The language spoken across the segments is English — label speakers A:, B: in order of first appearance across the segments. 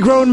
A: grown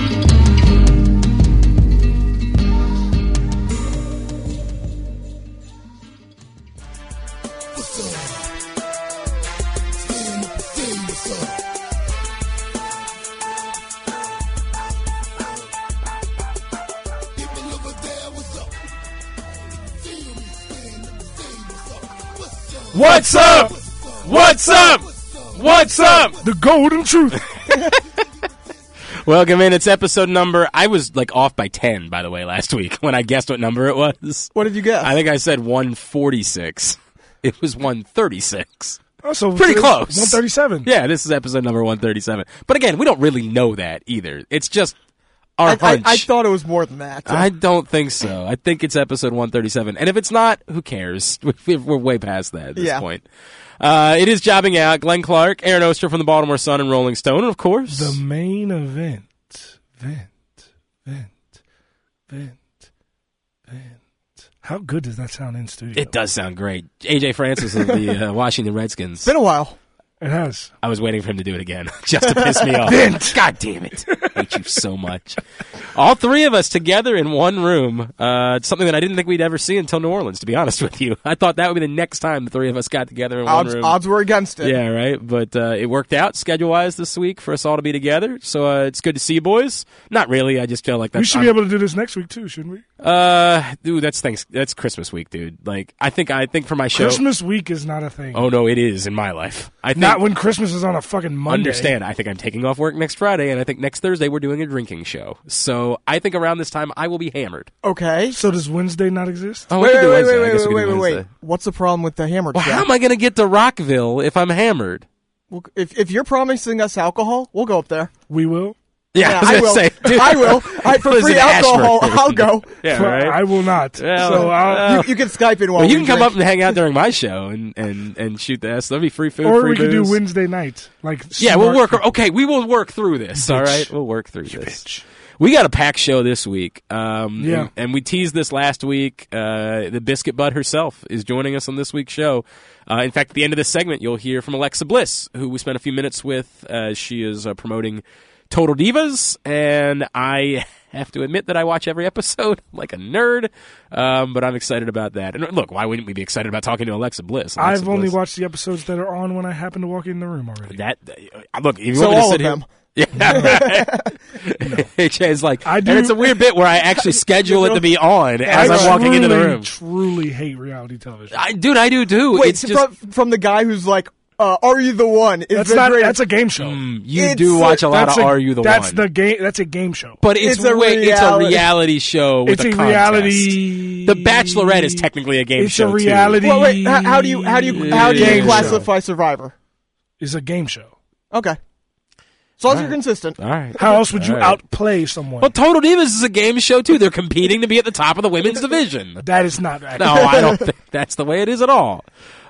B: What's up?
C: What's up? What's up?
B: The golden truth.
C: Welcome in. It's episode number. I was like off by 10, by the way, last week when I guessed what number it was.
D: what did you guess?
C: I think I said 146. It was 136.
B: Oh, so
C: Pretty
B: it's
C: close.
B: 137.
C: Yeah, this is episode number 137. But again, we don't really know that either. It's just our
D: I, I,
C: hunch.
D: I thought it was more than that.
C: I don't think so. I think it's episode 137. And if it's not, who cares? We're we're way past that at this
D: Yeah.
C: point. Uh, it is jobbing out. Glenn Clark, Aaron Oster from the Baltimore Sun and Rolling Stone, and of course,
B: The main event. Vent. Vent. Vent. Vent. How good does that sound in studio?
C: It does sound great. AJ Francis of the uh, Washington Redskins.
D: Been a while.
B: It has.
C: I was waiting for him to do it again, just to piss me off. God damn it! I hate you so much. All three of us together in one room. Uh, it's something that I didn't think we'd ever see until New Orleans. To be honest with you, I thought that would be the next time the three of us got together in one
D: Odds,
C: room.
D: odds were against it.
C: Yeah, right. But uh, it worked out schedule wise this week for us all to be together. So uh, it's good to see you, boys. Not really. I just feel like that's
B: We should be able to do this next week too, shouldn't we?
C: uh, dude, that's thanks. That's Christmas week, dude. Like I think I think for my show.
B: Christmas week is not a thing.
C: Oh no, it is in my life. I think
B: Not when Christmas is on a fucking Monday.
C: understand. I think I'm taking off work next Friday, and I think next Thursday we're doing a drinking show. So I think around this time I will be hammered.
D: Okay.
B: So does Wednesday not exist?
C: Oh,
D: wait, wait, wait, wait, wait, wait, wait, wait, What's the problem with the hammer
C: Well,
D: check?
C: how am I going to get to Rockville if I'm hammered?
D: Well, if, if you're promising us alcohol, we'll go up there.
B: We will.
C: Yeah,
D: I,
C: was
D: will.
C: gonna say, dude.
D: I will. I For
C: Listen,
D: free alcohol,
C: Ashford.
D: I'll go.
C: Yeah,
B: Well,
C: right.
B: I will not.
C: Yeah,
B: so
C: well,
B: I'll,
C: uh,
D: You, you can Skype in while
C: well, you
D: we
C: can come
D: drink.
C: up and hang out during my show and and and shoot the S. There'll be free food,
B: or
C: free
B: we could do
C: booze.
B: Wednesday night. Like
C: Yeah, we'll
B: smart-
C: work. Okay, we will work through this. All right, we'll work through this. We got a packed show this week. Um,
B: Yeah.
C: and, and we teased this last week. Uh, the Biscuit Bud herself is joining us on this week's show. Uh, in fact, at the end of this segment, you'll hear from Alexa Bliss, who we spent a few minutes with. Uh, she is uh, promoting Total Divas, and I have to admit that I watch every episode like a nerd, um, but I'm excited about that. And look, why wouldn't we be excited about talking to Alexa Bliss? Alexa
B: I've only
C: Bliss.
B: watched the episodes that are on when I happen to walk in the room already.
C: That uh, look, if you
D: So
C: want me to
D: all of
C: sit here-
D: them.
C: Yeah, it's like,
B: I do-
C: and it's a weird bit where I actually schedule it to be on as
B: I
C: I'm walking into the
B: truly,
C: room.
B: Truly hate reality television.
C: I, dude, I do too.
D: Wait,
C: it's just,
D: from, from the guy who's like, uh, "Are you the one?" It's
B: that's
D: the
B: not.
D: greatest-
B: That's a game show.
C: you
D: it's
C: do
D: a-
C: watch a lot
B: that's
C: of
B: a,
C: Are You Mm, the
B: That's
C: One?
B: the game. That's a game show.
C: but it's,
D: It's a
C: way, it's a
D: reality-
C: reality show with
B: it's a,
C: contest.
B: reality.
C: The Bachelorette is technically a game
B: It's
C: show
B: a reality.
D: Well, wait. How, how do you how do you how do you
C: Game
D: classify Survivor?
B: Is a game show.
D: Okay, as long as you're consistent.
C: too. All right. Uh,
B: How else would you
C: Alright.
B: outplay someone?
C: Well, Total Divas is a game show too. They're competing to be at the top of the women's division.
B: that is not. Accurate.
C: No, I don't think that's the way it is at all.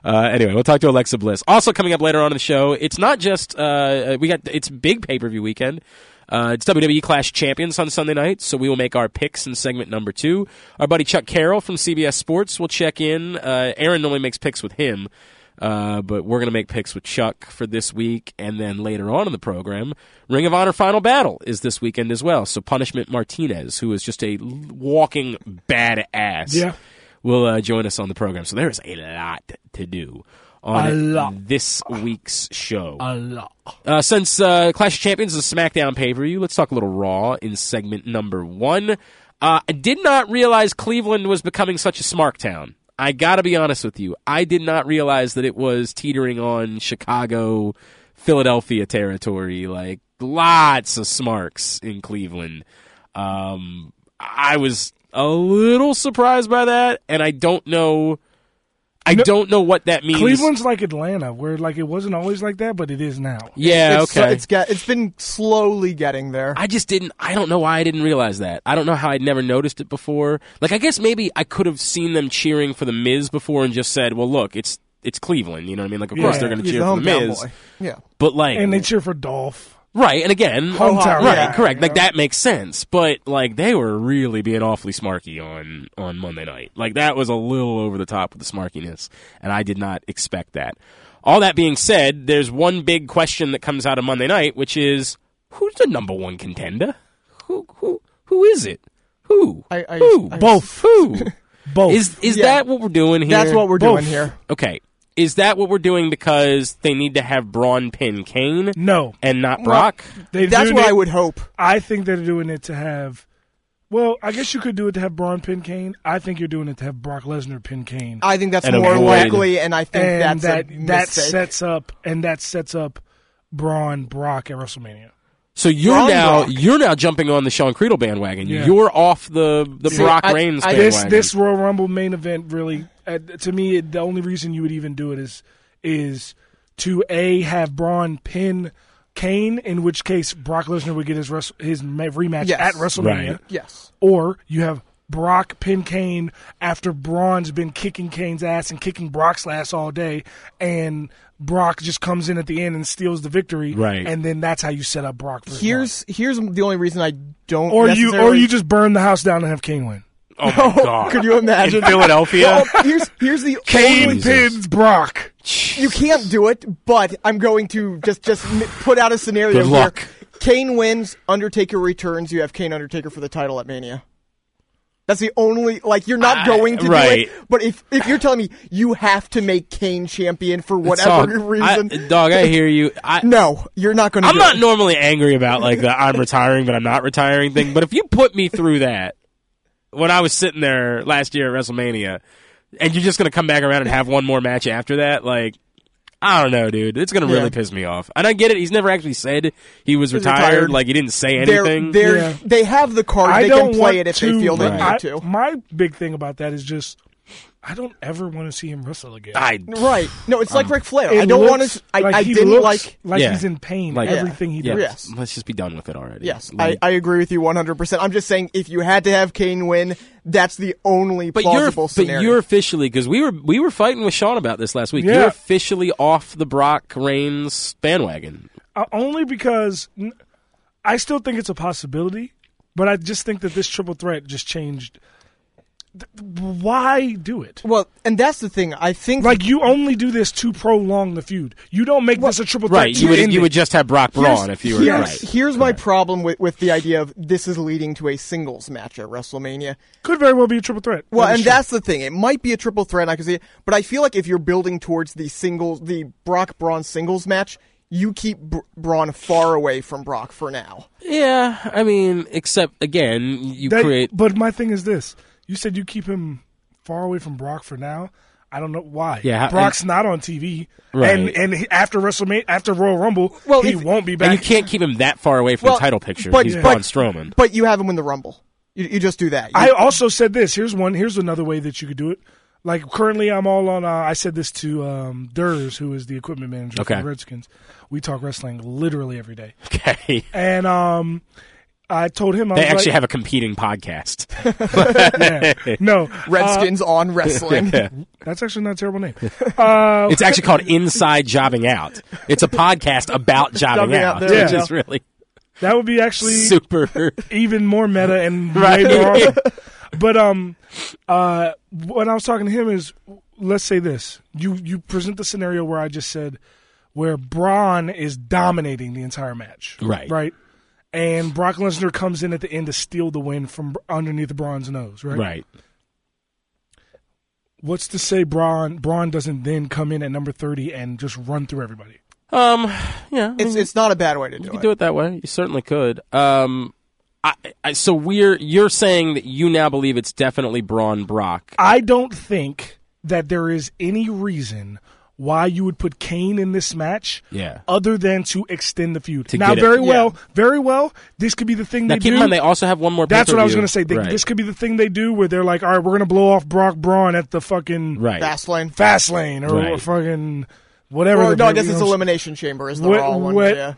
C: Uh, anyway, we'll talk to Alexa Bliss. Also coming up later on in the show, it's not just uh, we got it's big pay per view weekend. Uh, it's WWE Clash Champions on Sunday night, so we will make our picks in segment number two. Our buddy Chuck Carroll from CBS Sports will check in. Uh, Aaron normally makes picks with him, uh, but we're going to make picks with Chuck for this week, and then later on in the program, Ring of Honor Final Battle is this weekend as well. So Punishment Martinez, who is just a l- walking badass,
B: Yeah.
C: will uh, join us on the program. So there is a lot to do on
B: A lot.
C: this week's show.
B: A lot.
C: Uh, since uh, Clash of Champions is a SmackDown pay per view, let's talk a little Raw in segment number one. Uh, I did not realize Cleveland was becoming such a smart town. I gotta be honest with you. I did not realize that it was teetering on Chicago, Philadelphia territory. Like lots of smarks in Cleveland. Um, I was a little surprised by that, and I don't know. I don't know what that means.
B: Cleveland's like Atlanta, where like it wasn't always like that, but it is now.
C: Yeah,
D: it's,
C: okay.
D: It's get, it's been slowly getting there.
C: I just didn't. I don't know why I didn't realize that. I don't know how I'd never noticed it before. Like, I guess maybe I could have seen them cheering for the Miz before and just said, "Well, look, it's it's Cleveland." You know what I mean? Like, of course
B: Yeah.
C: they're going to
D: He's
C: cheer
D: the
C: for the
D: hometown
C: Miz,
D: boy. Yeah.
C: but like,
B: And they cheer for Dolph.
C: right? And again,
B: Hometown,
C: right?
B: yeah,
C: correct.
B: you
C: Like
B: know?
C: that makes sense. But like, they were really being awfully smarky on on Monday night. Like that was a little over the top with the smarkiness, and I did not expect that. All that being said, there's one big question that comes out of Monday night, which is, who's the number one contender? Who who who is it? Who?
D: I- I-
C: who?
D: I-
C: Both. Who?
B: Both.
C: Is is
D: Yeah.
C: that what we're doing here?
D: That's what we're
B: Both.
D: doing here.
C: Okay. Is that what we're doing because they need to have Braun pin Kane
B: no,
C: and not Brock?
B: they
D: That's
B: do
D: what
B: need-
D: I would hope.
B: I think they're doing it to have. Well, I guess you could do it to have Braun pin Kane. I think you're doing it to have Brock Lesnar pin Kane,
D: I think that's
C: And
D: more
C: avoid-
D: likely, and I think
B: and
D: that's
B: that
D: a
B: that
D: mistake.
B: sets up and that sets up Braun Brock at WrestleMania.
C: So you're
D: Braun
C: now
D: Brock.
C: you're now jumping on the Sean Creedle bandwagon.
B: Yeah.
C: You're off the the
D: See,
C: Brock
D: I-
C: Reigns
D: I-
C: bandwagon.
B: This this Royal Rumble main event really, uh, to me, it, the only reason you would even do it is is to a have Braun pin Kane, in which case Brock Lesnar would get his res- his ma- rematch
D: Yes.
B: at WrestleMania.
C: Right.
D: yes.
B: or you have Brock pin Kane after Braun's been kicking Kane's ass and kicking Brock's ass all day, and Brock just comes in at the end and steals the victory,
C: Right.
B: And then that's how you set up Brock. versus
D: Here's here's the only reason I don't.
B: Braun. or you or
D: necessarily-
B: you just burn the house down and have Kane win.
C: oh my god!
D: Could you imagine
C: In Philadelphia?
D: Well, here's here's the only-
B: Kane
C: Oh, Jesus.
B: pins Brock.
D: You can't do it, but I'm going to just just m- put out a scenario
C: Good luck.
D: here. Kane wins, Undertaker returns. You have Kane Undertaker for the title at Mania. That's the only like you're not
C: I-
D: going to
C: right.
D: do it. But if if you're telling me you have to make Kane champion for
C: It's
D: whatever
C: all-
D: reason,
C: I, dog. I hear you. I,
D: no, you're not going to.
C: I'm
D: do
C: not
D: It.
C: normally angry about like the I'm retiring but I'm not retiring thing, but if you put me through that when I was sitting there last year at WrestleMania, and you're just gonna come back around and have one more match after that, like I don't know, dude. It's gonna really
D: Yeah.
C: piss me off. And I get it. He's never actually said he was retired.
D: retired.
C: Like he didn't say
D: They're,
C: anything.
D: they're,
B: Yeah.
D: They have the card.
B: I
D: they
B: don't
D: can
B: want
D: play it if
B: to,
D: they feel they
B: I-
D: need to.
B: My big thing about that is just I don't ever want to see him wrestle again.
C: I
D: Right? No, it's like Ric Flair.
B: It
D: I don't want
B: looks
D: to. I,
B: like
D: I
B: he
D: didn't
B: looks
D: like.
B: like
C: Yeah.
B: he's in pain.
C: Like-
B: everything he
C: yeah,
B: does.
D: Yes.
C: Let's just be done with it already.
D: Yes, I,
C: Like-
D: I agree with you 100%. I'm just saying if you had to have Kane win, that's the only
C: but you're,
D: plausible
C: but
D: scenario.
C: you're officially because we were we were fighting with Sean about this last week.
B: Yeah.
C: You're officially off the Brock Reigns bandwagon.
B: uh, only because n- I still think it's a possibility, but I just think that this triple threat just changed. Th- Why do it?
D: well, and that's the thing. I think
B: Like you only do this to prolong the feud. You don't make this a triple threat.
C: Right,
B: to
C: you would
B: end
C: you
B: it.
C: would just have Brock Braun if you were
D: here's,
C: right.
D: here's my problem with, with the idea of this is leading to a singles match at WrestleMania.
B: could very well be a triple threat.
D: Well,
B: That is
D: and
B: true.
D: that's the thing. It might be a triple threat, and I can see it, but I feel like if you're building towards the singles, the Brock Braun singles match, you keep Br- Braun far away from Brock for now.
C: Yeah, I mean, except again, you
B: That-
C: create.
B: But my thing is this: you said you keep him far away from Brock for now. I don't know why.
C: Yeah, how-
B: Brock's not on TV,
C: Right.
B: and and he- after WrestleMania, after Royal Rumble,
D: Well,
B: he
D: if-
B: won't be back.
C: And you can't keep him that far away from
D: Well,
C: the title picture.
D: but-
C: He's
D: but-
C: Braun Strowman.
D: But you have him win the Rumble. You, you just do that. You-
B: I also said this. Here's one. Here's another way that you could do it. Like currently, I'm all on. Uh, I said this to um, Durs, who is the equipment manager for
C: Okay.
B: the Redskins. We talk wrestling literally every day,
C: Okay,
B: and um, I told him I
C: they
B: was
C: actually
B: like,
C: have a competing podcast.
B: yeah, no uh,
D: Redskins on wrestling.
B: that's actually not a terrible name. Uh,
C: It's actually called Inside Jobbing Out. It's a podcast about jobbing,
D: Jobbing out,
C: out,
D: there
B: we
C: which
B: go.
C: is really
B: that would be actually
C: super.
B: even more meta and
C: Right.
B: way more awesome. But um, uh, when I was talking to him is, let's say this: you you present the scenario where I just said, where Braun is dominating the entire match,
C: Right.
B: right, and Brock Lesnar comes in at the end to steal the win from underneath Braun's nose, right?
C: right.
B: What's to say Braun Braun doesn't then come in at number thirty and just run through everybody?
C: Um. Yeah.
D: It's, it's not a bad way to do
C: You could
D: it.
C: do it that way. You certainly could. Um, I, I, so we're you're saying that you now believe it's definitely Braun Brock.
B: I don't think that there is any reason why you would put Kane in this match,
C: Yeah.
B: other than to extend the feud.
C: To
B: now,
C: get it.
B: very
C: Yeah.
B: well, very well, this could be the thing
C: Now
B: they
C: keep
B: do.
C: in mind they also have one more.
B: That's what I was
C: pay-per-view.
B: going to say. They,
C: right.
B: This could be the thing they do where they're like, all right, we're going to blow off Brock Braun at the fucking
C: right.
D: Fastlane.
B: fast lane or
C: Right.
B: fucking whatever.
D: Or,
B: the-
D: no, I guess
B: you
D: it's
B: know,
D: Elimination Chamber is the
B: What-
D: Raw one.
B: what-
D: Yeah.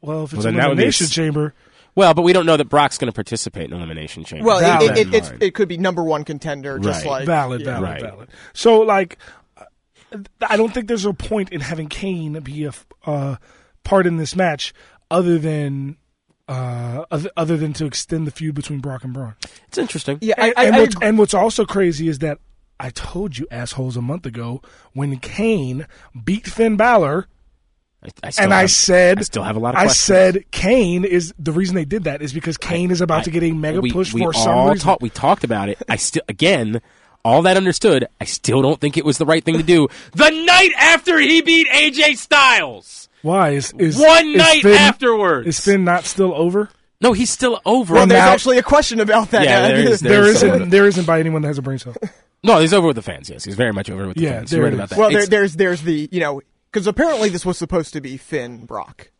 B: Well, if it's
C: then that would be
B: elimination
C: s-
B: chamber,
C: Well, but we don't know that Brock's going to participate in elimination chamber.
D: Well,
B: Valid.
D: it, it, it, it's, it could be number one contender, just
C: Right.
D: like
B: valid,
D: yeah.
B: valid,
C: Right.
B: valid. So like, I don't think there's a point in having Kane be a f- uh, part in this match other than. Uh, other, other than to extend the feud between Brock and Braun,
C: it's interesting.
D: Yeah, I,
B: and,
D: I,
B: and
D: I
B: what's,
D: agree.
B: and what's also crazy is that I told you assholes a month ago when Kane beat Finn Balor,
C: I, I still
B: and
C: have,
B: I said
C: I still have a lot of.
B: I
C: questions.
B: said Kane is the reason they did that is because Kane is about to get a mega
C: we,
B: push
C: we
B: for some
C: all
B: reason.
C: talked- we talked about it. I still again. All that understood, I still don't think it was the right thing to do. the night after he beat AJ Styles,
B: Why is, is
C: one
B: is
C: night
B: Finn,
C: afterwards.
B: is Finn not still over?
C: no, he's still over.
D: Well, there's
B: now-
D: actually a question about that.
C: Yeah, there is-
B: There
C: There's
B: isn't
C: someone-
B: there isn't by anyone that has a brain cell.
C: no, he's over with the fans. Yes, he's very much over with the
B: Yeah,
C: fans. You're
B: there
C: right
B: it
C: about
B: is.
C: that.
D: Well, there,
C: It's-
D: there's there's the you know because apparently this was supposed to be Finn Brock.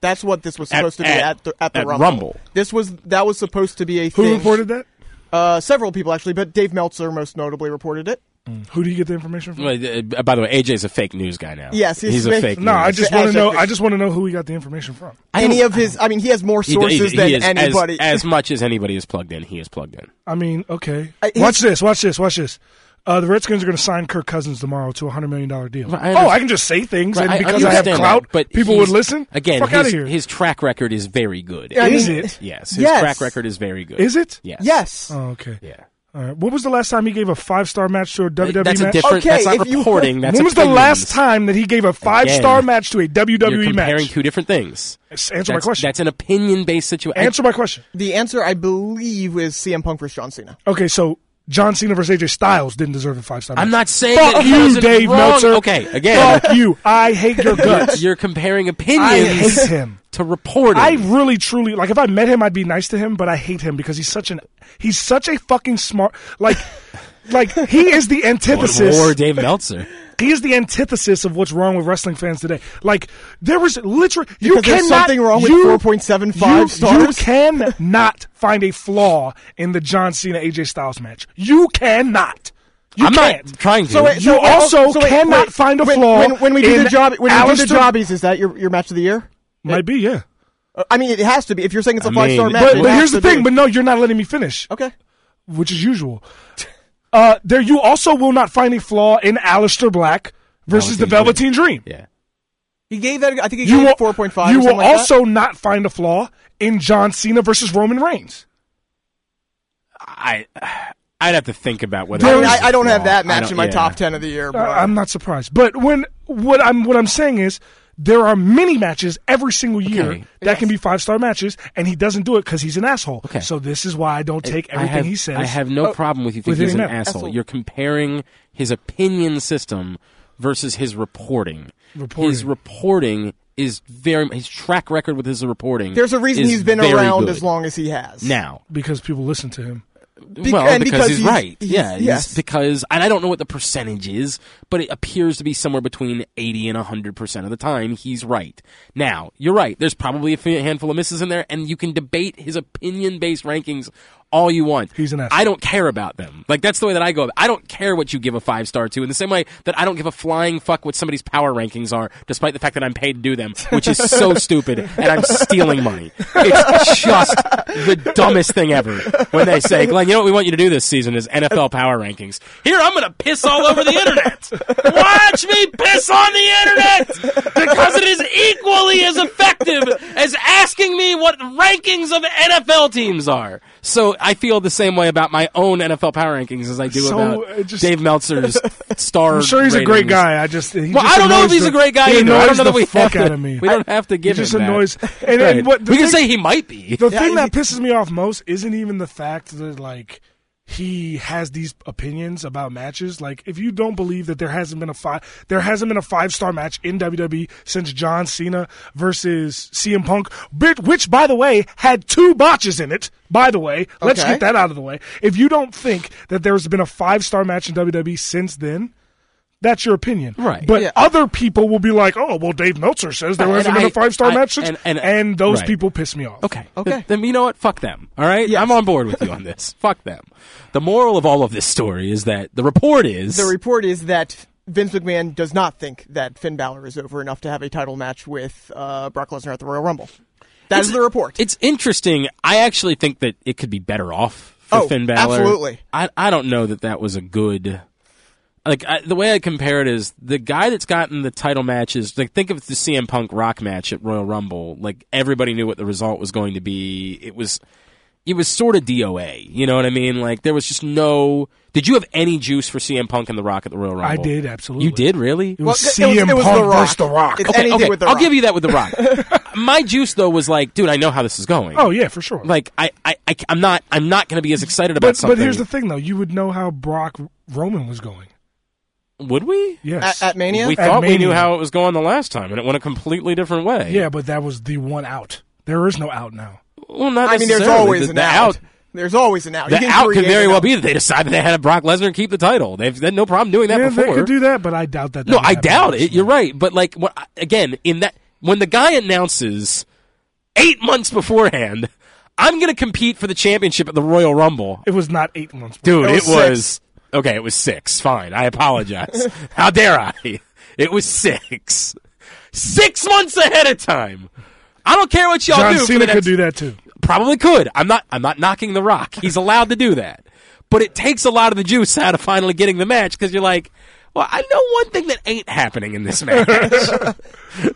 D: That's what this was
C: At-
D: supposed to be
C: at-
D: at the, at the
C: at
D: Rumble.
C: Rumble.
D: This was that was supposed to be a
B: Who
D: thing.
B: reported that?
D: Uh, several people actually, but Dave Meltzer most notably reported it.
B: Who do you get the information from?
C: Well, uh, by the way, AJ's a fake news guy now.
D: Yes,
C: he's,
D: he's
C: a
D: fake-
C: fake.
B: No,
C: news.
B: I just
D: As
B: want to
D: a
B: know.
D: fish-
B: I just want to know who he got the information from.
C: I
D: Any
C: don't-
D: of his, I mean, he has more
C: He- he-
D: sources
C: he
D: than
C: is- as-
D: anybody.
C: As, much as anybody is plugged in, he is plugged in.
B: I mean, okay.
D: I- he's-
B: watch this. Watch this. Watch this. Uh, the Redskins are going to sign Kirk Cousins tomorrow to a hundred million dollar deal.
C: Right, I
B: oh,
C: understand-
B: I can just say things,
C: Right,
B: and because I, have
C: understand that,
B: clout,
C: but
B: people
C: he's-
B: would listen.
C: Again,
B: fuck
C: his,
B: out of here.
C: his track record is very good.
D: I
B: is
D: mean-
B: it?
C: Yes, his
D: Yes.
C: track record is very good.
B: Is it?
C: Yes.
D: yes.
B: Oh, okay.
C: Yeah.
B: All right. When was the last time he gave a five star match to a WWE
C: that's a
B: E match? Oh,
C: different.
D: Okay,
C: that's
D: if
C: not
D: you-
C: reporting. that's
B: when was the
C: opinions.
B: last time that he gave a five star
C: Again,
B: match to a
C: You're
B: WWE
C: comparing
B: match?
C: two different things.
B: S- Answer my
C: That's,
B: question.
C: that's an opinion-based situation.
B: Answer my question.
D: The answer, I believe, is CM Punk versus John Cena.
B: Okay, so John Cena versus AJ Styles didn't deserve a five star.
C: I'm not saying
B: Fuck
C: that he
B: you,
C: wasn't
B: Dave
C: wrong.
B: Meltzer.
C: Okay, again,
B: Fuck you. I hate your guts.
C: you're comparing
B: I hate
C: opinions
B: him.
C: to reporting.
B: I really truly like if I met him I'd be nice to him but I hate him because he's such an he's such a fucking smart like like he is the antithesis
C: or Dave Meltzer.
B: he is the antithesis of what's wrong with wrestling fans today. Like there was literally you
D: Because there's
B: cannot
D: something wrong with
B: you-
D: 4.75
B: you-
D: stars.
B: You cannot find a flaw in the John Cena AJ Styles match. You cannot. You
C: I'm
B: can't.
C: not trying to.
D: So wait,
B: You
D: so wait, oh,
B: also
D: so wait,
B: cannot
D: wait,
B: find a
D: when,
B: flaw
D: When, when we do
B: in
D: the job, when we do
B: Alistair-
D: the jobbies, is that your, your match of the year?
B: Might be yeah.
D: Uh, I mean, it has to be. If you're saying it's a
C: I
D: five star
C: mean-
D: match,
B: But,
D: it
B: but
D: has
B: here's the
D: to
B: thing.
D: be.
B: But no, you're not letting me finish,
D: okay,
B: which is usual. Uh, there, you also will not find a flaw in Alistair Black versus the
C: Velveteen
B: Velveteen Dream.
C: Yeah.
D: he gave that. I think he
B: You
D: gave
B: will
D: it four point five.
B: You will also not find a flaw in John Cena versus Roman Reigns.
C: I I'd have to think about whether
D: I,
B: There
D: mean,
B: is
D: I, I don't have that
C: I
D: match
C: don't-
D: in my
C: yeah.
D: top ten of the year.
B: I-
D: But
B: Uh, I'm not surprised. But when what I'm what I'm saying is there are many matches every single year
C: Okay.
B: that can be five star matches, and he doesn't do it because he's an asshole.
C: Okay.
B: So this is why I don't take
C: I
B: everything
C: have-
B: he says. Oh.
C: I have no
D: Oh,
C: problem with you thinking
B: within
C: he's an
B: that.
C: asshole.
D: Asshole.
C: You're comparing his opinion system versus his reporting.
B: Reporting.
C: His reporting is very his track record with his reporting.
D: there's a reason
C: is
D: he's been
C: very
D: around
C: good.
D: as long as he has.
C: now.
B: because people listen to him.
C: well,
D: and
C: because,
D: because
C: he's,
D: he's-
C: right.
D: he's-
C: yeah, he's-
D: yes.
C: because and I don't know what the percentage is, but it appears to be somewhere between 80 and 100% of the time he's right. Now, you're right. There's probably a fa- handful of misses in there and you can debate his opinion-based rankings all you want.
B: He's an asshole.
C: I don't care about them. Like that's the way that I go. I don't care what you give a 5 star to in the same way that I don't give a flying fuck what somebody's power rankings are despite the fact that I'm paid to do them, which is so stupid and I'm stealing money. It's just the dumbest thing ever when they say, Glenn, you know what we want you to do this season is NFL power rankings. Here, I'm going to piss all over the internet. Watch me piss on the internet because it is equally as effective as asking me what rankings of NFL teams are. So I feel the same way about my own NFL power rankings as I do
B: So, uh,
C: about
B: just-
C: Dave Meltzer's star.
B: I'm sure he's a great
C: ratings.
B: guy. I just he
C: Well,
B: just
C: I don't know if
B: annoys
C: he's
B: the-
C: a great guy
B: He
C: either. I don't
B: annoys
C: know
B: the
C: that we
B: fuck
C: have
B: out
C: to-
B: of me.
C: we don't
B: I-
C: have to give
B: He just
C: him that.
B: annoys. And, and what the
C: we can
B: thing-
C: say he might be.
B: The thing
D: I-
B: that pisses me off most isn't even the fact that like he has these opinions about matches. Like if you don't believe that there hasn't been a five there hasn't been a five star match in WWE since John Cena versus CM Punk, bit- which by the way had two botches in it. By the way, let's
D: Okay.
B: get that out of the way. If you don't think that there's been a five star match in WWE since E then, That's your opinion,
C: Right.
B: But
D: Yeah.
B: other people will be like, "Oh, well, Dave Meltzer says there
C: Right,
B: hasn't
C: and
B: been a
C: I-
B: five star
C: I-
B: match," since-
C: and-
B: and,
C: and-
B: those
C: right.
B: people piss me off.
C: Okay.
D: Okay.
C: Th- then you know what? Fuck them. All right. I'm on board with you on this. Fuck them. The moral of all of this story is that the report is
D: The report is that Vince McMahon does not think that Finn Balor is over enough to have a title match with uh, Brock Lesnar at the Royal Rumble. That is the report.
C: It's interesting. I actually think that it could be better off for
D: Oh,
C: Finn Balor.
D: absolutely.
C: I I don't know that that was a good. Like I, the way I compare it is the guy that's gotten the title matches. Like think of the CM Punk Rock match at Royal Rumble. Like everybody knew what the result was going to be. It was. It was sort of DOA, you know what I mean? Like there was just no. Did you have any juice for CM Punk and The Rock at the Royal Rumble?
B: I did absolutely.
C: You did really?
B: It was
D: Well, it- it was-
B: CM
D: it was The
B: Punk
D: Rock.
B: versus The Rock.
D: It's- anything with The
C: I'll
D: Rock.
C: give you that with The Rock. My juice though was like, dude, I know how this is going.
B: Oh yeah, for sure.
C: like I, I, I am not I'm not going to be as excited about
B: but
C: something.
B: but here's the thing though, you would know how Brock Roman was going.
C: would we?
B: Yes.
D: at, at Mania?
C: We
B: At
C: thought we knew
B: Mania.
C: how it was going the last time, and it went a completely different way.
B: yeah, but that was the one out. There is no out now.
C: Well, not
D: I mean, there's
C: necessarily.
D: always
C: the,
D: an
C: the
D: out. There's always an out. You
C: The out could
D: create
C: very
D: an
C: well
D: out.
C: be that they decided they had to Brock Lesnar keep the title. They've had no problem doing that
B: Yeah, they
C: before.
B: could do that, but I doubt that.
C: no,
B: that would
C: I
B: happen
C: doubt it.
B: personally.
C: You're right, but like what, again, in that when the guy announces eight months beforehand, I'm going to compete for the championship at the Royal Rumble.
B: It was not eight months.
C: Dude,
D: It
C: it
D: was
C: was okay. It was six. Fine, I apologize. How dare I? It was six, six months ahead of time. I don't care what y'all
B: John
C: do. for the
B: Cena could
C: next-
B: do that too.
C: Probably could. I'm not. I'm not knocking The Rock. He's allowed to do that. But it takes a lot of the juice out of finally getting the match because you're like, well, I know one thing that ain't happening in this match.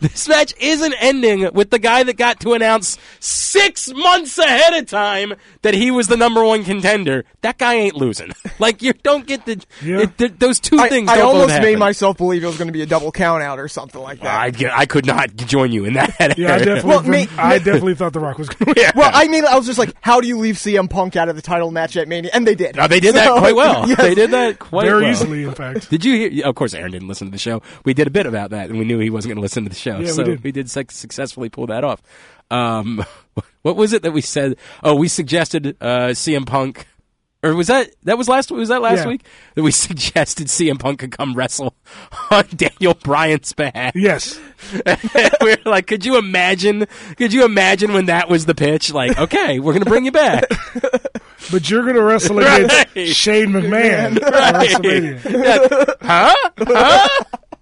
C: this match isn't ending with the guy that got to announce six months ahead of time that he was the number one contender. That guy ain't losing. Like you don't get the
B: Yeah.
C: it- th- those two
D: I,
C: things.
D: I
C: don't both
D: almost made
C: happen.
D: myself believe it was going to be a double count out or something like that.
C: I, I could not join you in that.
B: Yeah, I definitely.
D: Well, me-
B: I definitely thought The Rock was going to.
D: Well, I mean, I was just like, how do you leave CM Punk out of the title match at Mania? And they did.
C: No, they did that
D: So-
C: quite well.
D: Yes.
C: They did that quite
B: very
C: well.
B: easily, in fact.
C: Did you hear? Of course, Aaron didn't listen to the show. We did a bit about that, and we knew he wasn't going to listen to the show.
B: Yeah, we
C: so
B: did.
C: suc- successfully pull that off. Um, what was it that we said? Oh, we suggested uh, CM Punk, or was that that was last? Was that last
B: Yeah.
C: week that we suggested CM Punk could come wrestle on Daniel Bryan's behalf?
B: Yes,
C: we were like, could you imagine? Could you imagine when that was the pitch? Like, okay, we're going to bring you back.
B: but you're going to wrestle
C: Right.
B: against Shane McMahon. at WrestleMania.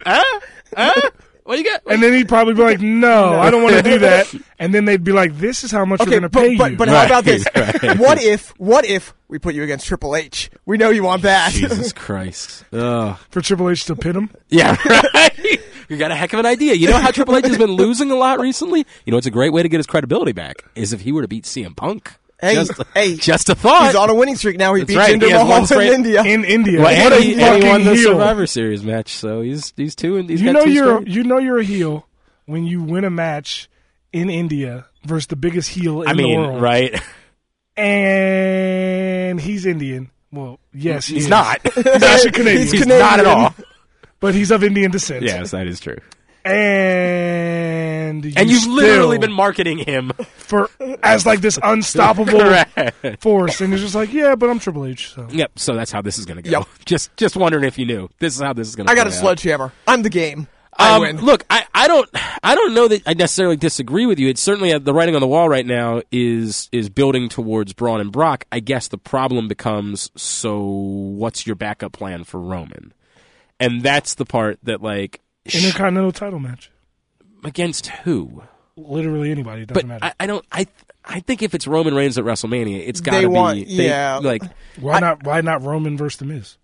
C: Well, you got?
B: And then he'd probably be like, "No, I don't want to do that." And then they'd be like, "This is how much
D: Okay,
B: we're
D: but,
B: going to pay
D: but,
B: you."
D: but how about this? What if, what if we put you against Triple H? We know you want that.
C: Jesus Christ! Ugh.
B: for Triple H to pin him.
C: Yeah, right. you got a heck of an idea. You know how Triple H has been losing a lot recently? You know, it's a great way to get his credibility back is if he were to beat CM Punk.
D: Hey,
C: just,
D: hey,
C: just a thought.
D: He's on a winning streak now. He
C: That's
D: beat
C: right.
D: Jinder
C: He has one
D: Mahal
C: straight-
D: in India.
B: in India.
C: well,
B: what
C: and he,
B: a
C: and he won
B: fucking
C: the
B: heel!
C: Survivor Series match, so he's he's two and he's
B: you
C: got
B: know
C: two
B: you're
C: straight.
B: you know you're a heel when you win a match in India versus the biggest heel in
C: I
B: the
C: mean,
B: world.
C: right?
B: And he's Indian. Well, yes, he
C: He's
B: is.
C: not.
B: He's actually Canadian.
D: He's
C: he's not at all.
B: but he's of Indian descent.
C: Yes, that is true.
B: and you
C: And you've
B: still-
C: literally been marketing him.
B: for as like this unstoppable
C: Correct.
B: force, and he's just like, yeah, but I'm Triple H. So
C: Yep. So that's how this is going to go.
D: Yep.
C: Just just wondering if you knew. This is how this is going to.
D: I got a
C: out.
D: sledgehammer. I'm the game. I
C: Um,
D: win.
C: Look, I, I don't I don't know that I necessarily disagree with you. It's certainly uh, the writing on the wall right now is is building towards Braun and Brock. I guess the problem becomes so what's your backup plan for Roman? And that's the part that like sh-
B: intercontinental title match.
C: against who?
B: Literally anybody it
C: But
B: doesn't matter.
C: I, I don't I I think if it's Roman Reigns at WrestleMania, it's got
D: They
C: to be
D: want-
C: they-
D: yeah.
C: like
B: why not? Why not Roman versus the Miz?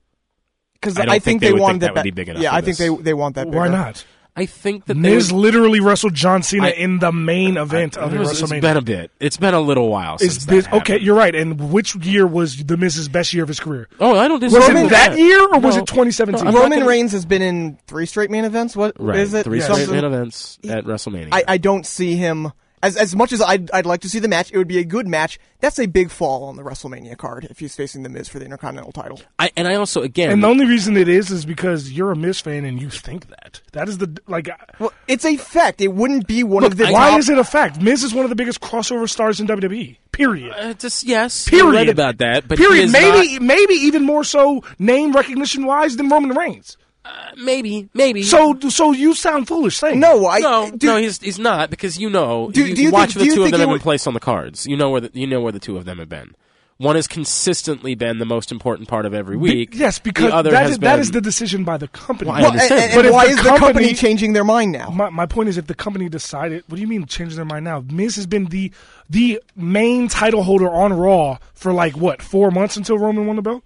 D: Because
C: I
D: I,
C: don't think
D: think
C: they
D: they,
C: would
D: want
C: think that
D: that.
C: would
D: ba-
C: be big enough
D: yeah,
C: for
D: I think
C: this.
D: they they want that. Bigger.
B: Why not?
C: I think that
B: Miz
C: they would-
B: literally wrestled John Cena
C: I-
B: in the main event of the
C: it's
B: WrestleMania.
C: been a bit. It's been a little while
B: Is
C: since that
B: this- oh, okay,
C: happened.
B: you're right. And which year was the Miz's best year of his career?
C: Oh, I don't disagree.
B: Was it
C: with
B: that year or was
C: No.
B: it 2017?
C: No, I'm not
D: Roman
C: gonna-
D: Reigns has been in three straight main events. What is
C: Right.
D: it?
C: Three
B: Yes.
C: straight
D: Something-
C: main events at WrestleMania.
D: I, I don't see him as as much as I'd, I'd like to see the match. It would be a good match. That's a big fall on the WrestleMania card if he's facing the Miz for the Intercontinental title.
C: I- and I also again
B: and the only reason it is is because you're a Miz fan and you think that. That is the like.
D: Well, it's a fact. It wouldn't be one of the.
C: I-
B: Why
D: top-
B: is it a fact? Miz is one of the biggest crossover stars in WWE. Period.
C: uh, just yes.
B: Period
C: You're right about that, but he
B: period.
C: is
B: Maybe maybe even more so name recognition wise than Roman Reigns.
C: Uh, maybe, maybe.
B: So, so you sound foolish saying
D: No, I
C: no,
D: dude,
C: no, he's he's not because you know
D: Do-
C: you,
D: do you
C: watch
D: think- do
C: the
D: you
C: two of
D: think it
C: them have been
D: would-
C: placed on the cards. You know where the, you know where the two of them have been. One has consistently been the most important part of every
B: Be-
C: week.
B: yes, because
C: the other
B: that
C: has
B: is that
C: been-
B: is the decision by the company.
C: Well, I
D: Well, and,
C: understand.
D: and-
B: But
D: and
B: if
D: why
B: the
D: is the company,
B: company-
D: changing their mind now?
B: My, my point is, if the company decided, what do you mean changing their mind now? Miz has been the the main title holder on Raw for like what four months until Roman won the belt.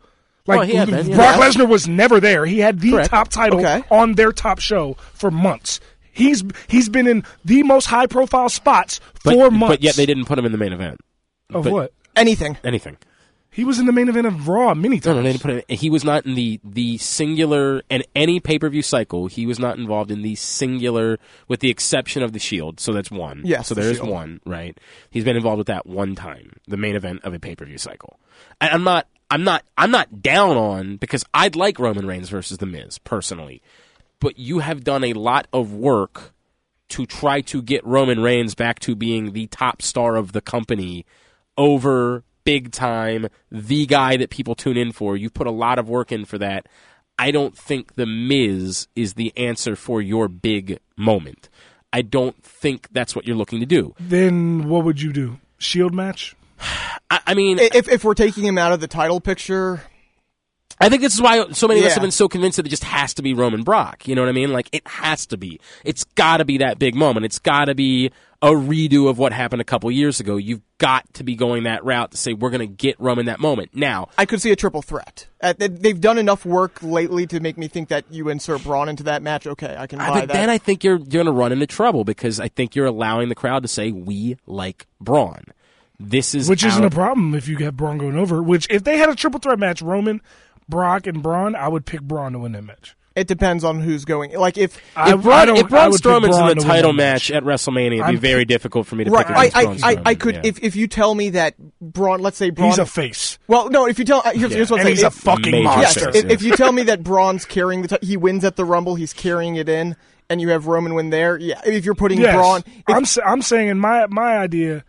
B: Like
C: Oh, he had been, yeah.
B: Brock Lesnar was never there. He had the
C: Correct.
B: top title
D: Okay.
B: on their top show for months. He's he's been in the most high profile spots
C: but,
B: for months.
C: But yet they didn't put him in the main event.
B: of
C: but-
B: what?
D: Anything.
C: Anything.
B: He was in the main event of Raw many
C: No,
B: times.
C: no, they didn't put him. He was not in the the singular and any pay per view cycle. He was not involved in the singular, with the exception of the Shield. So that's one.
D: Yes,
C: So
D: the
C: there is
D: Shield.
C: one, right? He's been involved with that one time, the main event of a pay per view cycle. And I'm not, I'm not, I'm not down on because I'd like Roman Reigns versus The Miz personally, but you have done a lot of work to try to get Roman Reigns back to being the top star of the company over big time, the guy that people tune in for. You've put a lot of work in for that. I don't think The Miz is the answer for your big moment. I don't think that's what you're looking to do.
B: Then what would you do? Shield match?
C: I, I mean,
D: I- If if we're taking him out of the title picture,
C: I think this is why so many of us
D: Yeah.
C: have been so convinced that it just has to be Roman Brock. You know what I mean? Like it has to be. It's got to be that big moment. It's got to be a redo of what happened a couple years ago. You've got to be going that route to say we're going to get Roman that moment. Now,
D: I could see a triple threat. Uh, they- they've done enough work lately to make me think that you insert Braun into that match. Okay, I
B: Uh,
D: can buy
C: I, but
D: that.
C: then I think you're, you're going to run into trouble because I think you're allowing the crowd to say we like Braun. This is
B: Which isn't
C: our-
B: a problem if you have Braun going over. Which if they had a triple threat match, Roman, Brock, and Braun, I would pick Braun to win that match.
D: it depends on who's going. Like if
B: I,
C: If Braun,
B: don't-
C: if
B: I
C: Braun
B: would pick Braun
C: Strowman's
B: to
C: in the
B: win
C: title
B: that
C: match at WrestleMania, it'd be
B: I'm-
C: very difficult for me to
D: right,
C: pick against
D: I
C: Braun
D: I, I, I
C: Strowman,
D: could
C: yeah.
D: if if you tell me that Braun, let's say Braun,
B: He's a face,
D: well, no, if you tell uh, here's, here's what
B: and
D: I'm
B: he's
D: saying.
B: a fucking
C: Major
D: Yes,
B: monster.
C: Monsters,
D: if,
C: yeah.
D: if you tell me that Braun's carrying the, t- he wins at the Rumble, he's carrying it in, and you have Roman win there. Yeah, if you're putting
B: Yes.
D: Braun, if-
B: I'm sa- I'm saying in my my idea,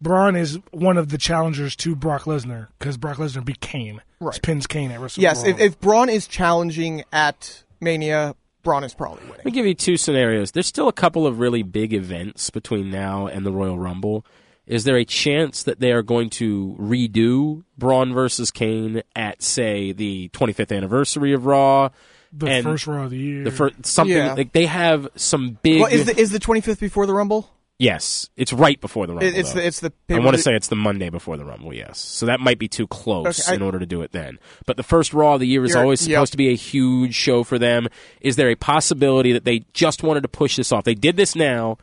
B: Braun is one of the challengers to Brock Lesnar because Brock Lesnar beat Kane,
D: Right.
B: pins Kane at WrestleMania.
D: yes, if, if Braun is challenging at Mania, Braun is probably winning.
C: Let me give you two scenarios. There's still a couple of really big events between now and the Royal Rumble. Is there a chance that they are going to redo Braun versus Kane at say the 25th anniversary of Raw?
B: the
C: and
B: first row of the year,
C: the first something
D: Yeah.
C: like they have some big
D: Well, is the is the 25th before the Rumble?
C: yes, it's right before the Rumble.
D: It, it's
C: though.
D: the it's the.
C: I want to say it's the Monday before the Rumble, yes. So that might be too close
D: Okay, I-
C: in order to do it then. But the first Raw of the year is
D: You're-
C: always
D: yep.
C: supposed to be a huge show for them. Is there a possibility that they just wanted to push this off? They did this now.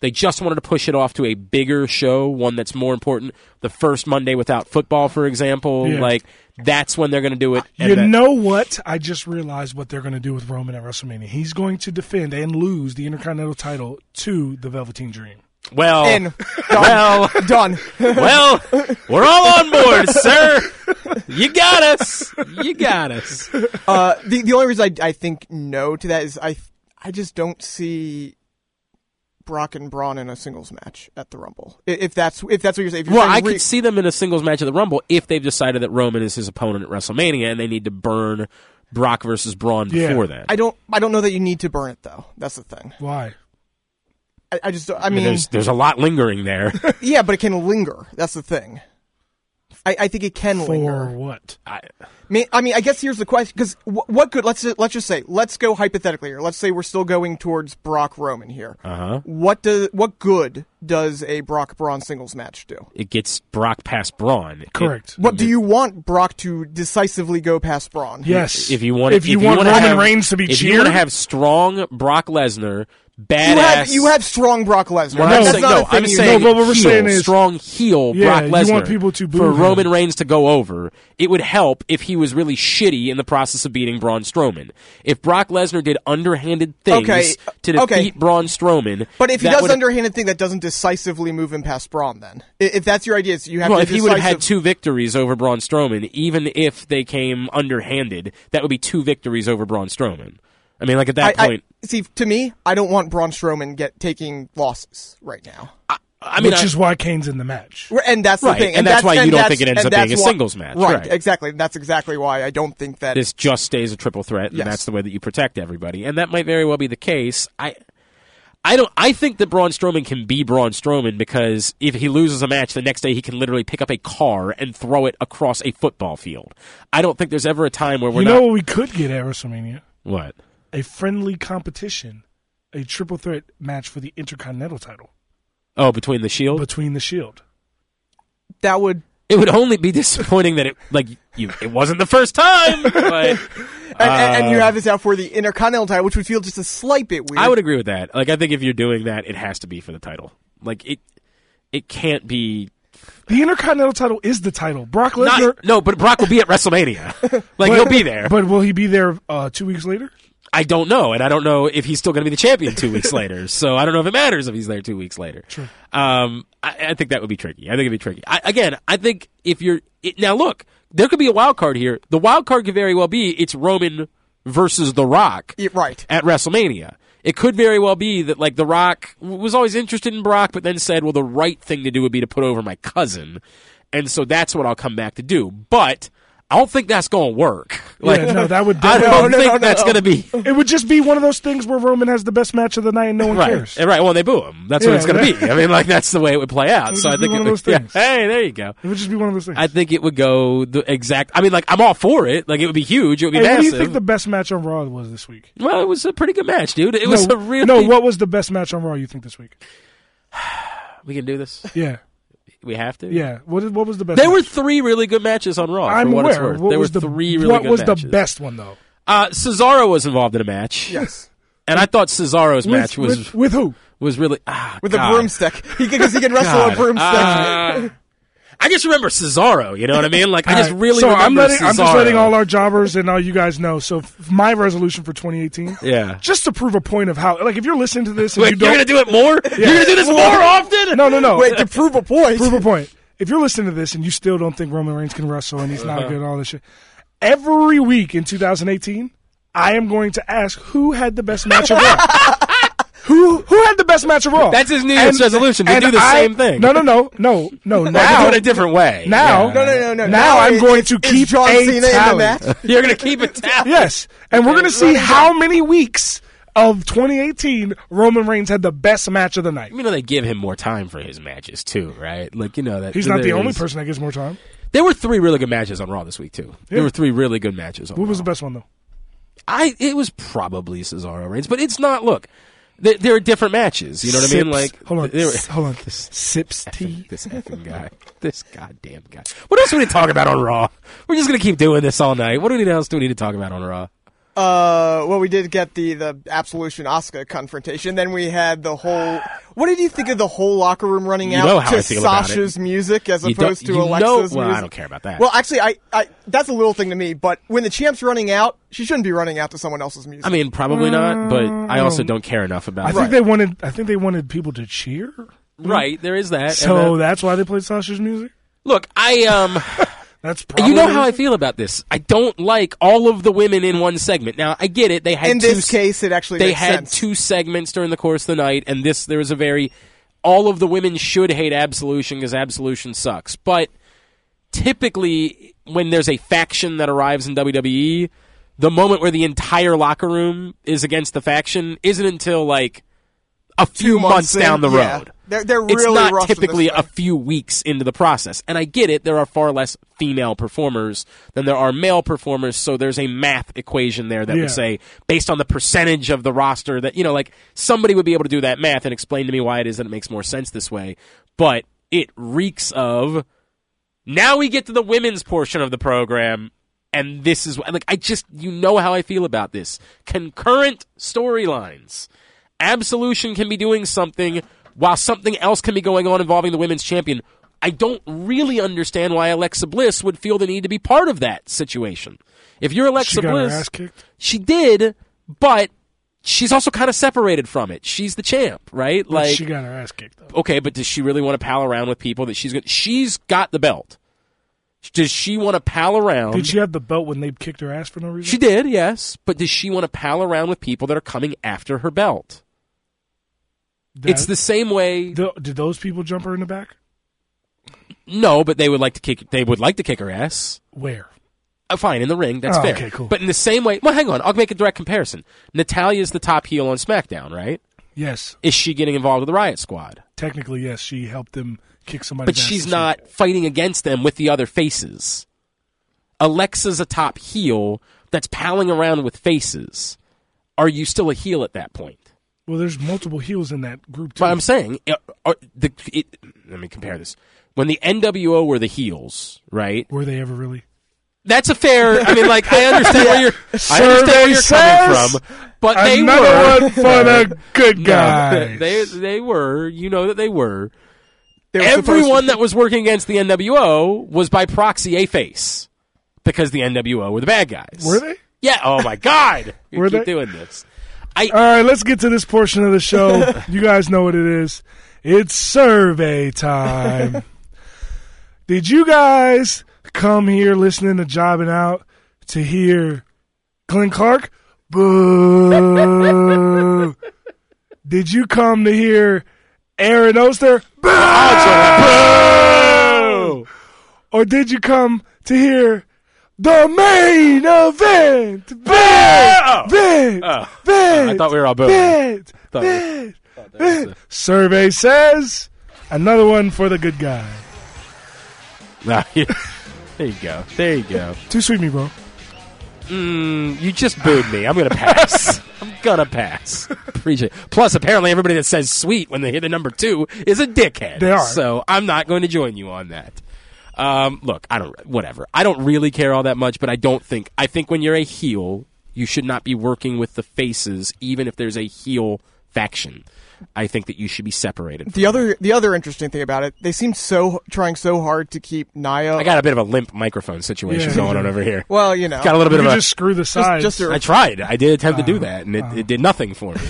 C: They just wanted to push it off to a bigger show, one that's more important. The first Monday without football, for example,
B: Yeah.
C: like that's when they're going to do it. and
B: You
C: that-
B: know what? I just realized what they're going to do with Roman at WrestleMania. He's going to defend and lose the Intercontinental title to the Velveteen Dream.
C: well,
D: in.
C: well,
D: Done.
C: well, we're all on board, sir. You got us. You got us.
D: Uh, the the only reason I, I think no to that is I I just don't see Brock and Braun in a singles match at the Rumble. I- If that's if that's what you're saying. If you're
C: Well,
D: saying
C: I
D: re-
C: could see them in a singles match at the Rumble if they've decided that Roman is his opponent at WrestleMania and they need to burn Brock versus Braun
B: Yeah.
C: before that.
D: I don't I don't know that you need to burn it though. That's the thing.
B: Why?
D: I, I just don't- I mean
C: there's there's a lot lingering there.
D: yeah, but it can linger. That's the thing. I, I think it can
B: For
D: linger.
B: what?
C: I,
D: Me- I mean, I guess here's the question because wh- what could let's just, let's just say let's go hypothetically here. Let's say we're still going towards Brock Roman here.
C: uh-huh.
D: What do what good does a Brock Braun singles match do?
C: It gets Brock past Braun. It-
B: Correct.
D: What do you want Brock to decisively go past Braun?
B: Yes.
C: if you want,
B: if you, want
C: wanna
B: Roman
C: have-
B: Reigns to be
C: if
B: cheered,
C: you want to have strong Brock Lesnar, badass.
D: You have you have strong Brock Lesnar.
C: Well,
D: That's
C: I'm saying,
D: not
C: no,
D: a thing
C: I'm
D: you
C: saying
B: No, but what we're
C: heel,
B: saying is-
C: strong heel
B: Yeah,
C: Brock
B: you
C: Lesnar
B: want people to boo
C: for
B: him.
C: Roman Reigns to go over. It would help if he was really shitty in the process of beating Braun Strowman. If Brock Lesnar did underhanded things
D: Okay,
C: to defeat
D: okay.
C: Braun Strowman,
D: But if he
C: that
D: does
C: would-
D: underhanded thing, that doesn't decisively move him past Braun. Then, I- if that's your idea, is you have
C: well,
D: to
C: if he would have had
D: decisive-
C: two victories over Braun Strowman, even if they came underhanded, that would be two victories over Braun Strowman. I mean, like at that
D: I,
C: point,
D: I, see, to me, I don't want Braun Strowman get taking losses right now.
C: I mean,
B: which
C: I-
B: is why Kane's in the match.
D: And that's
C: Right,
D: the thing.
C: and that's why you
D: and
C: don't
D: that's-
C: think it ends
D: and
C: up being
D: that's
C: a
D: why-
C: singles match,
D: Right,
C: right.
D: exactly. That's exactly why I don't think that.
C: this just stays a triple threat, and
D: Yes.
C: that's the way that you protect everybody. And that might very well be the case. I, I don't. I think that Braun Strowman can be Braun Strowman because if he loses a match the next day, he can literally pick up a car and throw it across a football field. I don't think there's ever a time where we're
B: you
C: not.
B: know what we could get at WrestleMania?
C: what?
B: A friendly competition, a triple threat match for the Intercontinental title
C: Oh, between the Shield,
B: between the Shield.
D: that would.
C: it would only be disappointing that it like you. It wasn't the first time, but
D: And, and, and you have this out for the Intercontinental title, which would feel just a slight bit weird.
C: Uh, I would agree with that. Like, I think if you're doing that, it has to be for the title. Like it, it can't be
B: The Intercontinental title is the title. Brock
C: Not-
B: Lesnar.
C: no, but Brock will be at WrestleMania. like he'll be there.
B: But will he be there uh, two weeks later?
C: I don't know, and I don't know if he's still going to be the champion two weeks later. So I don't know if it matters if he's there two weeks later. True. Um, I, I think that would be tricky. I think it'd be tricky. I, again, I think if you're it, now look, there could be a wild card here. The wild card could very well be it's Roman versus The Rock
D: Yeah, right.
C: at WrestleMania. It could very well be that like The Rock w- was always interested in Brock, but then said, "Well, the right thing to do would be to put over my cousin," and so that's what I'll come back to do. But I don't think that's going to work. Like,
B: yeah, no, that would.
C: I don't
D: no,
C: think
D: no,
C: that's
D: no.
C: going to be
B: it would just be one of those things where Roman has the best match of the night and no one
C: right.
B: cares.
C: Right. Well, they boo him. That's
B: Yeah,
C: what it's going to
B: right.
C: be. I mean, like that's the way it would play out. So I
B: just
C: think
B: be
C: it
B: one of
C: would,
B: those things.
C: yeah. Hey, there you go.
B: It would just be one of those things.
C: I think it would go the exact. I mean, like I'm all for it. Like it would be huge. It would be
B: hey, what
C: massive.
B: do you think the best match on Raw was this week?
C: well, it was a pretty good match, dude. It was
B: no,
C: a really.
B: no, what was the best match on Raw you think this week?
C: we can do this.
B: Yeah,
C: We have to.
B: yeah. What is- what was the best?
C: There were
B: match?
C: three really good matches on Raw.
B: I'm
C: for what
B: aware.
C: it's worth.
B: What
C: there
B: was
C: were
B: the,
C: three really
B: What
C: good
B: was
C: matches.
B: the best one though?
C: Uh, Cesaro was involved in a match.
D: Yes.
C: And I thought Cesaro's
B: With-
C: match was
B: with, with who?
C: was really ah,
D: With
C: God.
D: a broomstick. He Because he can wrestle
C: God.
D: a broomstick.
C: Ah. I just remember Cesaro. You know what I mean? Like I just
B: All right,
C: really
B: Uh, So I'm
C: remember
B: letting I'm just
C: Cesaro.
B: letting all our jobbers and all you guys know. So f- my resolution for 2018,
C: yeah.
B: just to prove a point of how, like if you're listening to this and
C: Wait,
B: you
C: you
B: don't,
C: are gonna do it more? You're gonna do this more often?
B: no, no, no,
D: Wait, to prove a point.
B: prove a point. If you're listening to this and you still don't think Roman Reigns can wrestle and he's
C: Uh-huh.
B: not good, all this shit, every week in 2018, I am going to ask who had the best match of Raw. Who, who had the best match of all?
C: That's his New Year's resolution, to do the same thing.
B: No, no, no, no, no.
C: Now,
B: Now,
C: do it a different way.
B: now,
C: Yeah.
D: No, no, no, no.
B: Now, I'm
D: it-
B: going
D: it's-
B: to
D: it's
B: keep
D: John
B: a
D: Cena in the
B: tally.
D: match.
C: You're gonna keep it down.
B: Yes, and we're going to see how many weeks of 2018 Roman Reigns had the best match of the night.
C: You know they give him more time for his matches too, right? Like you know that
B: He's not the
C: there
B: only
C: is-
B: person that gets more time.
C: There were three really good matches on Raw this week too. There were three really good matches. On
B: Who was
C: Raw.
B: the best one though?
C: I it was probably Cesaro Reigns, but it's not. Look, there, there are different matches. You know what I mean?
B: Sips.
C: Like
B: hold on,
C: there were-
B: S- hold on. Sips tea.
C: this effing guy, this goddamn guy. What else do we need to talk about on Raw? We're just gonna keep doing this all night. What do we need else do we need to talk about on Raw?
D: Uh, well, we did get the the Absolution Oscar confrontation. Then we had the whole. What did you think of the whole locker room running
C: You
D: out
C: know how
D: to
C: I feel about it.
D: Sasha's music as
C: You don't-
D: opposed to
C: you
D: Alexa's
C: know-
D: music?
C: well, I don't care about that.
D: Well, actually, I, I that's a little thing to me. But when the champ's running out, she shouldn't be running out to someone else's music.
C: I mean, probably not, but I also don't care enough
B: Mm.
C: about
B: I
C: it.
B: think they wanted. I think they wanted people to cheer.
C: Right, there is that. and
B: So
C: that-
B: that's why they played Sasha's music.
C: look, I um,
B: That's probably
C: you know how I feel about this. I don't like all of the women in one segment. Now I get it; they had
D: in
C: two
D: this
C: s-
D: case, it actually
C: they
D: makes
C: had
D: sense.
C: two segments during the course of the night, and this there was a very all of the women should hate Absolution because Absolution sucks. But typically, when there's a faction that arrives in WWE, the moment where the entire locker room is against the faction isn't until like a few
D: Two
C: months,
D: in,
C: down the
D: yeah.
C: road
D: They're they're
C: it's
D: really rough
C: not
D: in this
C: typically
D: thing.
C: a few weeks into the process. And I get it, there are far less female performers than there are male performers, so there's a math equation there that
B: Yeah.
C: would say, based on the percentage of the roster, that, you know, like somebody would be able to do that math and explain to me why it is that it makes more sense this way. But it reeks of. Now we get to the women's portion of the program, and this is like I just you know how I feel about this. Concurrent storylines. Absolution can be doing something while something else can be going on involving the women's champion. I don't really understand why Alexa Bliss would feel the need to be part of that situation. If you're Alexa
B: she got
C: Bliss,
B: her ass kicked.
C: she did, but she's also kind of separated from it. She's the champ, right? Like
B: she got her ass kicked though.
C: okay, but does she really want to pal around with people that she's going? to She's got the belt. Does she want to pal around?
B: Did she have the belt when they kicked her ass for no reason?
C: um, She did, yes. But does she want to pal around with people that are coming after her belt?
B: That-
C: it's the same way.
B: Th- did those people jump her in the back?
C: no, but they would like to kick. They would like to kick her ass.
B: Where?
C: Uh, fine in the ring. That's
B: Oh,
C: fair.
B: okay, cool.
C: But in the same way, well, hang on. I'll make a direct comparison. Natalia's the top heel on SmackDown, right?
B: Yes,
C: Is she getting involved with the Riot Squad?
B: technically yes. She helped them kick somebody.
C: But she's not fighting against them with the other faces. Alexa's a top heel that's palling around with faces. Are you still a heel at that point?
B: Well, there's multiple heels in that group too.
C: But I'm saying, uh, are the, it, let me compare this. When the NWO were the heels, right?
B: Were they ever really?
C: That's a fair. I mean, like I understand where you're. I understand
B: Survey
C: where you're coming
B: says
C: from. But they
B: Another
C: were
B: one for the good
C: No,
B: guys.
C: they they were. You know that they were.
D: They were supposed to-
C: Everyone that was working against the NWO was by proxy a face because the NWO were the bad guys.
B: Were they?
C: Yeah. Oh my God. You
B: Were
C: keep
B: they?
C: doing this.
B: All right, let's get to this portion of the show. you guys know what it is. It's survey time. Did you guys come here listening to Jobbing Out to hear Glenn Clark? Boo. Did you come to hear Aaron Oster? Boo. Or did you come to hear the main event? Vent, vent,
C: Oh.
B: vent,
C: I thought we were all booing.
B: vent,
C: Thought we-
B: vent, vent. Survey says another one for the good guy.
C: Nah, yeah. there you go. There you go.
B: Too sweet, me, bro.
C: Mm, you just booed me. I'm gonna pass. I'm gonna pass. Appreciate. It. Plus, apparently, everybody that says "sweet" when they hear the number two is a dickhead.
B: They are.
C: So I'm not going to join you on that. Um, look, I don't. Whatever. I don't really care all that much, but I don't think. I think when you're a heel, you should not be working with the faces, even if there's a heel faction. I think that you should be separated.
D: The other the other interesting thing about it, they seem so trying so hard to keep Naya.
C: I got a bit of a limp microphone situation
B: Yeah.
C: going on over here.
D: well, you know,
C: Got a little bit
B: You
C: of a
B: just screw the sides.
D: just a-
C: I tried. I did attempt to do that, and it, it did nothing for me.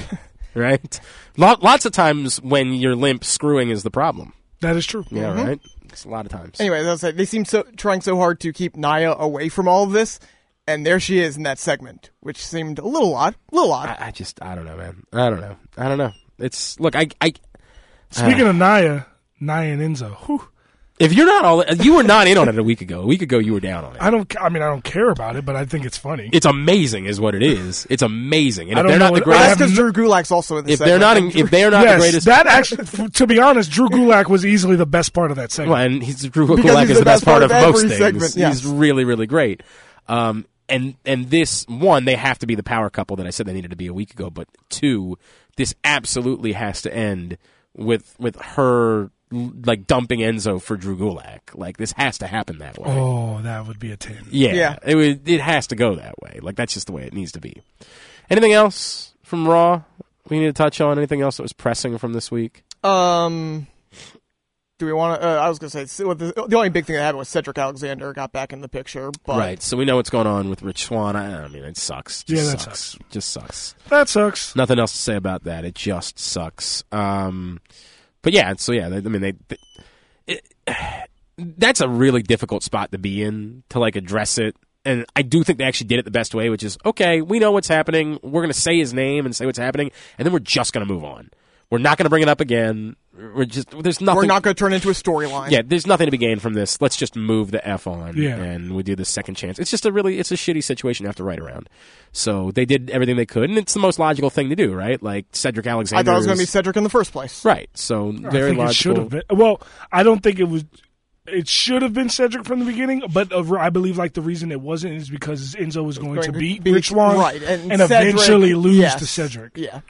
C: right? Lot, lots of times when you're limp, screwing is the problem.
B: that is true. Mm-hmm.
C: Yeah, right. It's a lot of times.
D: anyway, that's it. they seem so trying so hard to keep Naya away from all of this, and there she is in that segment, which seemed a little odd, a little odd.
C: I, I just, I don't know, man. I don't know. I don't know. It's look, I, I,
B: Speaking of Naya, Naya and Enzo. Whew,
C: if you're not all, you were not in on it a week ago. A week ago, you were down on it.
B: I don't. ca- I mean, I don't care about it, but I think it's funny.
C: It's amazing, is what it is. It's amazing, and
B: I
C: if
B: don't
C: they're
B: know
C: not
B: what- I
C: the
D: Well, that's
C: greatest,
B: have
D: because
B: no-
D: Drew Gulak's also in the
C: if
D: segment.
C: they're not,
D: and
C: in, if they're not
B: yes,
C: the greatest,
B: that actually, f- to be honest, Drew Gulak was easily the best part of that segment.
C: Well, and he's Drew
D: Because
C: Gulak
D: he's
C: is the best part of, most
D: every
C: things.
D: segment, yes.
C: He's really, really great. Um, and and this one, they have to be the power couple that I said they needed to be a week ago. But two, this absolutely has to end with with her l- like dumping Enzo for Drew Gulak. Like this has to happen that way.
B: Oh, that would be a ten.
C: Yeah,
D: Yeah.
C: It would, it has to go that way. Like that's just the way it needs to be. Anything else from Raw? We need to touch on anything else that was pressing from this week.
D: um, do we want to? Uh, I was gonna say s- what the, the only big thing that happened was Cedric Alexander got back in the picture, but
C: right. So we know what's going on with Rich Swan. I, I mean, it sucks. Just
B: Yeah, that
C: sucks. Just sucks.
B: That sucks.
C: nothing else to say about that. It just sucks. Um, but yeah, so yeah, they, I mean, they, they- it, that's a really difficult spot to be in to like address it. And I do think they actually did it the best way, which is okay. We know what's happening. We're going to say his name and say what's happening, and then we're just going to move on. We're not going to bring it up again. We're just there's nothing.
D: we're not gonna turn into a storyline.
C: yeah, there's nothing to be gained from this. Let's just move the f on,
B: Yeah.
C: and we do the second chance. It's just a really, it's a shitty situation to have to write around. So they did everything they could, and it's the most logical thing to do, right? Like Cedric Alexander.
D: I thought it was gonna be
C: is-
D: Cedric in the first place.
C: right. So
B: I
C: very
B: think it should
C: logical.
B: have been. Well, I don't think it was. It should have been Cedric from the beginning, but uh, I believe like the reason it wasn't is because Enzo was going, to beat Rich Swan
D: right, and, Cedric-
B: eventually lose
D: yes,
B: to Cedric.
D: Yeah,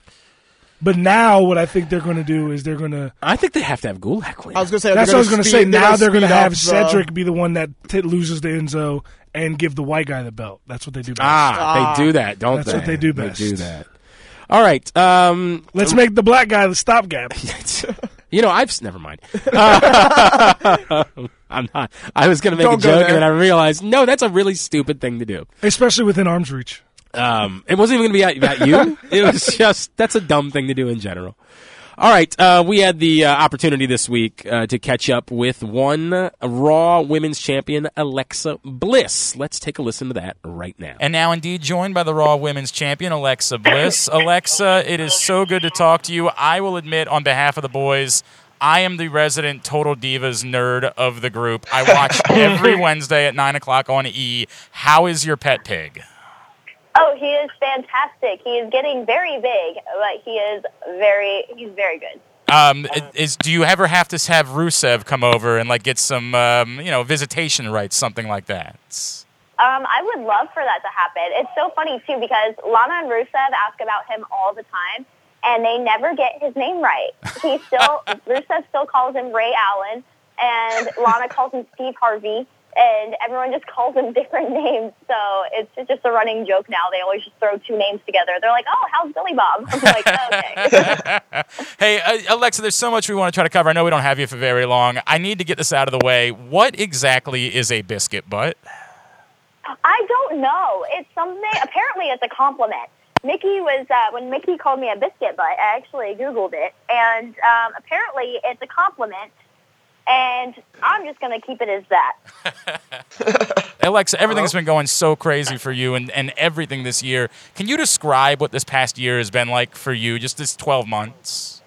B: But now, what I think they're going to do is they're going to.
C: I think they have to have Gulak win.
D: I was gonna say
B: That's what I was going to say. Now they're
D: going to
B: have
D: the,
B: Cedric be the one that t- loses to Enzo and give the white guy the belt. That's what they do. Best.
C: ah, they do that, don't
B: That's
C: they?
B: what they do best.
C: They do that. All right. Um,
B: Let's make the black guy the stopgap.
C: you know, I've s- never mind. Uh, I'm not. I was going to make a
D: Don't go
C: joke,
D: there.
C: and then I realized no, that's a really stupid thing to do.
B: Especially within arm's reach.
C: Um, it wasn't even going to be about you. It was just that's a dumb thing to do in general. All right, uh, we had the uh, opportunity this week uh, to catch up with one Raw Women's Champion, Alexa Bliss. Let's take a listen to that right now.
E: And now, indeed, joined by the Raw Women's Champion, Alexa Bliss. Alexa, it is so good to talk to you. I will admit, on behalf of the boys, I am the resident Total Divas nerd of the group. I watch every Wednesday at 9 o'clock on E. How is your pet pig?
F: Oh, he is fantastic. He is getting very big, but he is very he's very good.
E: Um, is do you ever have to have Rusev come over and like get some um, you know visitation rights, something like that?
F: Um, I would love for that to happen. It's so funny too because Lana and Rusev ask about him all the time, and they never get his name right. He still Rusev still calls him Ray Allen, and Lana calls him Steve Harvey and everyone just calls them different names. So it's just a running joke now. They always just throw two names together. They're like, "Oh, how's Billy Bob?" I'm like, "Okay."
E: hey, uh, Alexa, there's so much we want to try to cover. I know we don't have you for very long. I need to get this out of the way. What exactly is a biscuit butt?
F: I don't know. It's something. Apparently, it's a compliment. Mickey was uh, when Mickey called me a biscuit butt. I actually Googled it, and um, apparently, it's a compliment and I'm just going to keep it as that.
E: Alexa, everything's been going so crazy for you and, and everything this year. Can you describe what this past year has been like for you, just this 12 months?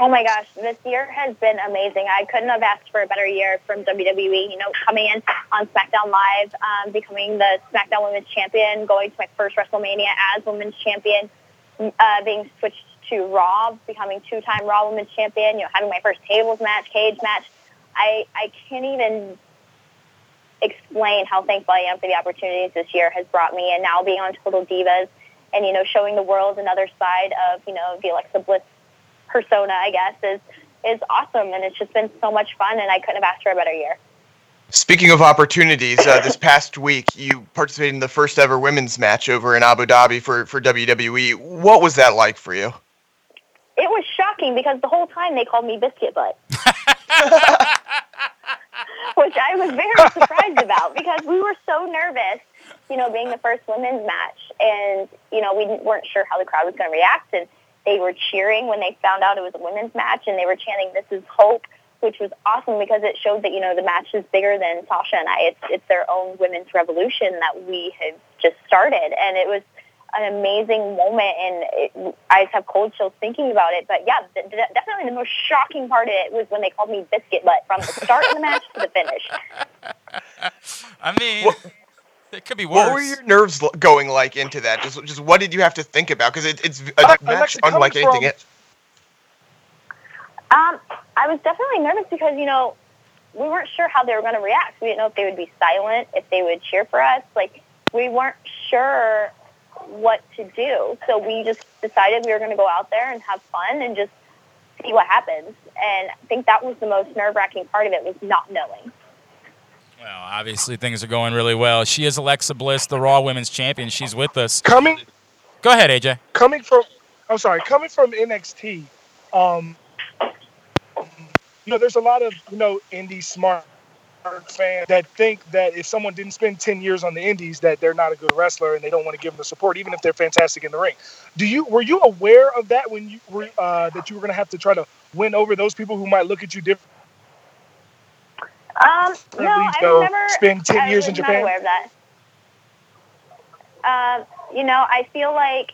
F: Oh my gosh, this year has been amazing. I couldn't have asked for a better year from WWE. You know, coming in on SmackDown Live, um, becoming the SmackDown Women's Champion, going to my first WrestleMania as Women's Champion, uh, being switched to Raw, becoming two-time Raw Women's Champion, you know, having my first tables match, cage match. I, I can't even explain how thankful I am for the opportunities this year has brought me and now being on Total Divas and, you know, showing the world another side of, you know, the Alexa Bliss persona, I guess, is, is awesome. And it's just been so much fun and I couldn't have asked for a better year.
G: Speaking of opportunities, uh, this past week you participated in the first ever women's match over in Abu Dhabi for, for WWE. What was that like for you?
F: It was shocking because the whole time they called me Biscuit Butt. which I was very surprised about because we were so nervous, you know, being the first women's match, and you know we weren't sure how the crowd was going to react, and they were cheering when they found out it was a women's match, and they were chanting "This is hope," which was awesome because it showed that you know the match is bigger than Sasha and I. It's it's their own women's revolution that we had just started, and it was an amazing moment and it, I just have cold chills thinking about it. But yeah, th- th- definitely the most shocking part of it was when they called me biscuit butt from the start of the match to the finish.
E: I mean, what, it could be worse.
G: What were your nerves going like into that? Just, just what did you have to think about? Because it, it's a uh, match unlike anything else.
F: Um, I was definitely nervous because you know we weren't sure how they were going to react. We didn't know if they would be silent, if they would cheer for us. Like we weren't sure what to do. So we just decided we were going to go out there and have fun and just see what happens. And I think that was the most nerve-wracking part of it was not knowing.
E: Well, obviously things are going really well. She is Alexa Bliss, the Raw Women's Champion. She's with us.
B: Coming.
E: Go ahead, AJ.
B: Coming from, I'm sorry, coming from NXT. Um, you know, there's a lot of you know indie smart fans that think that if someone didn't spend 10 years on the indies that they're not a good wrestler and they don't want to give them the support even if they're fantastic in the ring do you were you aware of that when you were uh, that you were going to have to try to win over those people who might look at you different
F: um no i never
B: spend 10
F: I
B: years in japan
F: not aware of that um, you know i feel like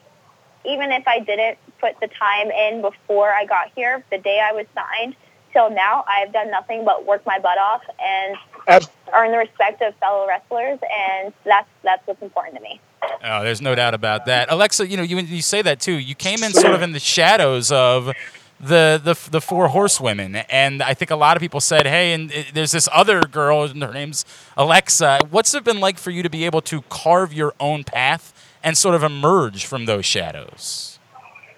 F: even if i didn't put the time in before i got here the day i was signed till now, I've done nothing but work my butt off and earn the respect of fellow wrestlers, and that's that's what's important to me.
E: Oh, there's no doubt about that, Alexa. You know, you you say that too. You came in sort of in the shadows of. The, the the four horsewomen and I think a lot of people said hey and uh, there's this other girl and her name's Alexa what's it been like for you to be able to carve your own path and sort of emerge from those shadows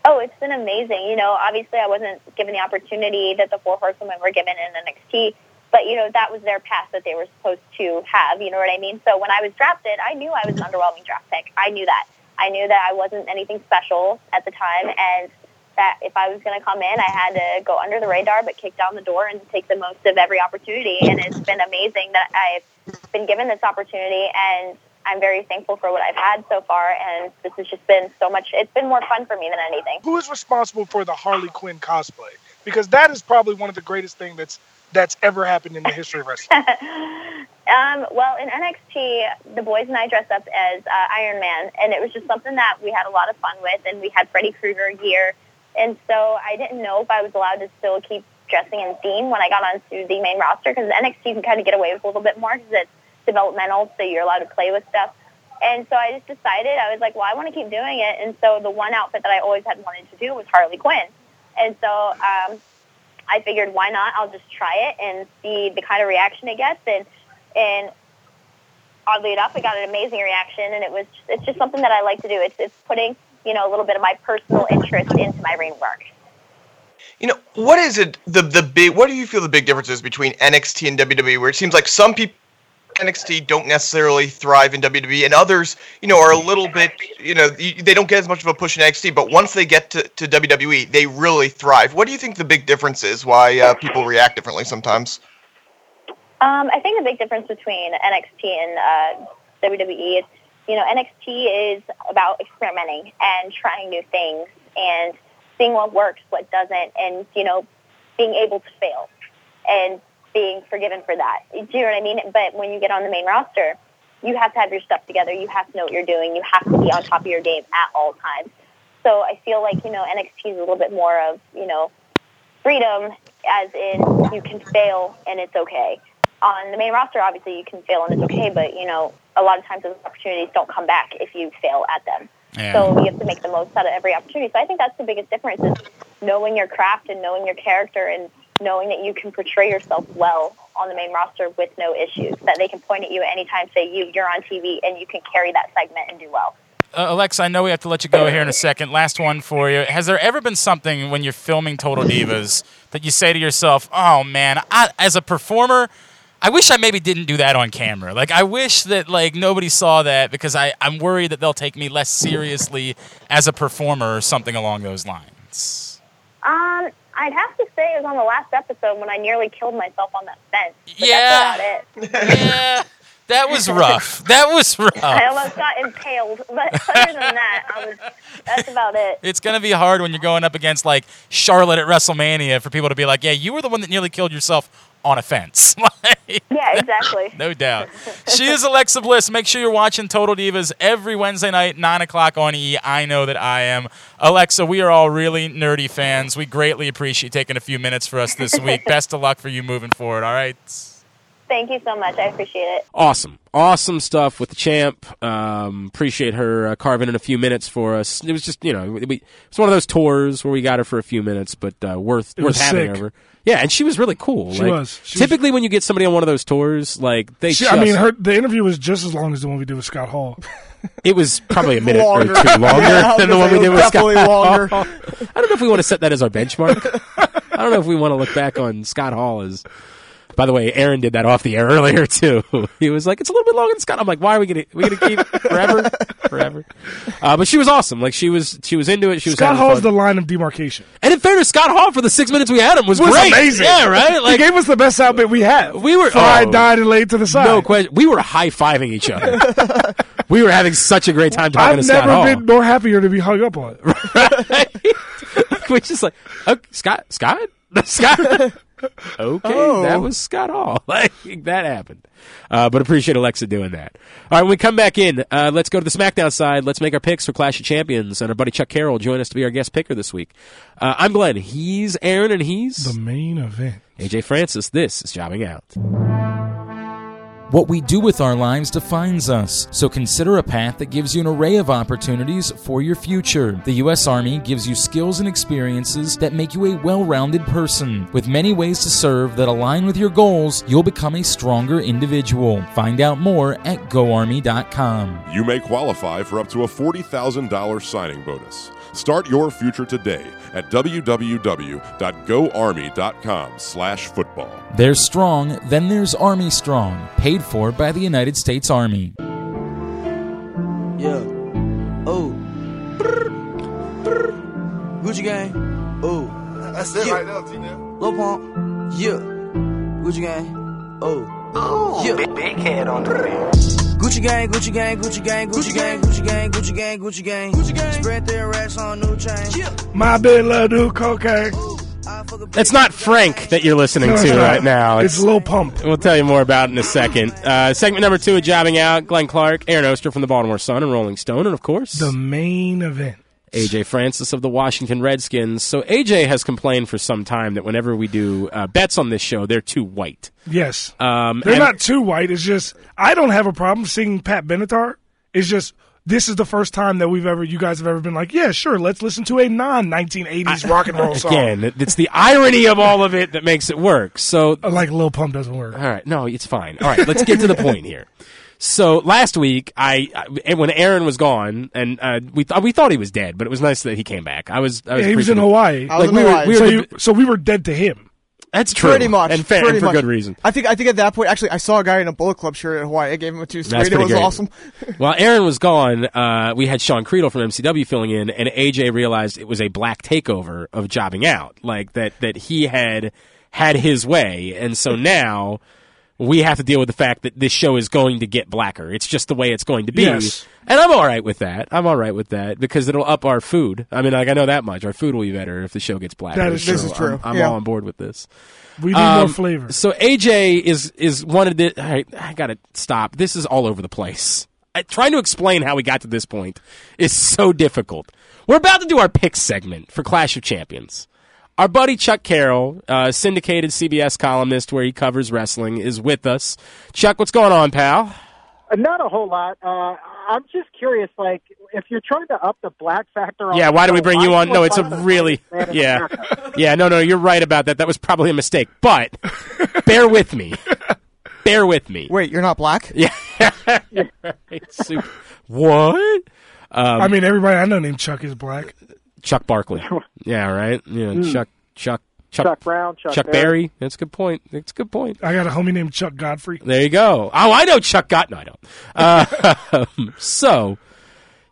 F: Oh, it's been amazing. You know, obviously I wasn't given the opportunity that the four horsewomen were given in NXT, but you know, that was their path that they were supposed to have, you know what I mean? So when I was drafted, I knew I was an underwhelming draft pick. I knew that. I knew that I wasn't anything special at the time and that if I was going to come in, I had to go under the radar but kick down the door and take the most of every opportunity. And it's been amazing that I've been given this opportunity and I'm very thankful for what I've had so far, and this has just been so much. It's been more fun for me than anything.
H: Who is responsible for the Harley Quinn cosplay? Because that is probably one of the greatest things that's that's ever happened in the history of wrestling.
F: um, well, in NXT, the boys and I dressed up as uh, Iron Man, and it was just something that we had a lot of fun with, and we had Freddy Krueger gear, and so I didn't know if I was allowed to still keep dressing in theme when I got onto the main roster because NXT you can kind of get away with a little bit more because it's developmental, so you're allowed to play with stuff. And so I just decided I was like, well, I want to keep doing it, and so the one outfit that I always had wanted to do was Harley Quinn, and so. Um, I figured why not? I'll just try it and see the kind of reaction it gets. And and oddly enough, I got an amazing reaction, and it was just, it's just something that I like to do. It's it's putting you know a little bit of my personal interest into my ring work.
G: You know what is it the the big what do you feel the big difference is between NXT and WWE? Where it seems like some people NXT don't necessarily thrive in WWE, and others, you know, are a little bit, you know, they don't get as much of a push in NXT. But once they get to, to WWE, they really thrive. What do you think the big difference is? Why uh, people react differently sometimes?
F: Um, I think the big difference between NXT and uh, WWE is, you know, NXT is about experimenting and trying new things and seeing what works, what doesn't, and you know, being able to fail and being forgiven for that. Do you know what I mean? But when you get on the main roster, you have to have your stuff together. You have to know what you're doing. You have to be on top of your game at all times. So I feel like, you know, NXT is a little bit more of, you know, freedom as in you can fail and it's okay. On the main roster, obviously, you can fail and it's okay, but, you know, a lot of times those opportunities don't come back if you fail at them. Yeah. So you have to make the most out of every opportunity. So I think that's the biggest difference is knowing your craft and knowing your character and knowing that you can portray yourself well on the main roster with no issues, that they can point at you at any time, say, you, you're on TV, and you can carry that segment and do well.
E: Uh, Alexa, I know we have to let you go here in a second. Last one for you. Has there ever been something when you're filming Total Divas that you say to yourself, oh man, I, as a performer, I wish I maybe didn't do that on camera. Like I wish that like nobody saw that because I, I'm worried that they'll take me less seriously as a performer or something along those lines.
F: Um, I'd have to say it was on the last episode when I nearly killed myself on that fence.
E: yeah. yeah. That was rough. That was rough.
F: I almost got impaled, but other than that, I was, that's about it.
E: It's going to be hard when you're going up against like Charlotte at WrestleMania for people to be like, "Yeah, you were the one that nearly killed yourself on a fence."
F: like, yeah, exactly.
E: No doubt. she is Alexa Bliss. Make sure you're watching Total Divas every Wednesday night, nine o'clock on E. I know that I am. Alexa, we are all really nerdy fans. We greatly appreciate taking a few minutes for us this week. Best of luck for you moving forward. All right.
F: Thank you so much. I appreciate it.
C: Awesome. Awesome stuff with the champ. Um, appreciate her uh, carving in a few minutes for us. It was just, you know, we, it's one of those tours where we got her for a few minutes, but uh, worth
B: It
C: worth
B: was
C: having
B: sick.
C: her. Yeah, and she was really cool.
B: She
C: Like,
B: was. She was-
C: typically, when you get somebody on one of those tours, like they,
B: She,
C: just,
B: I mean, her the interview was just as long as the one we did with Scott Hall.
C: it was probably a minute
D: Longer.
C: or two longer
D: Yeah, I was
C: than the
D: gonna
C: one
D: say
C: we
D: it
C: did
D: was
C: with Scott.
D: definitely longer.
C: Hall. I don't know if we want to set that as our benchmark. I don't know if we want to look back on Scott Hall as. By the way, Aaron did that off the air earlier too. He was like, "It's a little bit longer than Scott." I'm like, "Why are we gonna we gonna keep forever, forever?" Uh, but she was awesome. Like she was she was into it. She was
B: Scott
C: having
B: Hall's the
C: fun.
B: line of demarcation.
C: and in fairness, Scott Hall for the six minutes we had him was,
B: It was
C: great.
B: amazing.
C: Yeah, right.
B: he
C: Like
B: gave us the best outfit we had.
C: We were-
B: fried,
C: oh.
B: died, and laid to the side.
C: no question. We were high fiving each other. we were having such a great time talking to
B: I've
C: Scott
B: never
C: Hall.
B: been more happier to be hung up on.
C: We're just like, okay, Scott, Scott, Scott. Okay,
B: Oh.
C: that was Scott Hall. Like that happened. Uh, but appreciate Alexa doing that. All right, when we come back in, uh, let's go to the SmackDown side. Let's make our picks for Clash of Champions, and our buddy Chuck Carroll will join us to be our guest picker this week. Uh, I'm Glenn. He's Aaron, and he's
B: The main event.
C: AJ Francis. This is jobbing out.
I: What we do with our lives defines us, so consider a path that gives you an array of opportunities for your future. The U.S. Army gives you skills and experiences that make you a well rounded person. With many ways to serve that align with your goals, you'll become a stronger individual. Find out more at goarmy.com.
J: You may qualify for up to a $40,000 signing bonus. Start your future today at www.goarmy.com slash football.
I: There's strong, then there's Army Strong, paid for by the United States Army.
K: Yeah. Oh. Gucci gang. Oh. That's it right now, T Low pump. Yeah. Gucci gang. Oh. Ooh, yeah. big head on the beat. Gucci gang, Gucci gang, Gucci gang, Gucci gang, Gucci gang, Gucci gang, Gucci gang, Gucci gang. Spread their ass on new chain.
B: My bitch love do cocaine.
C: It's not Frank that you're listening
B: No, it's
C: to
B: not.
C: right now.
B: It's Lil Pump.
C: We'll tell you more about it in a second. Uh, segment number two of Jobbing Out, Glenn Clark, Aaron Oster from the Baltimore Sun and Rolling Stone, and of course,
B: The main event.
C: AJ Francis of the Washington Redskins. So AJ has complained for some time that whenever we do uh, bets on this show, they're too white.
B: Yes.
C: Um,
B: They're
C: and-
B: not too white. It's just I don't have a problem seeing Pat Benatar. It's just this is the first time that we've ever you guys have ever been like, yeah, sure, let's listen to a non 1980s rock and roll song.
C: Again, it- it's the irony of all of it that makes it work. So,
B: like Lil Pump doesn't work.
C: All right, no, it's fine. All right, let's get to the point here. So last week, I, I when Aaron was gone, and uh, we th- we thought he was dead, but it was nice that he came back. I was, I was
B: Yeah, he was in
C: appreciative.
B: Hawaii.
C: Like, we were- we were
B: so,
C: the-
B: you, so we were dead to him.
C: That's true.
D: Pretty much.
C: And fair- and
D: pretty
C: for
D: much.
C: good reason.
D: I think I think at that point, actually, I saw a guy in a Bullet Club shirt in Hawaii. I gave him a two
C: That's
D: straight. It
C: pretty
D: was
C: great.
D: awesome.
C: While Aaron was gone, uh, we had Sean Creedle from MCW filling in, and AJ realized it was a black takeover of jobbing out, like that that he had had his way, and so now we have to deal with the fact that this show is going to get blacker. It's just the way it's going to be,
B: Yes.
C: and I'm all right with that. I'm all right with that because it'll up our food. I mean, like I know that much. Our food will be better if the show gets blacker.
B: That is
C: So
B: true. This is true.
C: I'm, I'm
B: Yeah.
C: all on board with this.
B: We need
C: Um,
B: more flavor.
C: So AJ is is one of the. All right, I gotta stop. This is all over the place. I, trying to explain how we got to this point is so difficult. We're about to do our pick segment for Clash of Champions. Our buddy Chuck Carroll, uh, syndicated CBS columnist where he covers wrestling, is with us. Chuck, what's going on, pal?
L: Uh, Not a whole lot. Uh, I'm just curious, like, if you're trying to up the black factor on
C: Yeah, why did we bring you on? No, it's a
L: Why-
C: really
L: Man in
C: yeah, yeah. No, no, you're right about that. That was probably a mistake, but bear with me. Bear with me.
D: Wait, you're not black?
C: Yeah. What? Um,
B: I mean, everybody I know named Chuck is black.
C: Chuck Barkley. Yeah, right. Yeah,
B: Mm.
C: Chuck, Chuck, Chuck,
B: Chuck Brown, Chuck
C: Chuck Berry.
B: Berry.
C: That's a good point. That's a good point.
B: I got a homie named Chuck Godfrey.
C: There you go. Oh, I know Chuck Gott. No, I don't. Uh, so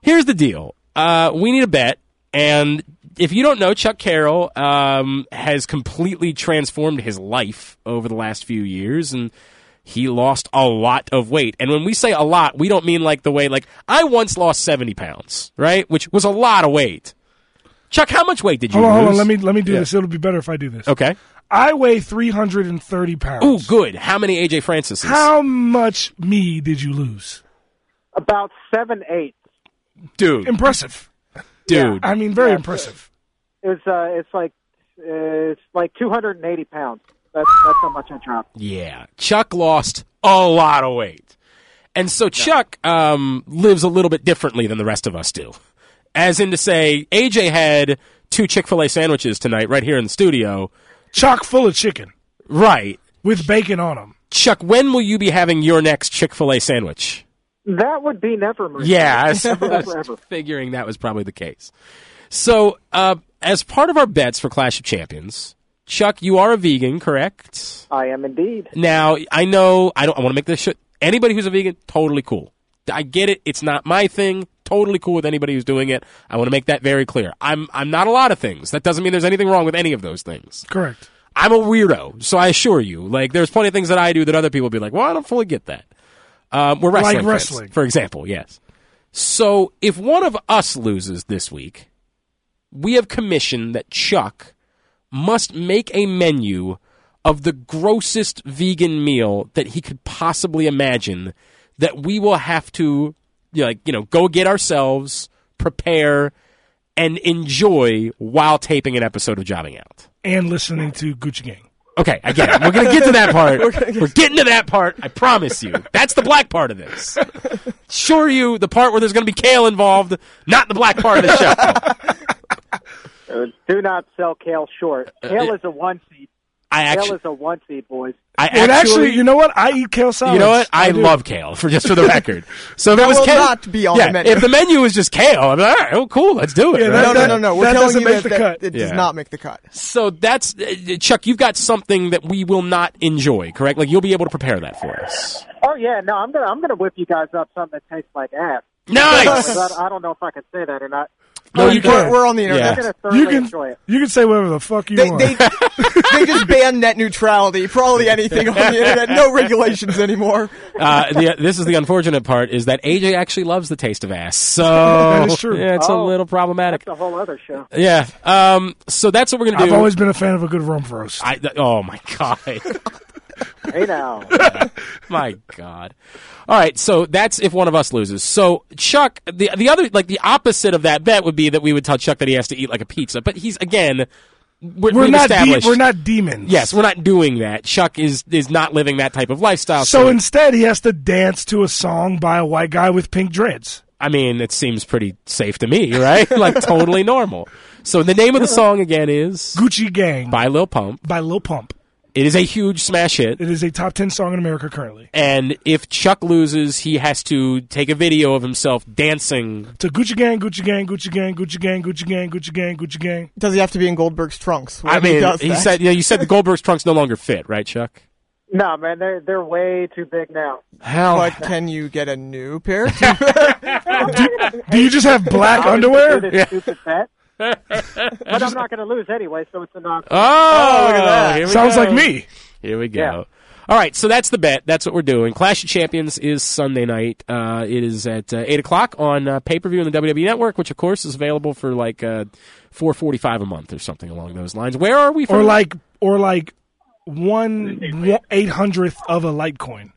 C: here's the deal. Uh, we need a bet, and if you don't know, Chuck Carroll um, has completely transformed his life over the last few years, and he lost a lot of weight. And when we say a lot, we don't mean like the way like I once lost seventy pounds, right? Which was a lot of weight. Chuck, how much weight did you
B: Hold on,
C: lose?
B: hold on. Let me let me do
C: Yeah.
B: this. It'll be better if I do this.
C: Okay.
B: I weigh 330 pounds.
C: Ooh, good. How many AJ Francis?
B: How much me did you lose?
L: About seven eight.
C: Dude.
B: Impressive,
C: Dude.
B: I mean, very
L: Yeah.
B: impressive.
L: It's uh, it's like uh, it's like 280 pounds. That's that's how much I dropped.
C: Yeah. Chuck lost a lot of weight. And so Chuck um, lives a little bit differently than the rest of us do. As in to say, AJ had two Chick fil A sandwiches tonight right here in the studio.
B: Chock full of chicken.
C: Right.
B: With bacon on them.
C: Chuck, when will you be having your next Chick fil A sandwich?
L: That would be never. Maria.
C: Yeah, I was, I
L: never
C: was
L: ever, ever.
C: figuring that was probably the case. So, uh, as part of our bets for Clash of Champions, Chuck, you are a vegan, correct?
L: I am indeed.
C: Now, I know I don't I want to make this shit. Anybody who's a vegan, totally cool. I get it. It's not my thing. Totally cool with anybody who's doing it. I want to make that very clear. I'm I'm not a lot of things. That doesn't mean there's anything wrong with any of those things.
B: Correct.
C: I'm a weirdo, so I assure you, like there's plenty of things that I do that other people be like, well, I don't fully get that. Um, we're
B: Like
C: wrestling, fans,
B: wrestling.
C: for example. Yes. So if one of us loses this week, we have commissioned that Chuck must make a menu of the grossest vegan meal that he could possibly imagine that we will have to you know, like you know go get ourselves prepare and enjoy while taping an episode of jobbing out
B: And listening to Gucci Gang.
C: okay i get it we're gonna get to that part we're getting to that part i promise you that's the black part of this sure you the part where there's gonna be kale involved not the black part of the show
L: Uh, do not sell kale short.
C: Uh,
L: Kale
C: yeah.
L: is a one seed.
C: I
L: kale
C: actu-
L: is a one seed, boys.
C: I
B: and actually, you know what? I eat kale salad.
C: You know what? I, love kale for just for the record. So if
B: That
C: it was
B: will
C: kale,
B: not be on the
C: yeah,
B: menu.
C: If the menu was just kale, I'm like, all right, oh cool, let's do it.
B: Yeah,
C: right?
B: that-
D: No, no, no, no. We're
B: That
D: telling
B: doesn't
D: you
B: make
D: that,
B: the
D: that
B: cut.
D: it does
C: Yeah.
D: not make the cut.
C: So that's uh, Chuck. You've got something that we will not enjoy, correct? Like you'll be able to prepare that for us.
L: Oh yeah, no, I'm gonna I'm gonna whip you guys up something that tastes like ass.
C: Nice.
L: I, I don't know if I can say that or not.
D: No, you can't. We're on the internet.
B: You can you can say whatever the fuck you want.
D: they just banned net neutrality, probably anything on the internet. No regulations anymore.
C: Uh, the, this is the unfortunate part is that AJ actually loves the taste of ass. So
B: That is true.
C: Yeah, it's
B: Oh.
C: a little problematic.
L: That's a whole other show.
C: Yeah. Um. So that's what we're gonna do.
B: I've always been a fan of a good rump roast.
C: I, th- oh my god.
L: Hey now.
C: my god. All right. So that's if one of us loses. So Chuck, the the other like the opposite of that bet would be that we would tell Chuck that he has to eat like a pizza, but he's again. We're,
B: We're
C: we've
B: not de-
C: established-
B: we're not demons.
C: Yes, we're not doing that. Chuck is is not living that type of lifestyle.
B: So instead, he has to dance to a song by a white guy with pink dreads.
C: I mean, it seems pretty safe to me, right? like totally normal. So the name of the song again is
B: Gucci Gang
C: by Lil Pump.
B: by Lil Pump.
C: It is a huge smash hit.
B: It is a top ten song in America currently.
C: And if Chuck loses, he has to take a video of himself dancing.
B: To Gucci Gang, Gucci Gang, Gucci Gang, Gucci Gang, Gucci Gang, Gucci Gang, Gucci Gang.
D: Does he have to be in Goldberg's trunks?
C: I
D: when he
C: mean,
D: does
C: he
D: that?
C: said, yeah, you said the Goldberg's trunks no longer fit, right, Chuck?
L: No, man, they're they're way too big now.
C: Hell.
D: But can you get a new pair?
B: Do you just have black underwear?
L: This stupid bet. but I'm not going to lose anyway, so it's a knock.
C: Oh,
D: look at that.
C: here we
B: Sounds
C: go.
B: like me.
C: Here we go. All right, so that's the bet. That's what we're doing. Clash of Champions is Sunday night. Uh, it is at uh, eight o'clock on uh, pay per view on the WWE Network, which of course is available for like uh, four forty five a month or something along those lines. Where are we? From?
B: Or like or like one eight hundredth of a Litecoin.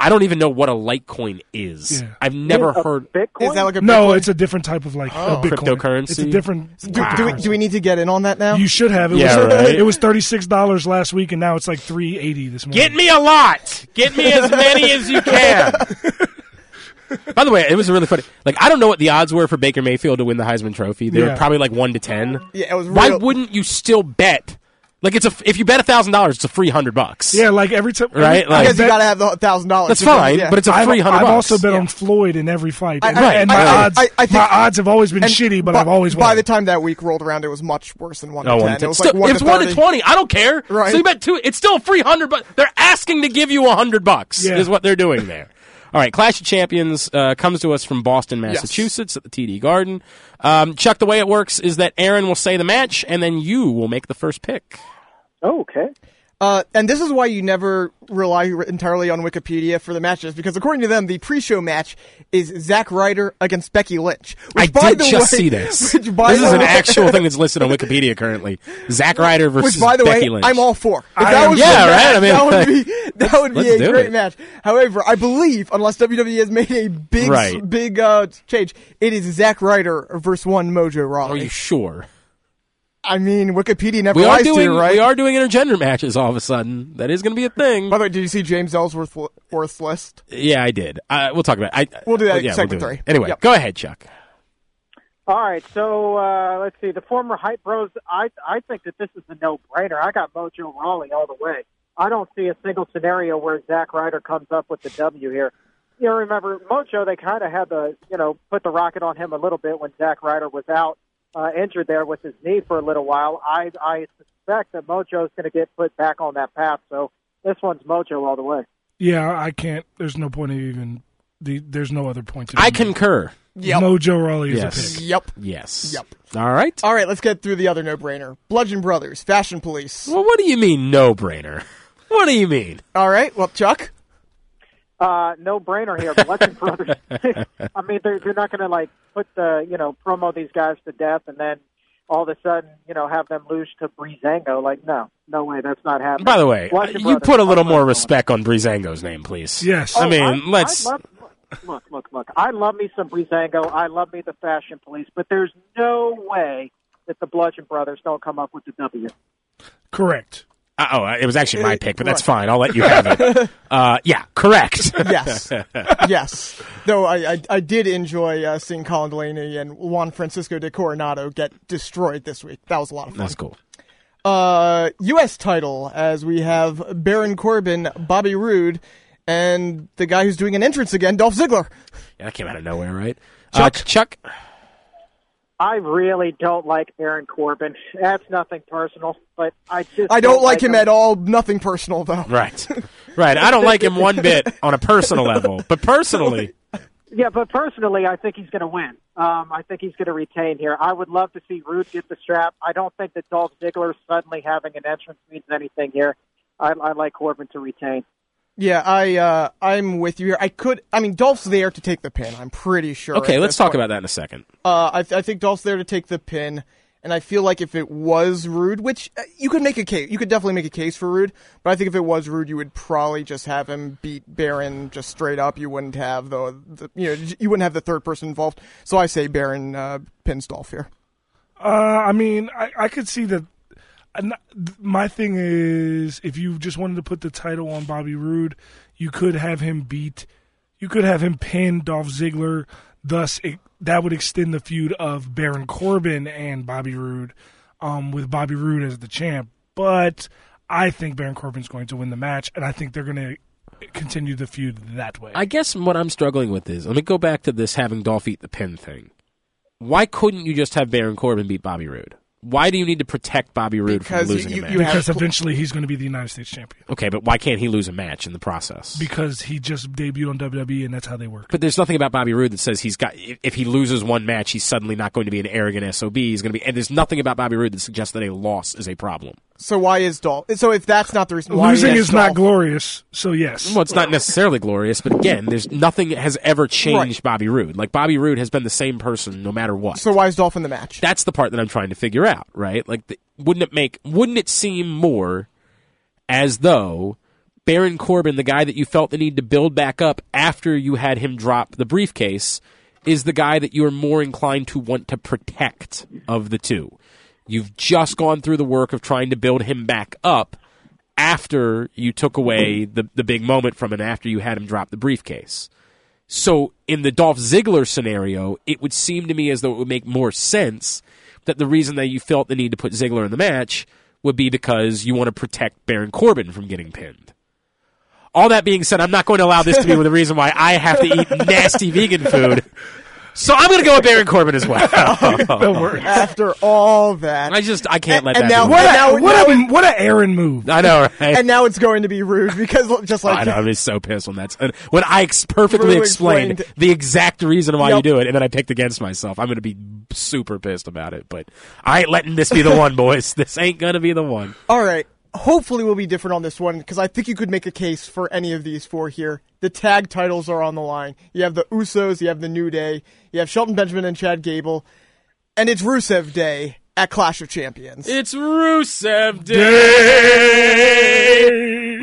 C: I don't even know what a Litecoin is.
B: Yeah.
C: I've never
B: Yeah, a
C: heard.
D: Is that like a
B: No,
D: Bitcoin?
B: it's a different type of like
D: Oh.
B: a Bitcoin.
C: Cryptocurrency?
B: It's a different.
D: Do, do, we, do we need to get in on that now?
B: You should have. It
C: Yeah,
B: was,
C: right.
B: It was thirty six dollars last week, and now it's like three eighty this morning.
C: Get me a lot. Get me as many as you can. By the way, it was really funny. Like I don't know what the odds were for Baker Mayfield to win the Heisman Trophy. They
B: Yeah.
C: were probably like one to ten.
D: yeah, it was
C: Why
D: real-
C: wouldn't you still bet? Like it's a if you bet a thousand dollars, it's a free hundred bucks.
B: yeah, like every time.
C: Right, like-
B: I
D: Because you
B: bet-
D: got to have the thousand dollars.
C: that's fine, but it's a
B: I've,
C: free hundred.
B: I've
C: bucks.
B: also bet on Floyd in every fight,
D: I-
B: and,
C: Right,
B: and my
C: I-
B: odds,
D: I- I think-
B: my odds have always been
D: And
B: shitty, but
D: by,
B: I've always won.
D: By the time that week rolled around, it was much worse than one to
C: No, Oh, one
D: ten.
C: to ten.
D: It was
C: Still-
D: like one
C: it's
D: to
C: one to
D: 30.
C: twenty. I don't care.
D: Right.
C: So you bet two. It's still free hundred. But they're asking to give you a hundred bucks.
B: Yeah.
C: Is what they're doing there. All right, Clash of Champions uh, comes to us from Boston, Massachusetts, at the TD Garden. Um, Chuck, the way it works is that Aaron will say the match, and then you will make the first pick.
L: Oh, okay.
D: Uh, and this is why you never rely entirely on Wikipedia for the matches, because according to them, the pre-show match is Zack Ryder against Becky Lynch. Which,
C: I
D: by
C: did
D: the
C: just
D: way,
C: see this.
D: Which, by
C: this
D: the
C: is an
D: way-
C: actual thing that's listed on Wikipedia currently. Zack Ryder versus
D: Which, by the
C: Becky
D: way,
C: Lynch.
D: I'm all for. If
B: I
D: that
B: am-
D: was
C: yeah,
D: the match,
C: right, I mean, like,
D: that would be that would be
C: let's
D: a
C: do
D: great
C: it.
D: match. However, I believe unless WWE has made a big
C: Right.
D: big uh, change, it is Zack Ryder versus one Mojo
C: Are you
D: Rawley.
C: sure?
D: I mean, Wikipedia never
C: We are
D: lies
C: doing
D: to you, Oh, right?
C: we are doing intergender matches all of a sudden. That is going to be a thing.
D: By the way, did you see James Ellsworth's worth list?
C: Yeah, I did. Uh, we'll talk about. It. I, oh,
D: We'll do that in
C: yeah,
D: segment
C: do it.
D: three.
C: Anyway,
D: Yep.
C: go ahead, Chuck.
L: All right, so uh, let's see. The former hype bros, I I think that this is a no-brainer. I got Mojo Rawley all the way. I don't see a single scenario where Zack Ryder comes up with the W here. You know, remember Mojo? They kind of had the you know put the rocket on him a little bit when Zack Ryder was out uh, injured there with his knee for a little while. I I suspect that Mojo's going to get put back on that path. So this one's Mojo all the way.
B: yeah, I can't. There's no point of even. The, there's no other point to.
D: Mm-hmm.
C: I
B: be
C: concur.
B: made.
D: Yep.
B: Mojo Rawley is
C: Yes.
B: a pick.
D: Yep.
C: Yes.
D: Yep.
C: All right.
D: All right, let's get through the other no-brainer. Bludgeon Brothers, Fashion Police.
C: Well, what do you mean no brainer? What do you mean?
D: All right, well, Chuck.
L: Uh, no brainer here, Bludgeon Brothers. I mean, they're they're not going to like put the you know promo these guys to death and then all of a sudden you know have them lose to Breezango. Like, no, no way, that's not happening.
C: By the way, uh,
L: Bludgeon
C: you
L: Brothers,
C: put a little
L: I'm
C: more
L: not
C: respect on Breezango's name, please.
B: Yes.
C: I
L: going.
C: mean,
L: Oh, I-
C: let's.
L: I love, look, look, look, look. I love me some Breezango. I love me the Fashion Police, but there's no way that the Bludgeon Brothers don't come up with the W.
B: Correct.
C: uh, oh, it was actually my pick, but that's fine. I'll let you have it. Uh, yeah, correct.
D: Yes. yes. Though I, I, I did enjoy uh, seeing Colin Delaney and Juan Francisco de Coronado get destroyed this week. That was a lot of fun.
C: that's cool.
D: Uh, U.S. title, as we have Baron Corbin, Bobby Roode, and the guy who's doing an entrance again, Dolph Ziggler.
C: Yeah, that came out of nowhere, right? Chuck. Uh, Chuck.
L: I really don't like Aaron Corbin. That's nothing personal, but I just
D: I don't like him
L: at all.
D: at all. Nothing personal, though.
C: Right. Right. I don't like him one bit on a personal level, but personally,
L: Yeah, but personally, I think he's going to win. Um, I think he's going to retain here. I would love to see Rude get the strap. I don't think that Dolph Ziggler suddenly having an entrance means anything here. I, I like Corbin to retain.
D: Yeah, I uh, I'm with you here. I could. I mean, Dolph's there to take the pin. I'm pretty sure.
C: Okay,
D: at
C: let's
D: this
C: talk
D: point.
C: about that in a second.
D: Uh, I, th- I think Dolph's there to take the pin, and I feel like if it was Rude, which uh, you could make a case, you could definitely make a case for Rude, but I think if it was Rude, you would probably just have him beat Baron just straight up. You wouldn't have the, the you know you wouldn't have the third person involved. So I say Baron uh, pins Dolph here.
B: Uh, I mean, I, I could see that. I'm not- th- My thing is, if you just wanted to put the title on Bobby Roode, you could have him beat, you could have him pin Dolph Ziggler. Thus, it, that would extend the feud of Baron Corbin and Bobby Roode, um, with Bobby Roode as the champ. But I think Baron Corbin's going to win the match, and I think they're going to continue the feud that way.
C: I guess what I'm struggling with is let me go back to this having Dolph eat the pin thing. Why couldn't you just have Baron Corbin beat Bobby Roode? Why do you need to protect Bobby Roode
B: Because
C: from losing
B: you-
C: a match?
B: you have- Because eventually he's going to be the United States champion.
C: Okay, but why can't he lose a match in the process?
B: because he just debuted on WWE, and that's how they work.
C: But there's nothing about Bobby Roode that says he's got. If if he loses one match, he's suddenly not going to be an arrogant sob. He's going to be, and there's nothing about Bobby Roode that suggests that a loss is a problem.
D: So why is Dolph? So if that's not the reason, why
B: Losing
D: is
B: is not glorious, so yes.
C: Well, it's not necessarily glorious, but again, there's nothing has ever changed Bobby Roode. Like Bobby Roode has been the same person no matter what.
D: So why is Dolph in the match?
C: That's the part that I'm trying to figure out, right? Like, the, wouldn't it make? Wouldn't it seem more as though Baron Corbin, the guy that you felt the need to build back up after you had him drop the briefcase, is the guy that you are more inclined to want to protect of the two? You've just gone through the work of trying to build him back up after you took away the, the big moment from him after you had him drop the briefcase. So in the Dolph Ziggler scenario, it would seem to me as though it would make more sense that the reason that you felt the need to put Ziggler in the match would be because you want to protect Baron Corbin from getting pinned. All that being said, I'm not going to allow this to be the reason why I have to eat nasty vegan food. So I'm going to go with Baron Corbin as well. Don't
D: After all that,
C: I just I can't let
D: and
C: that.
D: now-
C: be
D: and
C: the-
D: now- What
B: What a what a Aaron move!
C: I know, right?
D: and now it's going to be rude because
B: Oh,
D: just like
C: I know, I'm just so pissed when that's when I ex- perfectly
D: Really
C: explained,
D: explained.
C: the exact reason why you
D: Yep.
C: do it, and then I picked against myself. I'm going to be super pissed about it, but I ain't letting this be the one, boys. This ain't going to be the one.
D: All right. Hopefully, we'll be different on this one because I think you could make a case for any of these four here. The tag titles are on the line. You have the Usos, you have the New Day, you have Shelton Benjamin and Chad Gable, and it's Rusev Day at Clash of Champions.
C: It's Rusev Day.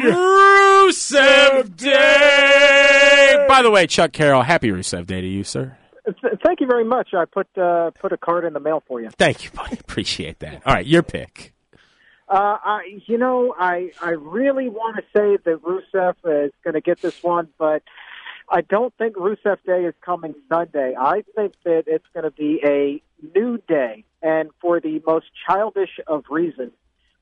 C: Rusev Day. By the way, Chuck Carroll, happy Rusev Day to you, sir.
L: Th- Thank you very much. I put uh, put a card in the mail for you.
C: Thank you, buddy. Appreciate that. All right, your pick.
L: Uh, I, you know, I I really want to say that Rusev is going to get this one, but I don't think Rusev Day is coming Sunday. I think that it's going to be a new day, and for the most childish of reasons,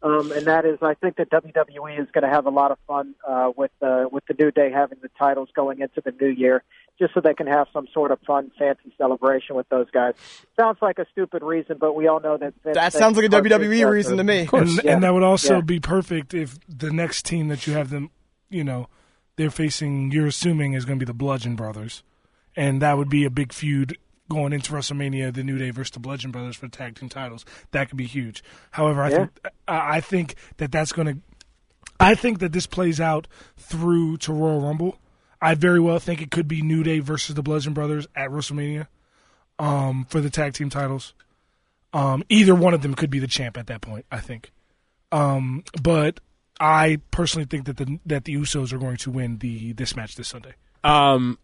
L: um, and that is, I think that WWE is going to have a lot of fun uh, with uh, with the new day having the titles going into the new year, just so they can have some sort of fun, fancy celebration with those guys. Sounds like a stupid reason, but we all know that Vince-
D: That sounds like a
L: Vince Carter-
D: WWE reason to me.
B: and, and that would also
L: Yeah.
B: be perfect if the next team that you have them, you know, they're facing. You're assuming is going to be the Bludgeon Brothers, and that would be a big feud going into WrestleMania, the New Day versus the Bludgeon Brothers for tag team titles. That could be huge. However, I
L: Yeah.
B: think I I think that that's going to. I think that this plays out through to Royal Rumble. I very well think it could be New Day versus the Bludgeon Brothers at WrestleMania um, for the tag team titles. Um, either one of them could be the champ at that point, I think. Um, but I personally think that the that the Usos are going to win the this match this Sunday.
C: Um,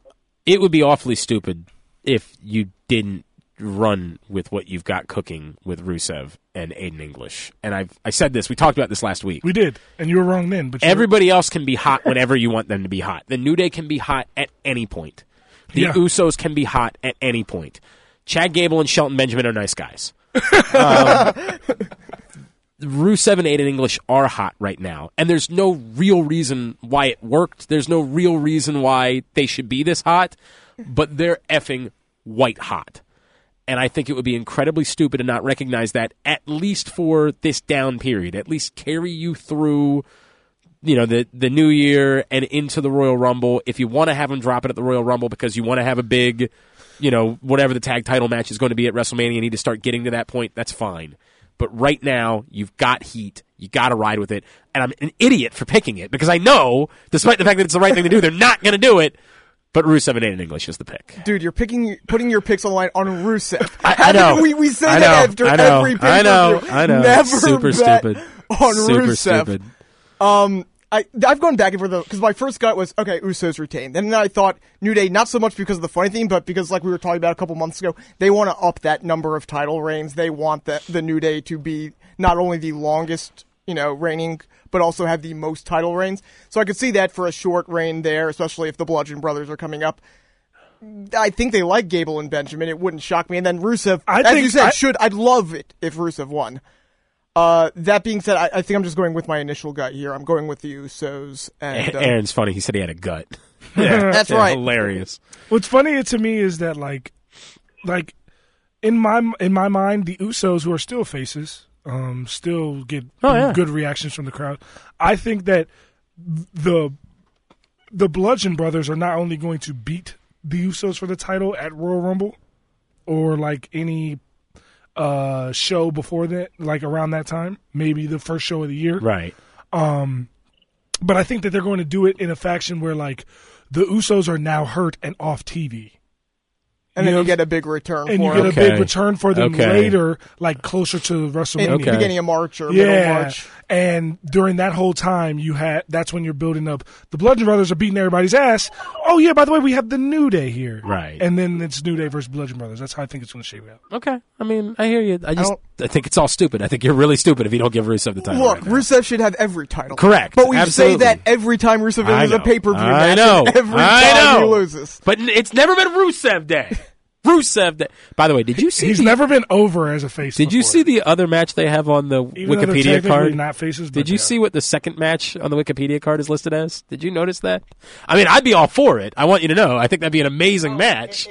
C: it would be awfully stupid if you didn't run with what you've got cooking with Rusev and Aiden English. And I I said this. We talked about this last week.
B: We did, and you were wrong then. But you were-
C: Everybody else can be hot whenever you want them to be hot. The New Day can be hot at any point. The
B: Yeah.
C: Usos can be hot at any point. Chad Gable and Shelton Benjamin are nice guys. um, Rusev and Aiden English are hot right now, and there's no real reason why it worked. There's no real reason why they should be this hot, but they're effing white hot. And I think it would be incredibly stupid to not recognize that, at least for this down period, at least carry you through you know the the new year and into the Royal Rumble. If you want to have him drop it at the Royal Rumble because you want to have a big, you know, whatever the tag title match is going to be at WrestleMania, you need to start getting to that point. That's fine. But right now, you've got heat. You got to ride with it. And I'm an idiot for picking it because I know, despite the fact that it's the right thing to do, they're not going to do it. But Rusev and Aiden English is the pick.
D: Dude, you're picking putting your picks on the line on Rusev.
C: I
D: How did
C: know.
D: We, we say
C: I
D: that
C: know.
D: after
C: I know.
D: every pick.
C: I know.
D: review.
C: I know.
D: Never
C: Super
D: bet
C: stupid.
D: on
C: Super
D: Rusev.
C: stupid.
D: Um, I I've gone back and forth because my first gut was okay, Usos retained. And then I thought New Day, not so much because of the funny thing, but because like we were talking about a couple months ago, they want to up that number of title reigns. They want the the New Day to be not only the longest, you know, reigning, but also have the most title reigns. So I could see that for a short reign there, especially if the Bludgeon Brothers are coming up. I think they like Gable and Benjamin. It wouldn't shock me. And then Rusev,
B: I
D: as
B: think-
D: you said,
B: I-
D: should I'd love it if Rusev won. Uh, that being said, I, I think I'm just going with my initial gut here. I'm going with the Usos, and uh,
C: Aaron's funny. He said he had a gut.
D: That's
C: Yeah,
D: right.
C: Hilarious.
B: What's funny to me is that like, like in my in my mind, the Usos who are still faces, um, still get
C: Oh, yeah.
B: good reactions from the crowd. I think that the the Bludgeon Brothers are not only going to beat the Usos for the title at Royal Rumble or like any uh show before that, like around that time, maybe the first show of the year,
C: Right.
B: Um, but I think that they're going to do it in a faction where like the Usos are now hurt and off TV,
D: and then
B: know,
D: you get a big return.
B: and
D: for
B: you get
D: them.
B: a big return for them
C: Okay.
B: later, like closer to WrestleMania,
C: Okay. beginning
D: of March or
B: yeah.
D: middle March.
B: And during that whole time, you had that's when you're building up. The Bludgeon Brothers are beating everybody's ass. Oh yeah, by the way, we have the New Day here,
C: Right.
B: And then it's New Day versus Bludgeon Brothers. That's how I think it's going to shape out.
C: Okay. I mean, I hear you. I just
D: don't-
C: I, think it's all stupid. I think you're really stupid if you don't give Rusev the title.
D: Look,
C: right now.
D: Rusev should have every title.
C: Correct.
D: But we
C: Absolutely.
D: say that every time Rusev
C: I
D: is a
C: know.
D: pay per view
C: I
D: match.
C: know.
D: and Every
C: I
D: time
C: know.
D: he loses.
C: But n- it's never been Rusev Day. Rusev Day. By the way, did you see?
B: He's
C: the,
B: never been over as a face.
C: Did you see the other match they have on the
B: Even though they're
C: Wikipedia
B: technically
C: card?
B: not faces, but
C: Did you
B: they are.
C: see what the second match on the Wikipedia card is listed as? Did you notice that? I mean, I'd be all for it. I want you to know. I think that'd be
D: Oh,
C: an amazing match.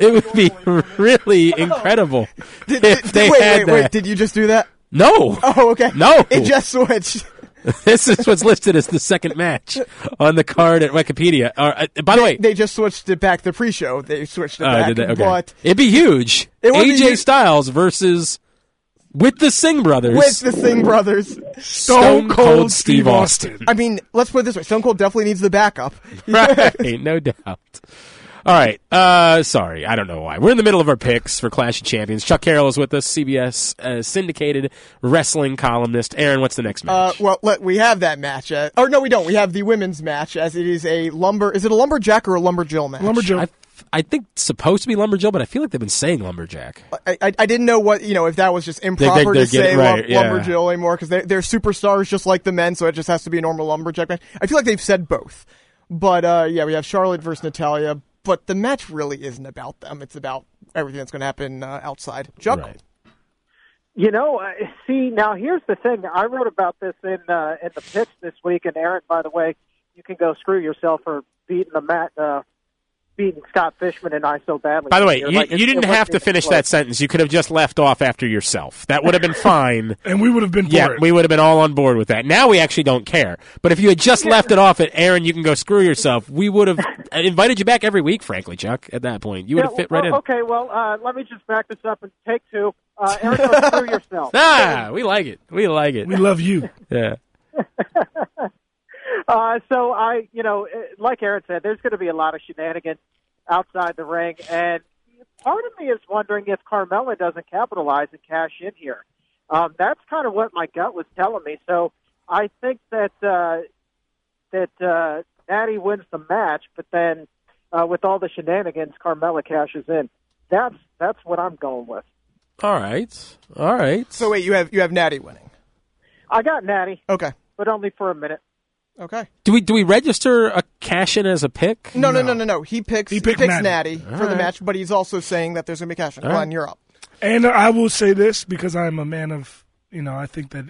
C: It, would be really incredible if they
D: wait,
C: had
D: wait,
C: that.
D: wait. Did you just do that?
C: no.
D: Oh, okay.
C: No.
D: It just switched.
C: this is what's listed as the second match on the card at Wikipedia. Uh, uh, by the way,
D: They just switched it back. The pre show, they switched it
C: Oh,
D: back.
C: did they? Okay.
D: But
C: It'd be huge.
D: It would be
C: AJ
D: hu-
C: Styles versus with the Singh brothers.
D: with the Singh brothers, Stone,
C: Stone Cold Cold Steve Steve Austin. Austin.
D: I mean, let's put it this way: Stone Cold definitely needs the backup.
C: right, no doubt. All right. Uh, sorry, I don't know why. We're in the middle of our picks for Clash of Champions. Chuck Carroll is with us, CBS uh, syndicated wrestling columnist. Aaron, what's the next match?
D: Uh, well, let, we have that match, uh, or no, we don't. We have the women's match, as it is a lumber. Is it a lumberjack or a lumberjill match?
C: I, I think it's supposed to be Lumberjill, but I feel like they've been saying Lumberjack.
D: I, I, I didn't know what you know if that was just
C: They- they-
D: improper
C: they're
D: to say
C: getting-
D: lum-
C: right, yeah.
D: lumberjill anymore because they're, they're superstars just like the men, so it just has to be a normal lumberjack match. I feel like they've said both, but uh, yeah, we have Charlotte versus Natalia, but the match really isn't about them. It's about everything that's going to happen uh, outside. Chuck,
L: You know, uh, see, now here's the thing. I wrote about this in uh, in the pitch this week, and Aaron, by the way, you can go screw yourself for beating the Matt, uh, beating Scott Fishman and I so badly.
C: By the way,
L: You're
C: you,
L: like,
C: you
L: it-
C: didn't
L: it
C: have
L: wasn't
C: to
L: even
C: finish
L: close.
C: that sentence. You could have just left off after yourself. That would have been fine.
B: And we would have been
C: Yeah,
B: for it.
C: we would have been all on board with that. Now we actually don't care. But if you had just left it off at Aaron, you can go screw yourself. We would have invited you back every week, frankly, Chuck. At that point, you would have
L: Yeah,
C: fit
L: well,
C: right in.
L: Okay, well, uh, let me just back this up and take two. Uh, Aaron, go screw yourself.
C: Ah, we like it. We like it.
B: We love you.
C: Yeah.
L: Uh, so I, you know, eh, like Aaron said, there's going to be a lot of shenanigans outside the ring, and part of me is wondering if Carmella doesn't capitalize and cash in here. Um, that's kind of what my gut was telling me. So I think that uh, that uh, Natty wins the match, but then uh, with all the shenanigans, Carmella cashes in. That's that's what I'm going with.
C: All right. All right.
D: So Oh, wait, you have you have Natty winning.
L: I got Natty.
D: Okay,
L: but only for a minute.
D: Okay.
C: Do we do we register a cash in as a pick?
D: No, no, no, no, no. He picks he
B: picked
D: picks
B: Natty.
D: Natty,
B: All
D: for the
B: right.
D: match, but he's also saying that there's going to be cash. in.
B: All right.
D: Glenn, you're up.
B: And I will say this because I'm a man of, you know, I think that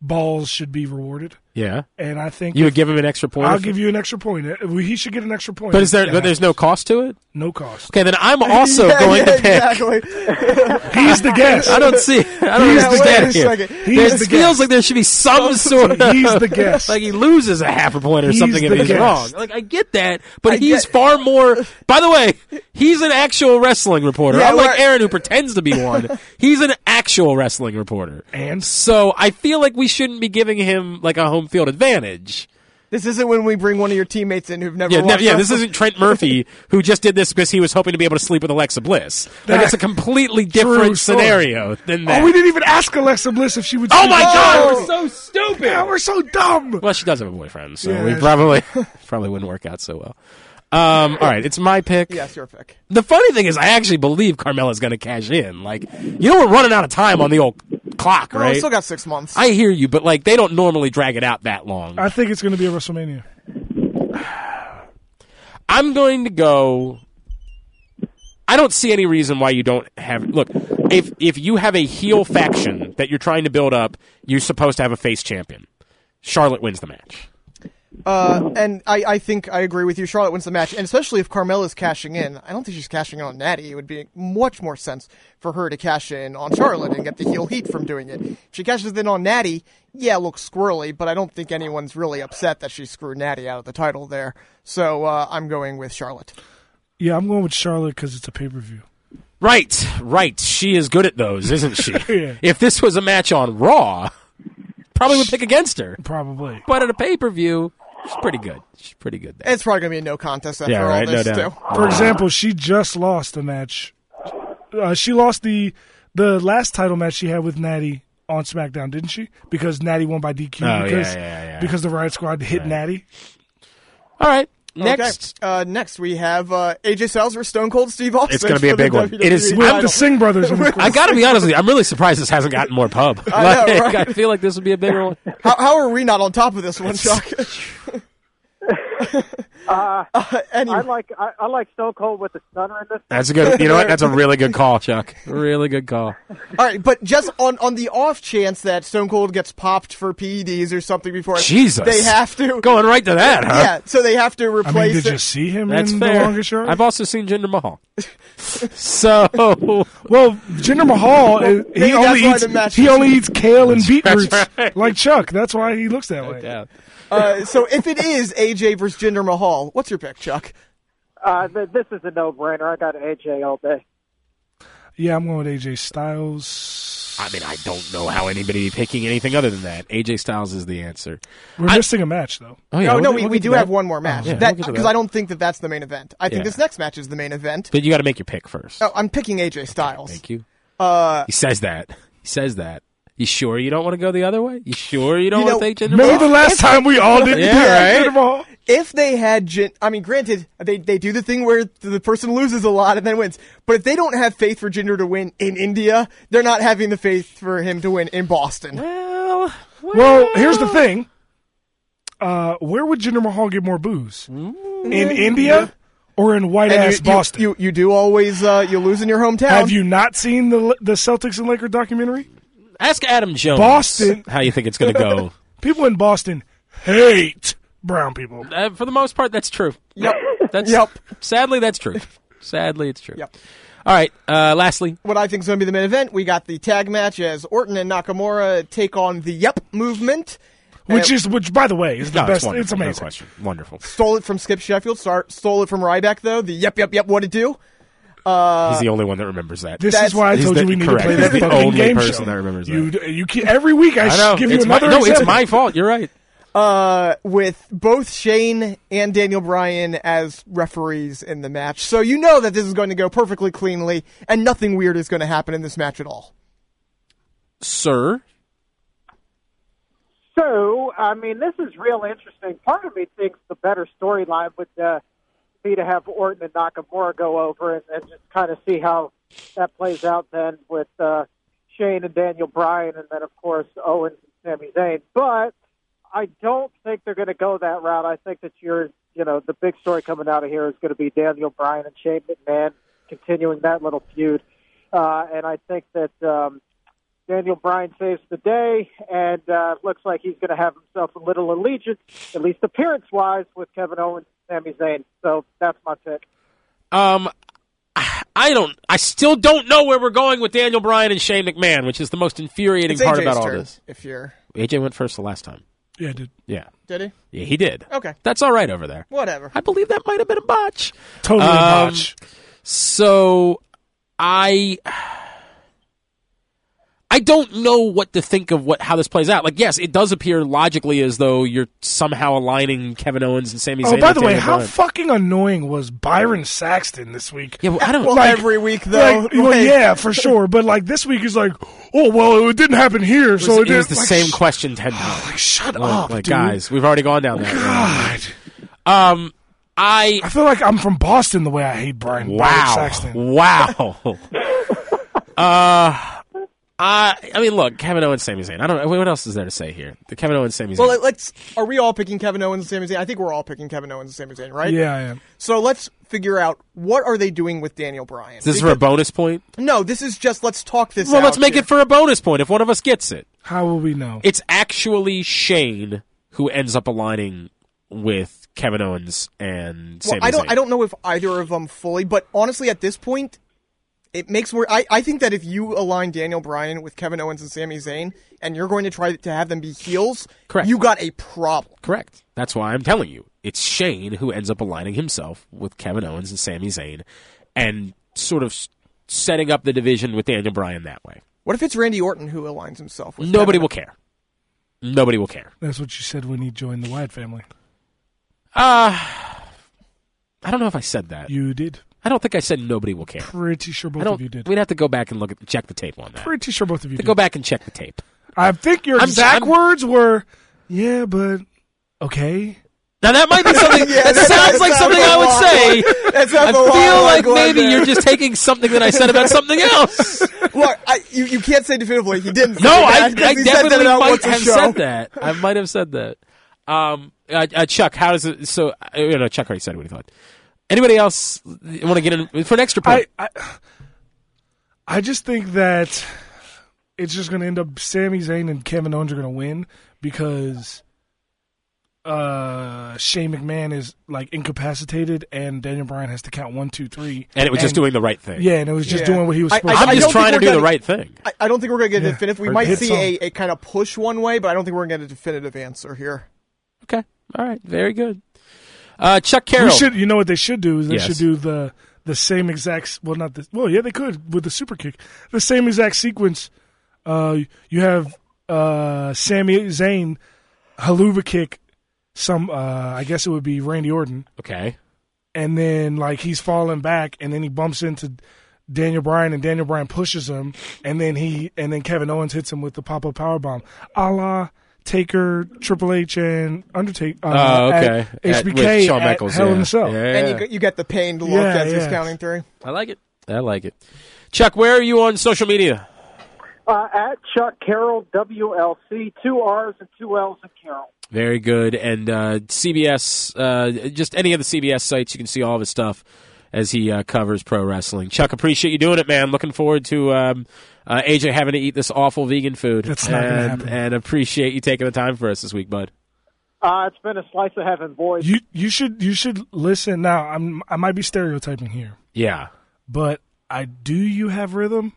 B: balls should be rewarded.
C: Yeah.
B: And I think
C: You
B: if-
C: would give him an extra point.
B: I'll
C: if-
B: give you an extra point. Uh, well, He should get an extra point.
C: But is there?
B: Yeah.
C: But there's no cost to it.
B: no cost?
C: Okay, then I'm also going to pick.
B: He's the guest.
C: I don't see. I don't
B: He's
C: understand
B: the guest.
C: here.
B: Wait a second.
C: There-
B: He's
C: it
B: the
C: feels
B: guest.
C: like there should be some sort. of...
B: he's the guest.
C: like he loses a half a point or
B: He's
C: something if
B: the
C: he's
B: guest.
C: wrong. Like I get that, but he's far more. By the way, he's an actual wrestling reporter.
B: Yeah,
C: Unlike
B: right.
C: Aaron, who pretends to be one, he's an actual wrestling reporter.
B: And
C: so I feel like we shouldn't be giving him like a home field advantage.
D: This isn't when we bring one of your teammates in who've never.
C: Yeah,
D: watched
C: no, yeah. This
D: wrestling.
C: isn't Trent Murphy who just did this because he was hoping to be able to sleep with Alexa Bliss. Like it's a completely
B: True story.
C: different scenario than that.
B: Oh, we didn't even ask Alexa Bliss if she would.
C: Oh my
B: speak.
C: God,
B: Oh,
C: we're so stupid.
B: Yeah, we're so dumb.
C: Well, she does have a boyfriend, so
B: Yeah,
C: we
B: that's-
C: probably probably wouldn't work out so well. Um, all right, it's my pick.
D: Yes, your pick.
C: The funny thing is, I actually believe Carmella's going to cash in. Like, you know, we're running out of time on the old clock,
D: Well, we
C: right?
D: still got six months.
C: I hear you, but like, they don't normally drag it out that long.
B: I think it's going to be a WrestleMania.
C: I'm going to go. I don't see any reason why you don't have. Look, if if you have a heel faction that you're trying to build up, you're supposed to have a face champion. Charlotte wins the match.
D: Uh, and I, I think I agree with you. Charlotte wins the match, and especially if Carmella's cashing in. I don't think she's cashing in on Natty. It would be much more sense for her to cash in on Charlotte and get the heel heat from doing it. If she cashes in on Natty, yeah, it looks squirrely, but I don't think anyone's really upset that she screwed Natty out of the title there. So uh, I'm going with Charlotte.
B: Yeah, I'm going with Charlotte because it's a pay per view.
C: Right, right. She is good at those, isn't she?
B: Yeah.
C: If this was a match on Raw, probably would pick against her.
B: Probably.
C: But at a pay per view, she's pretty good. She's pretty good.
D: It's probably going to be a no contest after
C: Yeah,
D: all
C: right, no
D: this,
C: doubt.
D: too.
B: For example, she just lost a match. Uh, she lost the the last title match she had with Natty on SmackDown, didn't she? Because Natty won by DQ.
C: Oh, yeah,
B: because,
C: yeah, yeah.
B: because the Riot Squad hit Natty.
C: All right.
D: Okay.
C: Next.
D: Uh, next, we have uh, AJ Styles versus Stone Cold Steve Austin.
C: It's gonna be a
D: for the
C: big one.
D: WWE
C: It is-
B: With
D: title.
B: the Singh brothers. on the
C: I
B: court.
C: got to be honest with you. I'm really surprised this hasn't gotten more pub.
D: I know,
C: Like,
D: right?
C: I feel like this would be a bigger one.
D: How, how are we not on top of this one, Chuck?
L: Uh,
D: anyway.
L: I like I, I like Stone Cold with the stunner in this.
C: That's a good. You know what? That's a really good call, Chuck. Really good call.
D: All right, but just on, on the off chance that Stone Cold gets popped for PEDs or something before
C: Jesus.
D: they have to
C: Going right to that, huh?
D: Yeah, Mm, so they have to
B: I mean,
D: replace
B: did
D: it.
B: you see him
C: That's
B: in
C: fair.
B: the longest yard?
C: I've also seen Jinder Mahal. so
B: Well, Jinder Mahal, uh,
D: maybe
B: he
D: that's
B: only
D: why
B: eats
D: the match
B: he
D: was-
B: only eats kale and beetroots like Chuck. That's why he looks that way.
C: yeah.
D: Uh, so if it is AJ versus Jinder Mahal, what's your pick, Chuck?
L: Uh, th- this is a no-brainer. I got AJ all day.
B: Yeah, I'm going with AJ Styles.
C: I mean, I don't know how anybody be picking anything other than that. AJ Styles is the answer.
B: We're missing a match though.
C: Oh
D: no,
C: we'll
D: no,
C: get-
D: we,
C: we'll
D: we
C: get
D: do
C: to
D: have
C: that.
D: one more match
C: yeah,
D: because
C: we'll get to that.
D: I don't think that that's the main event. I think
C: Yeah.
D: this next match is the main event.
C: But you got to make your pick first.
D: Oh, I'm picking AJ Styles.
C: Thank you.
D: Uh,
C: He says that. He says that. You sure you don't want to go the other way? You sure you don't
D: You know,
C: want to take Jinder
B: Remember
C: Mahal?
B: the last time we all did
C: Yeah,
B: that,
C: right?
B: Jinder Mahal?
D: if they had, Jin- I mean, granted, they they do the thing where the person loses a lot and then wins. But if they don't have faith for Jinder to win in India, they're not having the faith for him to win in Boston.
C: Well,
B: Well, here's the thing. Uh, where would Jinder Mahal get more booze? In India or in white
D: And
B: ass
D: you, you-
B: Boston?
D: You, you do always uh, you lose in your hometown.
B: Have you not seen the the Celtics and Laker documentary?
C: Ask Adam Jones.
B: Boston.
C: How you think it's going to go?
B: People in Boston hate brown people.
C: uh, for the most part, that's true.
D: Yep.
C: That's
D: Yep.
C: Sadly, that's true. Sadly, it's true.
D: Yep.
C: All right. Uh, lastly,
D: What I think is going to be the main event. We got the tag match as Orton and Nakamura take on the Yep movement.
B: Which
D: Uh,
B: is which by the way is the
C: No,
B: best. It's,
C: wonderful. No
B: amazing.
C: question. Wonderful.
D: stole it from Skip Sheffield. star- Stole it from Ryback though. The Yep Yep Yep. What to do?
C: He's the only one that remembers that.
B: This
D: That's-
B: is why I
C: He's
B: told
C: the-
B: you we need
C: correct.
B: to play
C: He's
B: that
C: the
B: fucking
C: only
B: game
C: person
B: show.
C: that remembers
B: you, You keep, every week I,
C: I know.
B: give you
C: It's my,
B: another.
C: no, it's
B: example.
C: my fault. You're right.
D: uh, with both Shane and Daniel Bryan as referees in the match. So you know that this is going to go perfectly cleanly, and nothing weird is going to happen in this match at all.
C: Sir,
L: So, I mean, this is real interesting. Part of me thinks the better storyline would uh, be to have Orton and Nakamura go over and, and just kind of see how that plays out then with uh, Shane and Daniel Bryan and then, of course, Owens and Sami Zayn. But I don't think they're going to go that route. I think that you're, you know, the big story coming out of here is going to be Daniel Bryan and Shane McMahon continuing that little feud. Uh, and I think that um, Daniel Bryan saves the day, and uh, looks like he's going to have himself a little allegiance, at least appearance wise, with Kevin Owens and Sami Zayn. So that's my pick.
C: Um, I don't. I still don't know where we're going with Daniel Bryan and Shane McMahon, which is the most infuriating
D: It's
C: part
D: AJ's
C: about all
D: turn,
C: this.
D: if you're-
C: AJ went first the last time.
B: Yeah, I did.
C: Yeah.
D: Did he?
C: Yeah, he did.
D: Okay.
C: That's all right over there.
D: Whatever.
C: I believe that might have been a botch.
B: Totally
C: Um,
B: botch.
C: So I I don't know what to think of what how this plays out. Like, yes, it does appear logically as though you're somehow aligning Kevin Owens and Sami
B: Oh,
C: Zayn.
B: by
C: with
B: the way,
C: Daniel
B: how
C: Bryan.
B: fucking annoying was Byron Saxton this week?
C: Yeah, well, I don't-
D: Well, every week, though,
B: Like, well,
D: like-
B: yeah, for sure. But like this week is like, oh well, it didn't happen here,
C: It was,
B: so it,
C: it was the
B: didn't- like,
C: same question ten times.
B: shut
C: Like-
B: up,
C: like,
B: dude. Oh,
C: guys, we've already gone down that.
B: God.
C: Um, I
B: I feel like I'm from Boston. The way I hate Brian. Byron
C: Wow.
B: Saxton.
C: Wow. uh, I I mean, look, Kevin Owens, Sami Zayn. I don't know. What else is there to say here? The Kevin Owens, Sami Zayn.
D: Well, let- let's. Are we all picking Kevin Owens and Sami Zayn? I think we're all picking Kevin Owens and Sami Zayn, right?
C: Yeah, I am.
D: So let's figure out what are they doing with Daniel Bryan.
C: is this for
D: Because-
C: a bonus point?
D: No, this is just let's talk this.
C: Well, let's
D: out
C: make
D: here.
C: it for a bonus point if one of us gets it.
B: How will we know?
C: It's actually Shane who ends up aligning with Kevin Owens and
D: Well,
C: Sami
D: I don't.
C: Zayn.
D: I don't know if either of them fully, but honestly, at this point, it makes more. I, I think that if you align Daniel Bryan with Kevin Owens and Sami Zayn, and you're going to try to have them be heels, correct? You got a problem.
C: Correct. That's why I'm telling you. It's Shane who ends up aligning himself with Kevin Owens and Sami Zayn and sort of s- setting up the division with Daniel Bryan that way.
D: What if it's Randy Orton who aligns himself with
C: Nobody
D: Kevin
C: will care. Nobody will care.
B: That's what you said when he joined the Wyatt family.
C: Uh, I don't know if I said that.
B: You did.
C: I don't think I said nobody will care.
B: Pretty sure
C: I
B: both
C: don't-
B: of you did.
C: We'd have to go back and look at check the tape on that.
B: Pretty sure both of you
C: To
B: did.
C: go back and check the tape.
B: I think your
C: I'm-
B: exact
C: I'm-
B: words were, "Yeah, but okay."
C: Now that might be something. that sounds like something I would say. I feel like maybe you're just taking something that I said about something else.
D: Look, I, you, you can't say definitively he didn't. say
C: No, I,
D: that 'cause
C: I
D: he said that
C: definitely
D: about
C: might
D: once a
C: have
D: show.
C: said that. I might have said that. Um, uh, uh, Chuck, how does it? So, uh, no, Chuck already said what he thought. Anybody else want to get in for an extra point?
B: I, I just think that it's just going to end up Sami Zayn and Kevin Owens are going to win because uh, Shane McMahon is like incapacitated and Daniel Bryan has to count one, two, three.
C: And it was just doing the right thing.
B: Yeah, and it was just doing what he was
D: I-
B: supposed
D: I-
B: to
D: I
C: I'm
D: don't
C: just
D: think
C: trying to
D: we're
C: do the
D: gonna-
C: right thing.
D: I, I don't think we're going to get
B: Yeah.
D: a definitive. We
B: Or
D: might
B: hit
D: see
B: some.
D: a, a kind of push one way, but I don't think we're going to get a definitive answer here.
C: Okay. All right. Very good. Uh, Chuck Carroll.
B: We should, you know what they should do is they
C: Yes.
B: should do the the same exact. s- Well, not the. Well, yeah, they could with the super kick. The same exact sequence. Uh, you have uh, Sami Zayn haluva kick. Some, uh, I guess it would be Randy Orton,
C: Okay.
B: and then like he's falling back, and then he bumps into Daniel Bryan, and Daniel Bryan pushes him, and then he and then Kevin Owens hits him with the pop up power bomb, a la Taker, Triple H, and Undertaker. Uh,
C: Oh,
B: at
C: okay. At- with
B: HBK
C: Shawn
B: at
C: Michaels,
B: Hell in
C: yeah.
B: a Cell.
C: Yeah.
D: And you, get- you get the pained look
B: Yeah,
D: as he's
B: yeah.
D: counting through.
C: I like it. I like it. Chuck, where are you on social media?
L: Uh, at Chuck Carroll WLC, two R's and two L's in Carroll.
C: Very good. And uh, CBS, uh, just any of the CBS sites, you can see all of his stuff as he uh, covers pro wrestling. Chuck, appreciate you doing it, man. Looking forward to um, uh, AJ having to eat this awful vegan food.
B: That's not gonna
C: and, and appreciate you taking the time for us this week, bud.
L: Uh, it's been a slice of heaven, boys.
B: You you should you should listen now. I'm I might be stereotyping here,
C: Yeah.
B: but I do you have rhythm?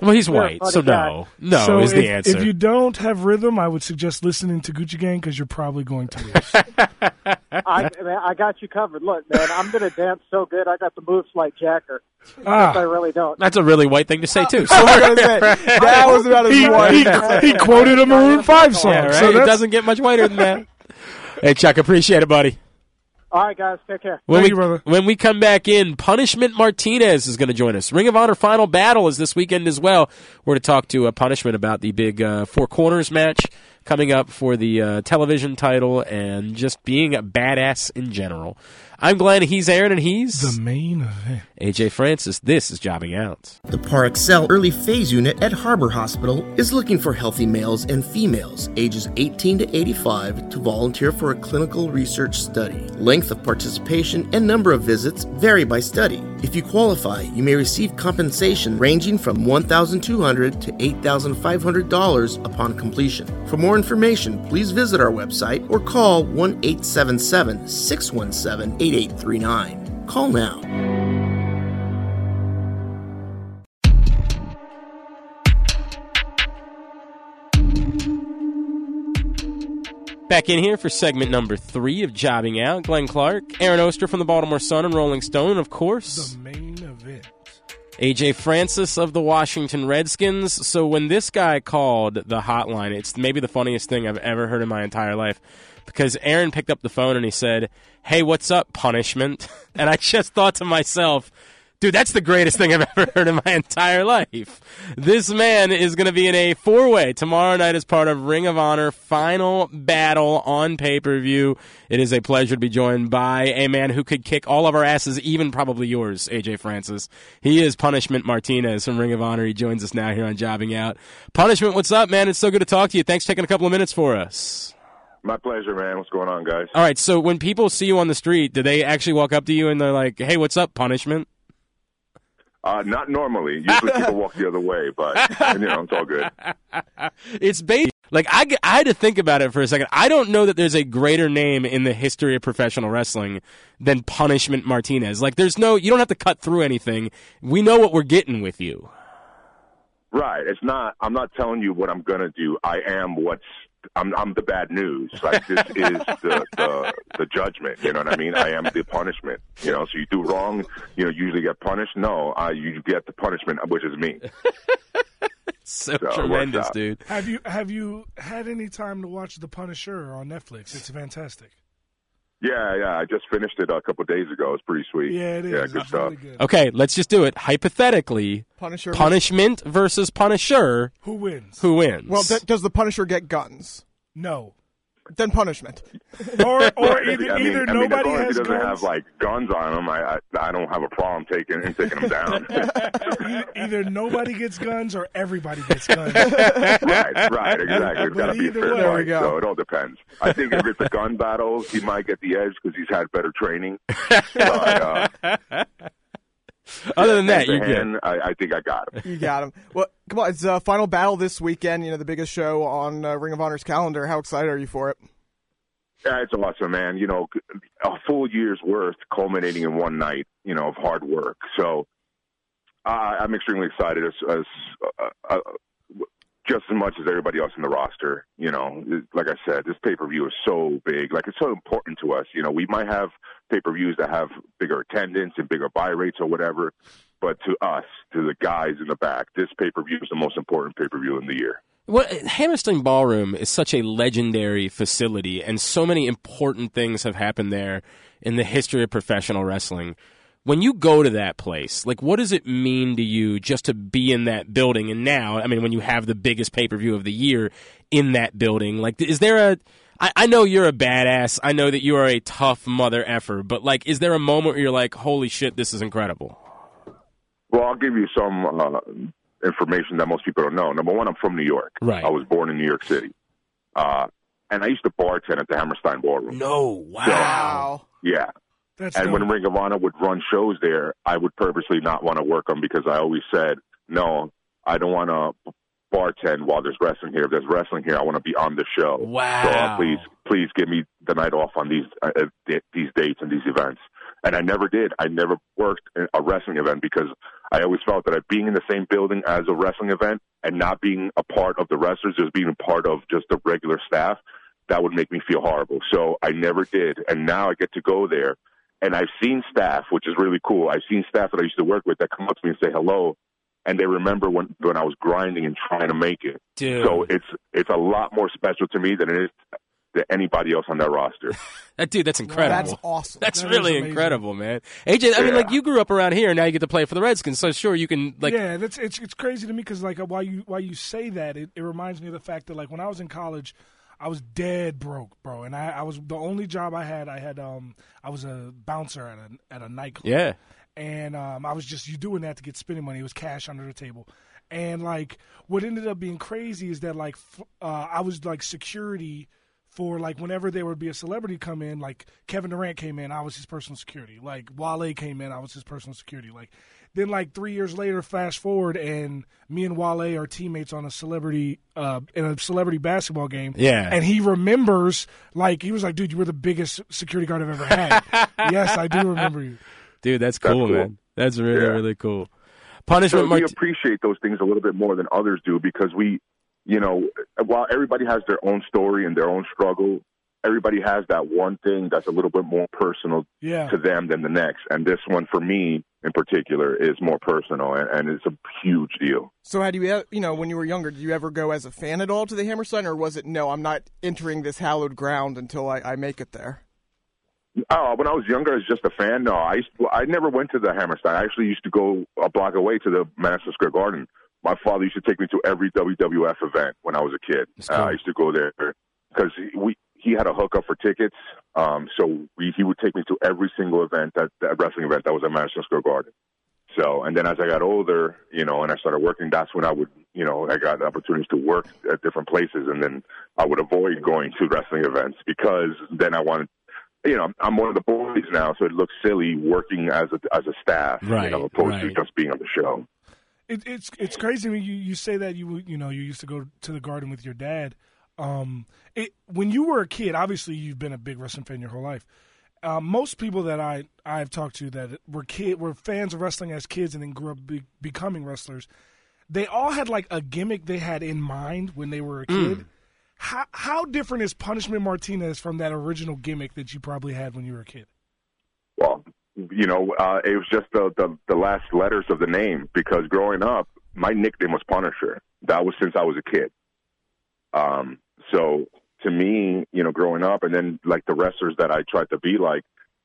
C: Well, he's
B: You're a
C: white,
B: funny
C: so
B: guy.
C: no. No
B: So
C: is
B: if,
C: the answer.
B: If you don't have rhythm, I would suggest listening to Gucci Gang because you're probably going to lose.
L: I, man, I got you covered. Look, man, I'm going to dance so good. I got the moves like Jacker.
B: Ah.
L: Yes, I really don't.
C: That's a really white thing to say, too. So
L: I was gonna say, that was about as
B: he,
L: white.
B: He, he quoted a Maroon Five song,
C: Yeah, right?
B: so
C: it
B: that's,
C: doesn't get much whiter than that. hey, Chuck, appreciate it, buddy.
L: All right, guys, take care.
C: When we, When we come back in, Punishment Martinez is going to join us. Ring of Honor Final Battle is this weekend as well. We're to talk to uh, Punishment about the big uh, Four Corners match coming up for the uh, television title and just being a badass in general. I'm Glenn. He's Aaron, and he's
B: the main event.
C: AJ Francis. This is jobbing out.
M: The Parexel Early Phase Unit at Harbor Hospital is looking for healthy males and females ages 18 to 85 to volunteer for a clinical research study. Length of participation and number of visits vary by study. If you qualify, you may receive compensation ranging from $1,200 to $8,500 upon completion. For more information, please visit our website or call 1 877 617 8839. Call now.
C: Back in here for segment number three of Jobbing Out. Glenn Clark, Aaron Oster from the Baltimore Sun and Rolling Stone, of course.
B: The main event.
C: AJ Francis of the Washington Redskins. So when this guy called the hotline, it's maybe the funniest thing I've ever heard in my entire life because Aaron picked up the phone and he said, Hey, what's up, punishment? And I just thought to myself, Dude, that's the greatest thing I've ever heard in my entire life. This man is going to be in a four way tomorrow night as part of Ring of Honor Final Battle on pay per view. It is a pleasure to be joined by a man who could kick all of our asses, even probably yours, AJ Francis. He is Punishment Martinez from Ring of Honor. He joins us now here on Jobbing Out. Punishment, what's up, man? It's so good to talk to you. Thanks for taking a couple of minutes for us.
N: My pleasure, man. What's going on, guys?
C: All right, so when people see you on the street, do they actually walk up to you and they're like, hey, what's up, Punishment?
N: Uh, not normally. Usually people walk the other way, but you know it's all good.
C: It's based like I, I had to think about it for a second. I don't know that there's a greater name in the history of professional wrestling than Punishment Martinez. Like there's no you don't have to cut through anything. We know what we're getting with you.
N: Right. It's not. I'm not telling you what I'm gonna do. I am what's. I'm, I'm the bad news. Like this is the, the the judgment. You know what I mean? I am the punishment. You know. So you do wrong. You know. Usually get punished. No. Uh, you get the punishment, which is me.
C: so, so tremendous, dude.
B: Have you have you had any time to watch The Punisher on Netflix? It's fantastic.
N: Yeah, yeah. I just finished it a couple days ago. It's pretty sweet.
B: Yeah, it is.
N: Yeah, good
B: That's
N: stuff.
B: Really good.
C: Okay, let's just do it hypothetically.
D: Punisher.
C: Punishment versus Punisher.
B: Who wins?
C: Who wins?
D: Well, th- does the Punisher get guns?
B: No.
D: Then punishment.
B: Or, or either,
N: I mean,
B: either
N: I mean,
B: nobody
N: as long as he
B: has
N: doesn't
B: guns.
N: have like guns on him, I, I I don't have a problem taking and taking him down.
B: e- either nobody gets guns or everybody gets guns.
N: right, right, exactly.
B: But
N: It's got to be a
B: either
N: fair
B: way- There we
N: fight,
B: go.
N: so it all depends. I think if it's a gun battle, he might get the edge because he's had better training. But, uh,
C: Other than that,
N: hand
C: you
N: to
C: get.
N: hand, I, I think I got him.
D: You got him. Well, come on. It's uh, Final Battle this weekend. You know the biggest show on uh, Ring of Honor's calendar. How excited are you for it?
N: Yeah, it's awesome, man. You know, a full year's worth culminating in one night. You know, of hard work. So uh, I'm extremely excited, as, as uh, uh, just as much as everybody else in the roster. You know, like I said, this pay per view is so big. Like it's so important to us. You know, we might have pay per views that have bigger attendance and bigger buy rates or whatever. But to us, to the guys in the back, this pay per view is the most important pay per view in the year.
C: Well, Hammerstein Ballroom is such a legendary facility, and so many important things have happened there in the history of professional wrestling. When you go to that place, like, what does it mean to you just to be in that building? And now, I mean, when you have the biggest pay per view of the year in that building, like, is there a. I, I know you're a badass. I know that you are a tough mother effer, but, like, is there a moment where you're like, holy shit, this is incredible?
N: Well, I'll give you some uh, information that most people don't know. Number one, I'm from New York.
C: Right.
N: I was born in New York City, uh, and I used to bartend at the Hammerstein Ballroom.
C: No, wow.
N: Yeah,
B: That's
N: and
B: dope.
N: when Ring of Honor would run shows there, I would purposely not want to work them because I always said, no, I don't want to bartend while there's wrestling here. If there's wrestling here, I want to be on the show.
C: Wow.
N: So uh, please, please give me the night off on these uh, uh, th- these dates and these events. And I never did. I never worked in a wrestling event because I always felt that being in the same building as a wrestling event and not being a part of the wrestlers, just being a part of just the regular staff, that would make me feel horrible. So I never did. And now I get to go there. And I've seen staff, which is really cool. I've seen staff that I used to work with that come up to me and say hello. And they remember when, when I was grinding and trying to make it.
C: Dude.
N: So it's it's a lot more special to me than it is to anybody else on that roster.
C: That dude, that's incredible.
D: That's awesome.
C: That's
D: That is
C: really
D: amazing.
C: incredible, man. AJ, I mean,
B: Yeah.
C: like you grew up around here, and now you get to play for the Redskins. So sure, you can like
B: yeah, that's it's it's crazy to me because like while you while you say that, it, it reminds me of the fact that like when I was in college, I was dead broke, bro, and I, I was the only job I had. I had um I was a bouncer at a at a nightclub.
C: Yeah.
B: and um I was just you doing that to get spending money. It was cash under the table. And like, what ended up being crazy is that like, f- uh, I was like security for like whenever there would be a celebrity come in, like Kevin Durant came in, I was his personal security. Like Wale came in, I was his personal security. Like then like three years later, flash forward, and me and Wale are teammates on a celebrity uh, in a celebrity basketball game.
C: Yeah.
B: and he remembers like he was like, dude, you were the biggest security guard I've ever had. yes, I do remember you.
C: Dude, that's cool,
N: cool.
C: man. That's really, really cool. Punishment
N: So we
C: Mart-
N: appreciate those things a little bit more than others do because we, you know, while everybody has their own story and their own struggle, everybody has that one thing that's a little bit more personal
B: Yeah.
N: to them than the next. And this one for me in particular is more personal and, and it's a huge deal.
D: So, had you, e- you know, when you were younger, did you ever go as a fan at all to the Hammerstein, or was it no? I'm not entering this hallowed ground until I, I make it there.
N: Oh, when I was younger as just a fan, no, I used I never went to the Hammerstein. I actually used to go a block away to the Madison Square Garden. My father used to take me to every WWF event when I was a kid. Uh, I used to go there because we he had a hookup for tickets, um, so we, he would take me to every single event that, that wrestling event that was at Madison Square Garden. So, and then as I got older, you know, and I started working, that's when I would, you know, I got opportunities to work at different places, and then I would avoid going to wrestling events because then I wanted you know, I'm one of the boys now, so it looks silly working as a as a staff, you
C: Right,
N: know, opposed to
C: right.
N: just being on the show.
B: It, it's it's crazy when you you say that you you know you used to go to the garden with your dad. Um, it when you were a kid, obviously you've been a big wrestling fan your whole life. Uh, most people that I I've talked to that were kid were fans of wrestling as kids and then grew up be, becoming wrestlers. They all had like a gimmick they had in mind when they were a kid.
N: Mm.
B: How how different is Punishment Martinez from that original gimmick that you probably had when you were a kid?
N: Well, you know, uh, it was just the, the the last letters of the name because growing up, my nickname was Punisher. That was since I was a kid. Um, so to me, you know, growing up, and then like the wrestlers that I tried to be like,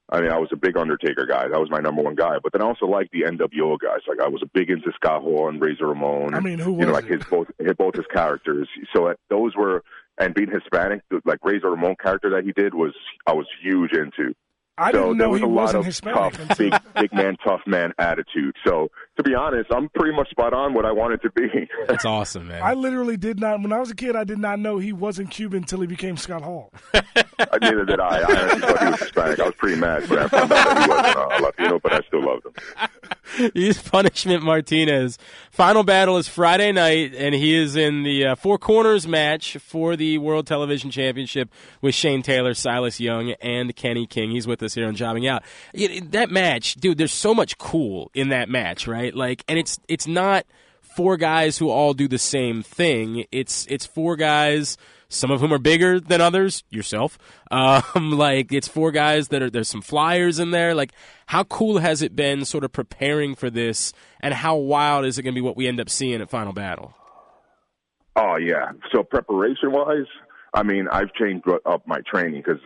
N: I mean, I was a big Undertaker guy. That was my number one guy. But then I also liked the NWO guys. Like I was a big into Scott Hall and Razor Ramon.
B: I mean, who
N: you
B: was
N: know, like his both his, both his characters. So uh, those were and being Hispanic, like Razor Ramon character that he did was I was huge into.
B: I
N: so
B: didn't
N: there
B: know
N: was
B: he
N: a lot
B: wasn't
N: of
B: Hispanic
N: tough,
B: until-
N: big, big man, tough man attitude. So to be honest, I'm pretty much spot on what I wanted to be.
C: That's awesome, man.
B: I literally did not. When I was a kid, I did not know he wasn't Cuban until he became Scott Hall.
N: Neither did I. I honestly thought he was Hispanic. I was pretty mad when I found out that he wasn't a Latino, but I still loved him.
C: He's Punishment Martinez. Final battle is Friday night, and he is in the uh, Four Corners match for the World Television Championship with Shane Taylor, Silas Young, and Kenny King. He's with us here on Jobbing Out. Y- That match, dude, there's so much cool in that match, right? Like, and it's it's not four guys who all do the same thing. It's it's four guys, some of whom are bigger than others. Yourself, um, like it's four guys that are there's some flyers in there. Like, how cool has it been, sort of preparing for this, and how wild is it going to be what we end up seeing at Final Battle?
N: Oh yeah. So preparation wise, I mean, I've changed up my training because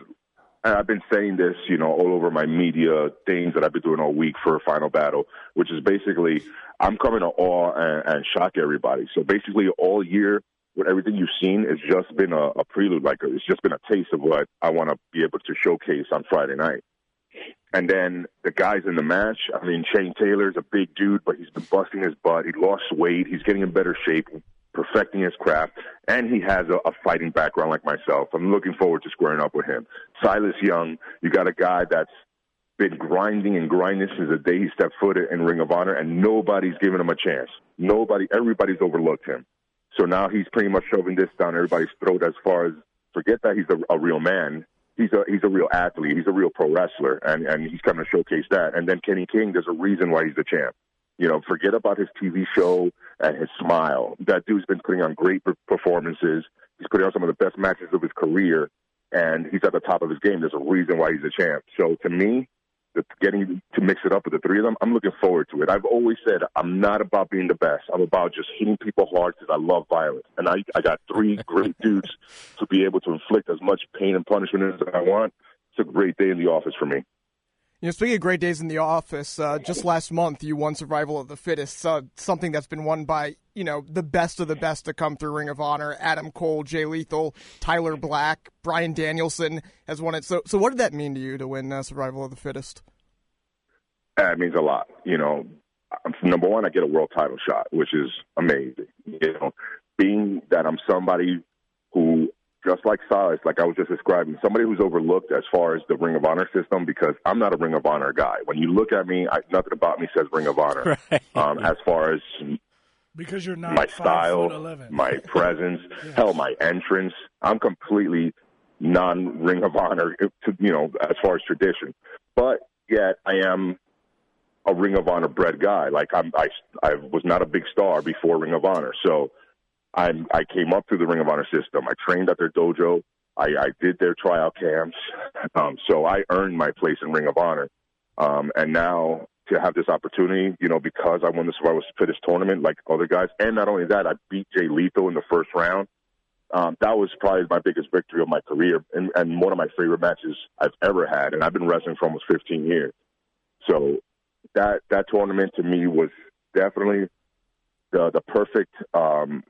N: I've been saying this, you know, all over my media things that I've been doing all week for Final Battle, which is basically I'm coming to awe and, and shock everybody. So basically, all year with everything you've seen, it's just been a, a prelude, like it's just been a taste of what I want to be able to showcase on Friday night. And then the guys in the match, I mean, Shane Taylor's a big dude, but he's been busting his butt. He lost weight. He's getting in better shape, perfecting his craft, and he has a, a fighting background like myself. I'm looking forward to squaring up with him. Silas Young, you got a guy that's been grinding and grinding since the day he stepped foot in Ring of Honor, and nobody's giving him a chance. Nobody, everybody's overlooked him. So now he's pretty much shoving this down everybody's throat as far as forget that he's a, a real man. He's a he's a real athlete. He's a real pro wrestler, and and he's coming to showcase that. And then Kenny King, there's a reason why he's the champ. You know, forget about his TV show and his smile. That dude's been putting on great per- performances. He's putting on some of the best matches of his career, and he's at the top of his game. There's a reason why he's a champ. So to me, the, getting to mix it up with the three of them, I'm looking forward to it. I've always said I'm not about being the best. I'm about just hitting people hard because I love violence, and I I got three great dudes to be able to inflict as much pain and punishment as I want. It's a great day in the office for me.
D: You know, speaking of great days in the office, uh, just last month you won Survival of the Fittest, uh, something that's been won by you know the best of the best to come through Ring of Honor. Adam Cole, Jay Lethal, Tyler Black, Brian Danielson has won it. So, so what did that mean to you to win uh, Survival of the Fittest?
N: That means a lot. You know, number one, I get a world title shot, which is amazing. You know, being that I'm somebody who just like Silas, like I was just describing, somebody who's overlooked as far as the Ring of Honor system because I'm not a Ring of Honor guy. When you look at me, I, nothing about me says Ring of Honor. Right. Um, as far as
B: because you're not
N: my
B: style,
N: my presence, yes. hell, my entrance, I'm completely non Ring of Honor, to, you know, as far as tradition. But yet, I am a Ring of Honor bred guy. Like I'm, I, I was not a big star before Ring of Honor, so. I'm, I came up through the Ring of Honor system. I trained at their dojo. I, I did their tryout camps. Um, so I earned my place in Ring of Honor. Um, and now to have this opportunity, you know, because I won the Survivor Fittest tournament like other guys. And not only that, I beat Jay Lethal in the first round. Um, that was probably my biggest victory of my career and, and one of my favorite matches I've ever had. And I've been wrestling for almost 15 years. So that, that tournament to me was definitely the, the perfect, um,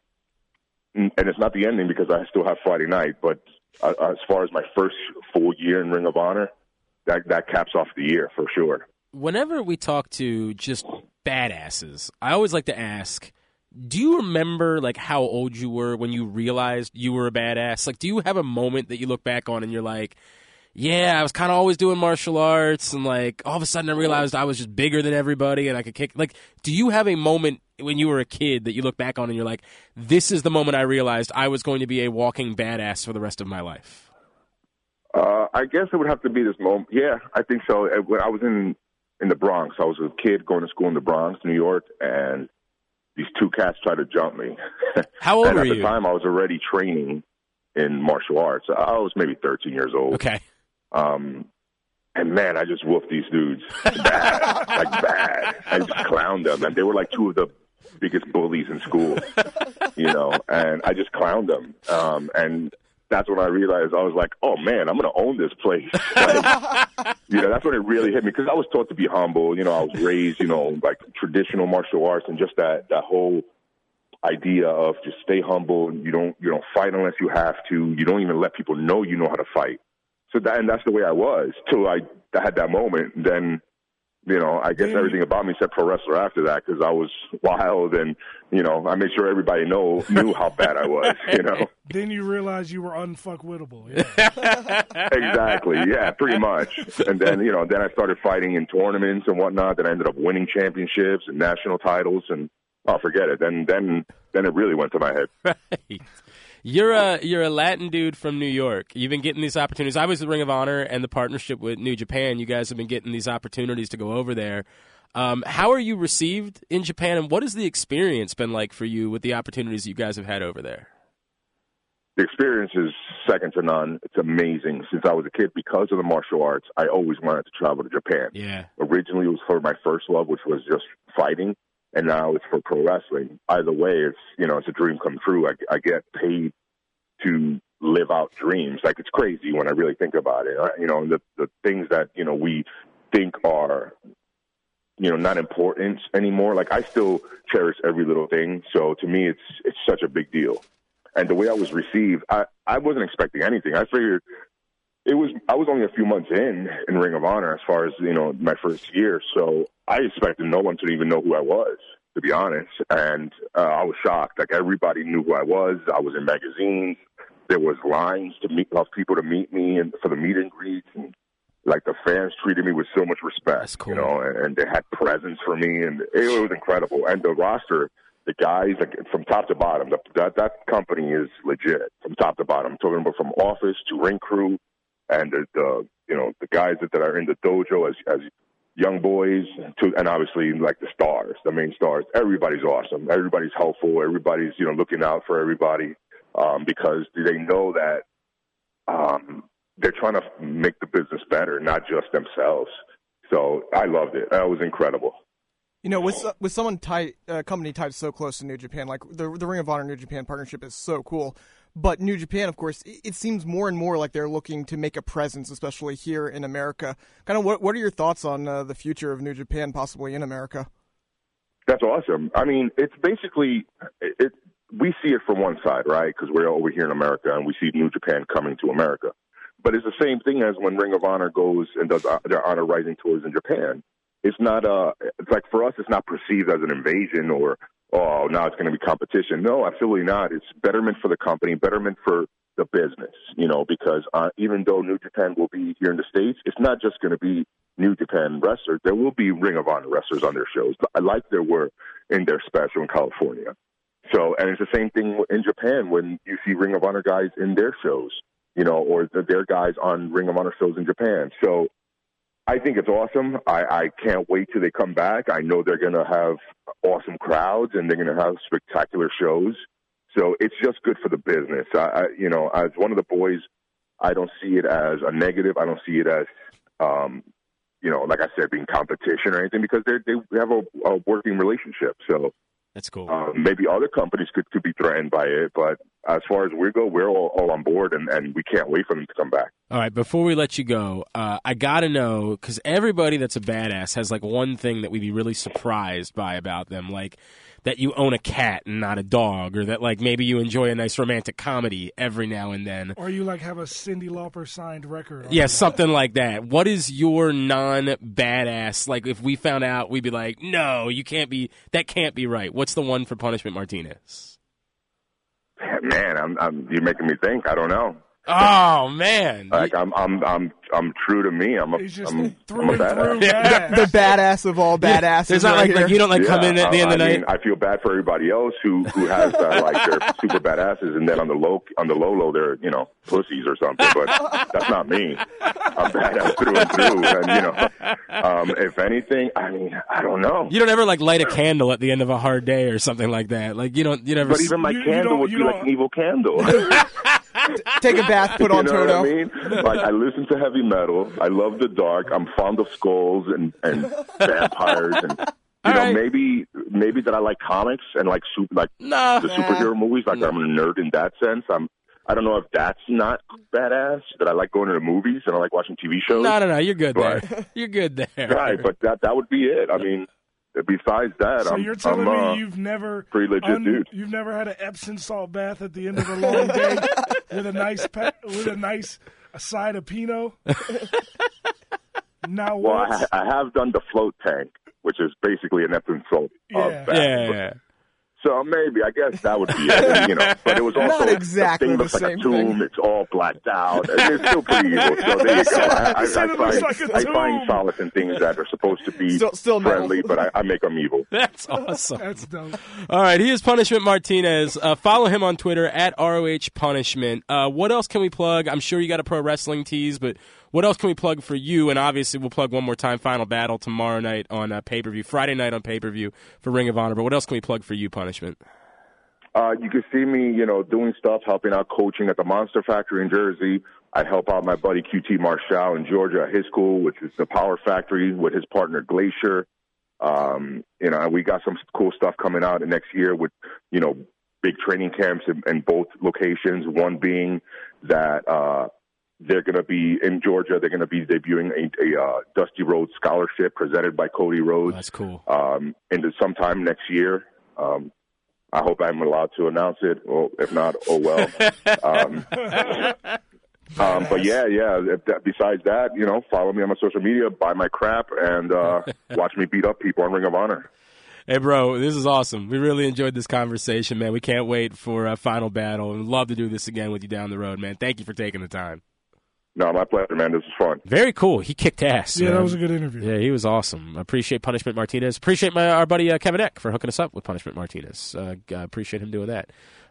N: and it's not the ending because I still have Friday night. But uh, as far as my first full year in Ring of Honor, that that caps off the year for sure.
C: Whenever we talk to just badasses, I always like to ask. Do you remember like how old you were when you realized you were a badass? Like, do you have a moment that you look back on and you're like, "Yeah, I was kind of always doing martial arts, and like all of a sudden I realized I was just bigger than everybody and I could kick." Like, do you have a moment when you were a kid that you look back on and you're like, this is the moment I realized I was going to be a walking badass for the rest of my life?
N: Uh, I guess it would have to be this moment. Yeah, I think so. When I was in in the Bronx, I was a kid going to school in the Bronx, New York, and these two cats tried to jump me.
C: How old
N: and
C: were
N: at
C: you?
N: At the time, I was already training in martial arts. I was maybe 13 years old.
C: Okay.
N: Um, and man, I just whooped these dudes bad, like bad. I just clowned them, and they were like two of the biggest bullies in school, you know, and I just clowned them. Um, and that's when I realized I was like, oh man, I'm going to own this place. like, you know, that's when it really hit me because I was taught to be humble. You know, I was raised, you know, like traditional martial arts and just that, that whole idea of just stay humble. You don't, you don't fight unless you have to. You don't even let people know you know how to fight. So that, and that's the way I was till I, I had that moment. Then you know, I guess everything about me said pro wrestler after that because I was wild and, you know, I made sure everybody know knew how bad I was, you know.
B: Then you realize you were unfuckwittable.
N: Yeah. exactly. Yeah, pretty much. And then, you know, then I started fighting in tournaments and whatnot. Then I ended up winning championships and national titles and, oh, forget it. Then, then, then it really went to my head.
C: Right. You're a you're a Latin dude from New York. You've been getting these opportunities. I was the Ring of Honor and the partnership with New Japan. You guys have been getting these opportunities to go over there. Um, how are you received in Japan, and what has the experience been like for you with the opportunities you guys have had over there?
N: The experience is second to none. It's amazing. Since I was a kid, because of the martial arts, I always wanted to travel to Japan.
C: Yeah.
N: Originally, it was for my first love, which was just fighting and now it's for pro wrestling. Either way, it's you know it's a dream come true. I, I get paid to live out dreams. Like it's crazy when I really think about it. I, you know, the the things that you know we think are you know not important anymore. Like I still cherish every little thing. So to me, it's it's such a big deal. And the way I was received, I I wasn't expecting anything. I figured it was I was only a few months in in Ring of Honor as far as you know my first year, so I expected no one to even know who I was to be honest, and uh, I was shocked. Like everybody knew who I was. I was in magazines. There was lines to meet of people to meet me and for the meet and greets, and like the fans treated me with so much respect,
C: cool.
N: you know, and, and they had presents for me, and it, it was incredible. And the roster the guys like from top to bottom the, that that company is legit from top to bottom I'm talking about from office to ring crew and the, the you know the guys that, that are in the dojo as as young boys to and obviously like the stars the main stars everybody's awesome everybody's helpful everybody's you know looking out for everybody um because they know that um they're trying to make the business better not just themselves So I loved it. That was incredible.
D: You know, with so- with someone tied, uh, company tied so close to New Japan, like the the Ring of Honor New Japan partnership is so cool. But New Japan, of course, it, it seems more and more like they're looking to make a presence, especially here in America. Kind of, what what are your thoughts on uh, the future of New Japan, possibly in America?
N: That's awesome. I mean, it's basically it. it we see it from one side, right? Because we're over here in America and we see New Japan coming to America. But it's the same thing as when Ring of Honor goes and does uh, their Honor Rising tours in Japan. It's not uh, it's like for us, it's not perceived as an invasion or oh now it's going to be competition. No, absolutely not. It's betterment for the company, betterment for the business. You know, because uh, even though New Japan will be here in the states, it's not just going to be New Japan wrestlers. There will be Ring of Honor wrestlers on their shows, like there were in their special in California. So, and it's the same thing in Japan when you see Ring of Honor guys in their shows, you know, or the, their guys on Ring of Honor shows in Japan. So, I think it's awesome. I, I can't wait till they come back. I know they're going to have awesome crowds and they're going to have spectacular shows. So it's just good for the business. I, I, you know, as one of the boys, I don't see it as a negative. I don't see it as, um, you know, like I said, being competition or anything because they they have a, a working relationship. So
C: that's cool.
N: uh, maybe other companies could, could be threatened by it, but as far as we go, we're all, all on board and, and we can't wait for them to come back.
C: All right, before we let you go, uh, I gotta know because everybody that's a badass has like one thing that we'd be really surprised by about them, like that you own a cat and not a dog, or that like maybe you enjoy a nice romantic comedy every now and then.
B: Or you like have a Cindy Lauper signed record. on
C: Yeah,
B: it.
C: something like that. What is your non badass? Like, if we found out, we'd be like, no, you can't be, that can't be right. What's the one for Punishment Martinez?
N: Man, I'm, I'm, you're making me think. I don't know.
C: Oh, man.
N: Like I'm, I'm, I'm, I'm true to me. I'm a, I'm, I'm a badass.
D: the badass of all badasses.
C: There's not
D: right
C: like-
D: here.
C: like you don't, like, come in at the
N: I-
C: end of the
N: I
C: night?
N: mean, I feel bad for everybody else who who has uh, like they're super badasses, and then on the low on the low low they're you know pussies or something. But that's not me. I'm badass through and through, and you know, um, if anything, I mean, I don't know.
C: You don't ever like light a candle at the end of a hard day or something like that. Like you don't, you never.
N: But even my candle would be like an evil candle.
D: Take a bath, put
N: you
D: on
N: know
D: Toto.
N: What I mean? Like I listen to heavy metal. I love the dark. I'm fond of skulls and and vampires and. You know, maybe maybe that I like comics and like super like
C: Nah.
N: the superhero movies. Like I'm a nerd in that sense. I'm I don't know if that's not badass. That I like going to the movies and I like watching TV shows.
C: No, no, no. You're good
N: But-
C: there. You're good there.
N: right, but that that would be it. I mean, besides that,
B: So
N: I'm,
B: you're telling
N: I'm, uh,
B: me you've never
N: pretty legit
B: un-
N: dude.
B: You've never had an Epsom salt bath at the end of a long day with a nice pe- with a nice side of Pinot. Now
N: Well,
B: what?
N: I, I have done the float tank, which is basically an Epsom salt. uh,
B: Yeah.
N: bath.
C: Yeah.
N: So maybe I guess that would be it, you know. But it was
D: Not
N: also
D: exactly
N: the thing
D: the
N: looks like
D: same
N: a
D: thing.
N: tomb. It's all blacked out. It's still pretty evil. So there you go. I, I, I,
D: You said it looks
N: find,
D: like a
N: I
D: tomb.
N: find solace in things that are supposed to be
D: Still- still metal.
N: friendly, but I, I make them evil.
C: That's awesome.
B: That's dope.
C: All right, he is Punishment Martinez. Uh, follow him on Twitter at ROH Punishment. Uh, what else can we plug? I'm sure you got a pro wrestling tease, but what else can we plug for you? And obviously, we'll plug one more time Final Battle tomorrow night on uh, pay per view, Friday night on pay per view for Ring of Honor. But what else can we plug for you, Punishment?
N: Uh, you can see me, you know, doing stuff, helping out coaching at the Monster Factory in Jersey. I help out my buddy QT Marshall in Georgia at his school, which is the Power Factory, with his partner Glacier. Um, you know, we got some cool stuff coming out next year with, you know, big training camps in, in both locations. One being that uh, they're going to be in Georgia. They're going to be debuting a, a uh, Dusty Rhodes scholarship presented by Cody Rhodes.
C: Oh, that's cool.
N: Um, into sometime next year. Um, I hope I'm allowed to announce it. Well, if not, oh well. um, um, but yeah, yeah. If that, besides that, you know, follow me on my social media, buy my crap, and uh, watch me beat up people on Ring of Honor.
C: Hey, bro, this is awesome. We really enjoyed this conversation, man. We can't wait for uh, Final Battle and love to do this again with you down the road, man. Thank you for taking the time.
N: No, my pleasure, man. This was fun.
C: Very cool. He kicked ass.
B: Yeah, that
C: man.
B: was a good interview.
C: Yeah, he was awesome. I appreciate Punishment Martinez. Appreciate my our buddy uh, Kevin Eck for hooking us up with Punishment Martinez. Uh, g- I appreciate him doing that.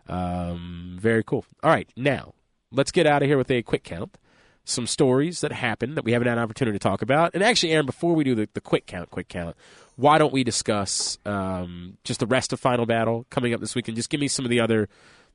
C: Um, very cool. All right, now let's get out of here with a quick count. Some stories that happened that we haven't had an opportunity to talk about. And actually, Aaron, before we do the, the quick count, quick count, why don't we discuss um, just the rest of Final Battle coming up this weekend? Just give me some of the other,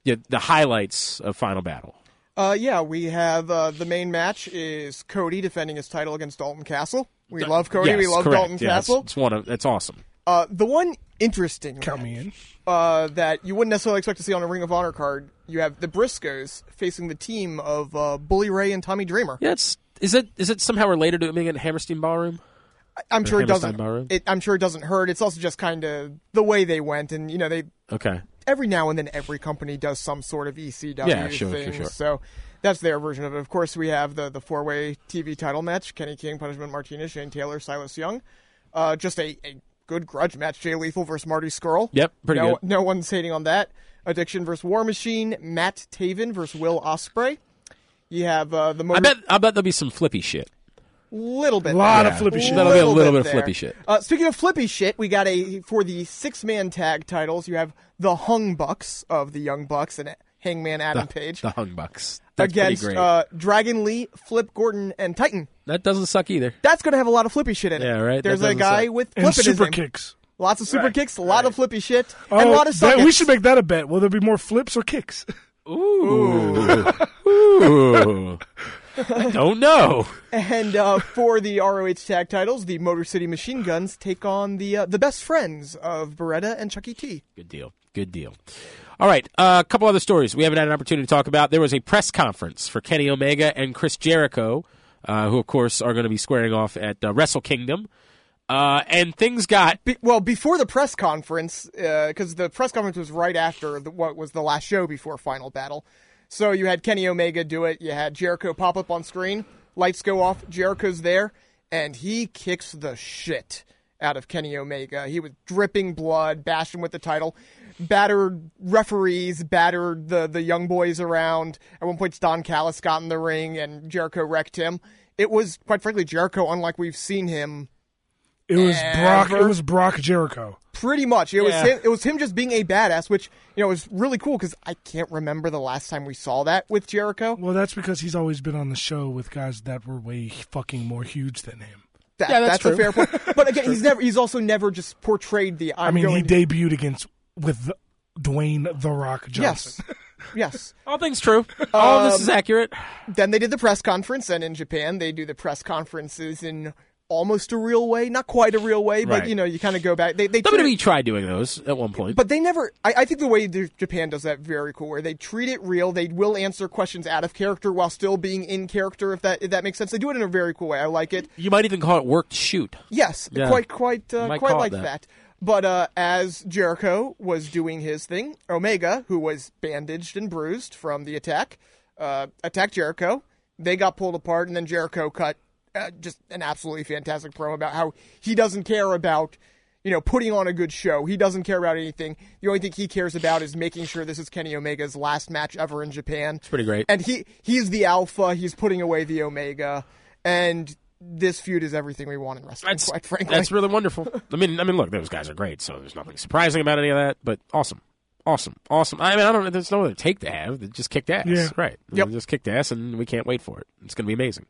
C: you know, the highlights of Final Battle.
D: Uh, yeah, we have uh, the main match is Cody defending his title against Dalton Castle. We love Cody.
C: Yes,
D: we love
C: correct.
D: Dalton
C: Yeah, that's-
D: Castle.
C: It's one of that's awesome.
D: Uh, the one interesting
B: Count
D: match,
B: me in.
D: Uh, that you wouldn't necessarily expect to see on a Ring of Honor card. You have the Briscoes facing the team of uh, Bully Ray and Tommy Dreamer.
C: Yeah, it's is it is it somehow related to it being at Hammerstein Ballroom?
D: I- I'm
C: Or
D: sure it
C: Hammerstein
D: doesn't.
C: Ballroom?
D: It, I'm sure it doesn't hurt. It's also just kind of the way they went, and you know they
C: Okay.
D: every now and then every company does some sort of ECW
C: Yeah, sure,
D: thing.
C: sure, sure.
D: So that's their version of it. Of course, we have the the four way TV title match: Kenny King, Punishment Martinez, Shane Taylor, Silas Young. Uh, just a, a good grudge match: Jay Lethal versus Marty Skrull.
C: Yep, pretty
D: no,
C: good.
D: No one's hating on that. Addiction versus War Machine. Matt Taven versus Will Osprey. You have uh, the motor-
C: I bet I bet there'll be some flippy shit.
D: little bit.
C: Lot
D: there.
C: of flippy shit. That'll be a little bit of
D: there.
C: flippy shit.
D: Uh, speaking of flippy shit, we got a for the six man tag titles. You have the Hung Bucks of the Young Bucks and Hangman Adam
C: the,
D: Page
C: the Hung Bucks. That's
D: against
C: pretty great.
D: Uh, Dragon Lee, Flip Gordon, and Titan.
C: that doesn't suck either.
D: That's going to have a lot of flippy shit in it.
C: Yeah, right.
D: There's a
C: That doesn't
D: guy
C: suck.
D: with flip
B: And
D: in his
B: super
D: name.
B: kicks.
D: Lots of super kicks, a lot of flippy shit,
B: Oh,
D: and a lot of
B: that-
D: suckets.
B: we should make that a bet. Will there be more flips or kicks?
C: Ooh. Ooh. I don't know.
D: And uh, for the ROH tag titles, the Motor City Machine Guns take on the uh, the best friends of Beretta and Chucky T.
C: Good deal. Good deal. All right, uh, a couple other stories we haven't had an opportunity to talk about. There was a press conference for Kenny Omega and Chris Jericho, uh, who of course are going to be squaring off at uh, Wrestle Kingdom, uh, and things got
D: Be- well, before the press conference, because the press conference was right after the, what was the last show before Final Battle. So you had Kenny Omega do it. You had Jericho pop up on screen. Lights go off. Jericho's there, and he kicks the shit out of Kenny Omega. He was dripping blood, bashed him with the title, battered referees, battered the the young boys around. At one point, Don Callis got in the ring, and Jericho wrecked him. It was quite frankly Jericho, unlike we've seen him
B: It was Brock. It
D: Ever.
B: was Brock Jericho.
D: Pretty much, it was
B: Yeah.
D: him, it was him just being a badass, which you know was really cool because I can't remember the last time we saw that with Jericho.
B: Well, that's because he's always been on the show with guys that were way fucking more huge than him.
D: That,
B: Yeah, that's
D: a
B: true.
D: fair point. But again, he's never he's also never just portrayed the
B: i
D: I'm
B: mean,
D: going
B: he debuted against with Dwayne the Rock Johnson.
D: yes, yes.
C: All things true. All this is
D: Um,
C: accurate.
D: Then they did the press conference, and in Japan they do the press conferences in almost a real way, not quite a real way, but
C: Right.
D: you know you kind of go back. They they treat it-
B: E.
C: WWE E tried doing those at one point.
D: But they never. I, I think the way the, Japan does that very cool, where they treat it real. They will answer questions out of character while still being in character. If that if that makes sense, they do it in a very cool way. I like it.
C: you might even call it worked shoot.
D: Yes,
C: Yeah.
D: quite quite
C: You
D: uh,
C: might
D: quite
C: call it
D: like that.
C: that.
D: But uh, as Jericho was doing his thing, Omega, who was bandaged and bruised from the attack, uh, attacked Jericho. They got pulled apart, and then Jericho cut uh, just an absolutely fantastic promo about how he doesn't care about. You know, putting on a good show. He doesn't care about anything. The only thing he cares about is making sure this is Kenny Omega's last match ever in Japan.
C: It's pretty great.
D: And he he's the alpha. He's putting away the omega, and this feud is everything we want in wrestling. quite frankly,
C: That's really wonderful. I mean, I mean, look, those guys are great. So there's nothing surprising about any of that. But awesome, awesome, awesome. I mean, I don't. There's no other take to have. They just kicked ass.
B: Yeah.
C: Right. Yep. Just kicked ass, and we can't wait for it. It's going to be amazing.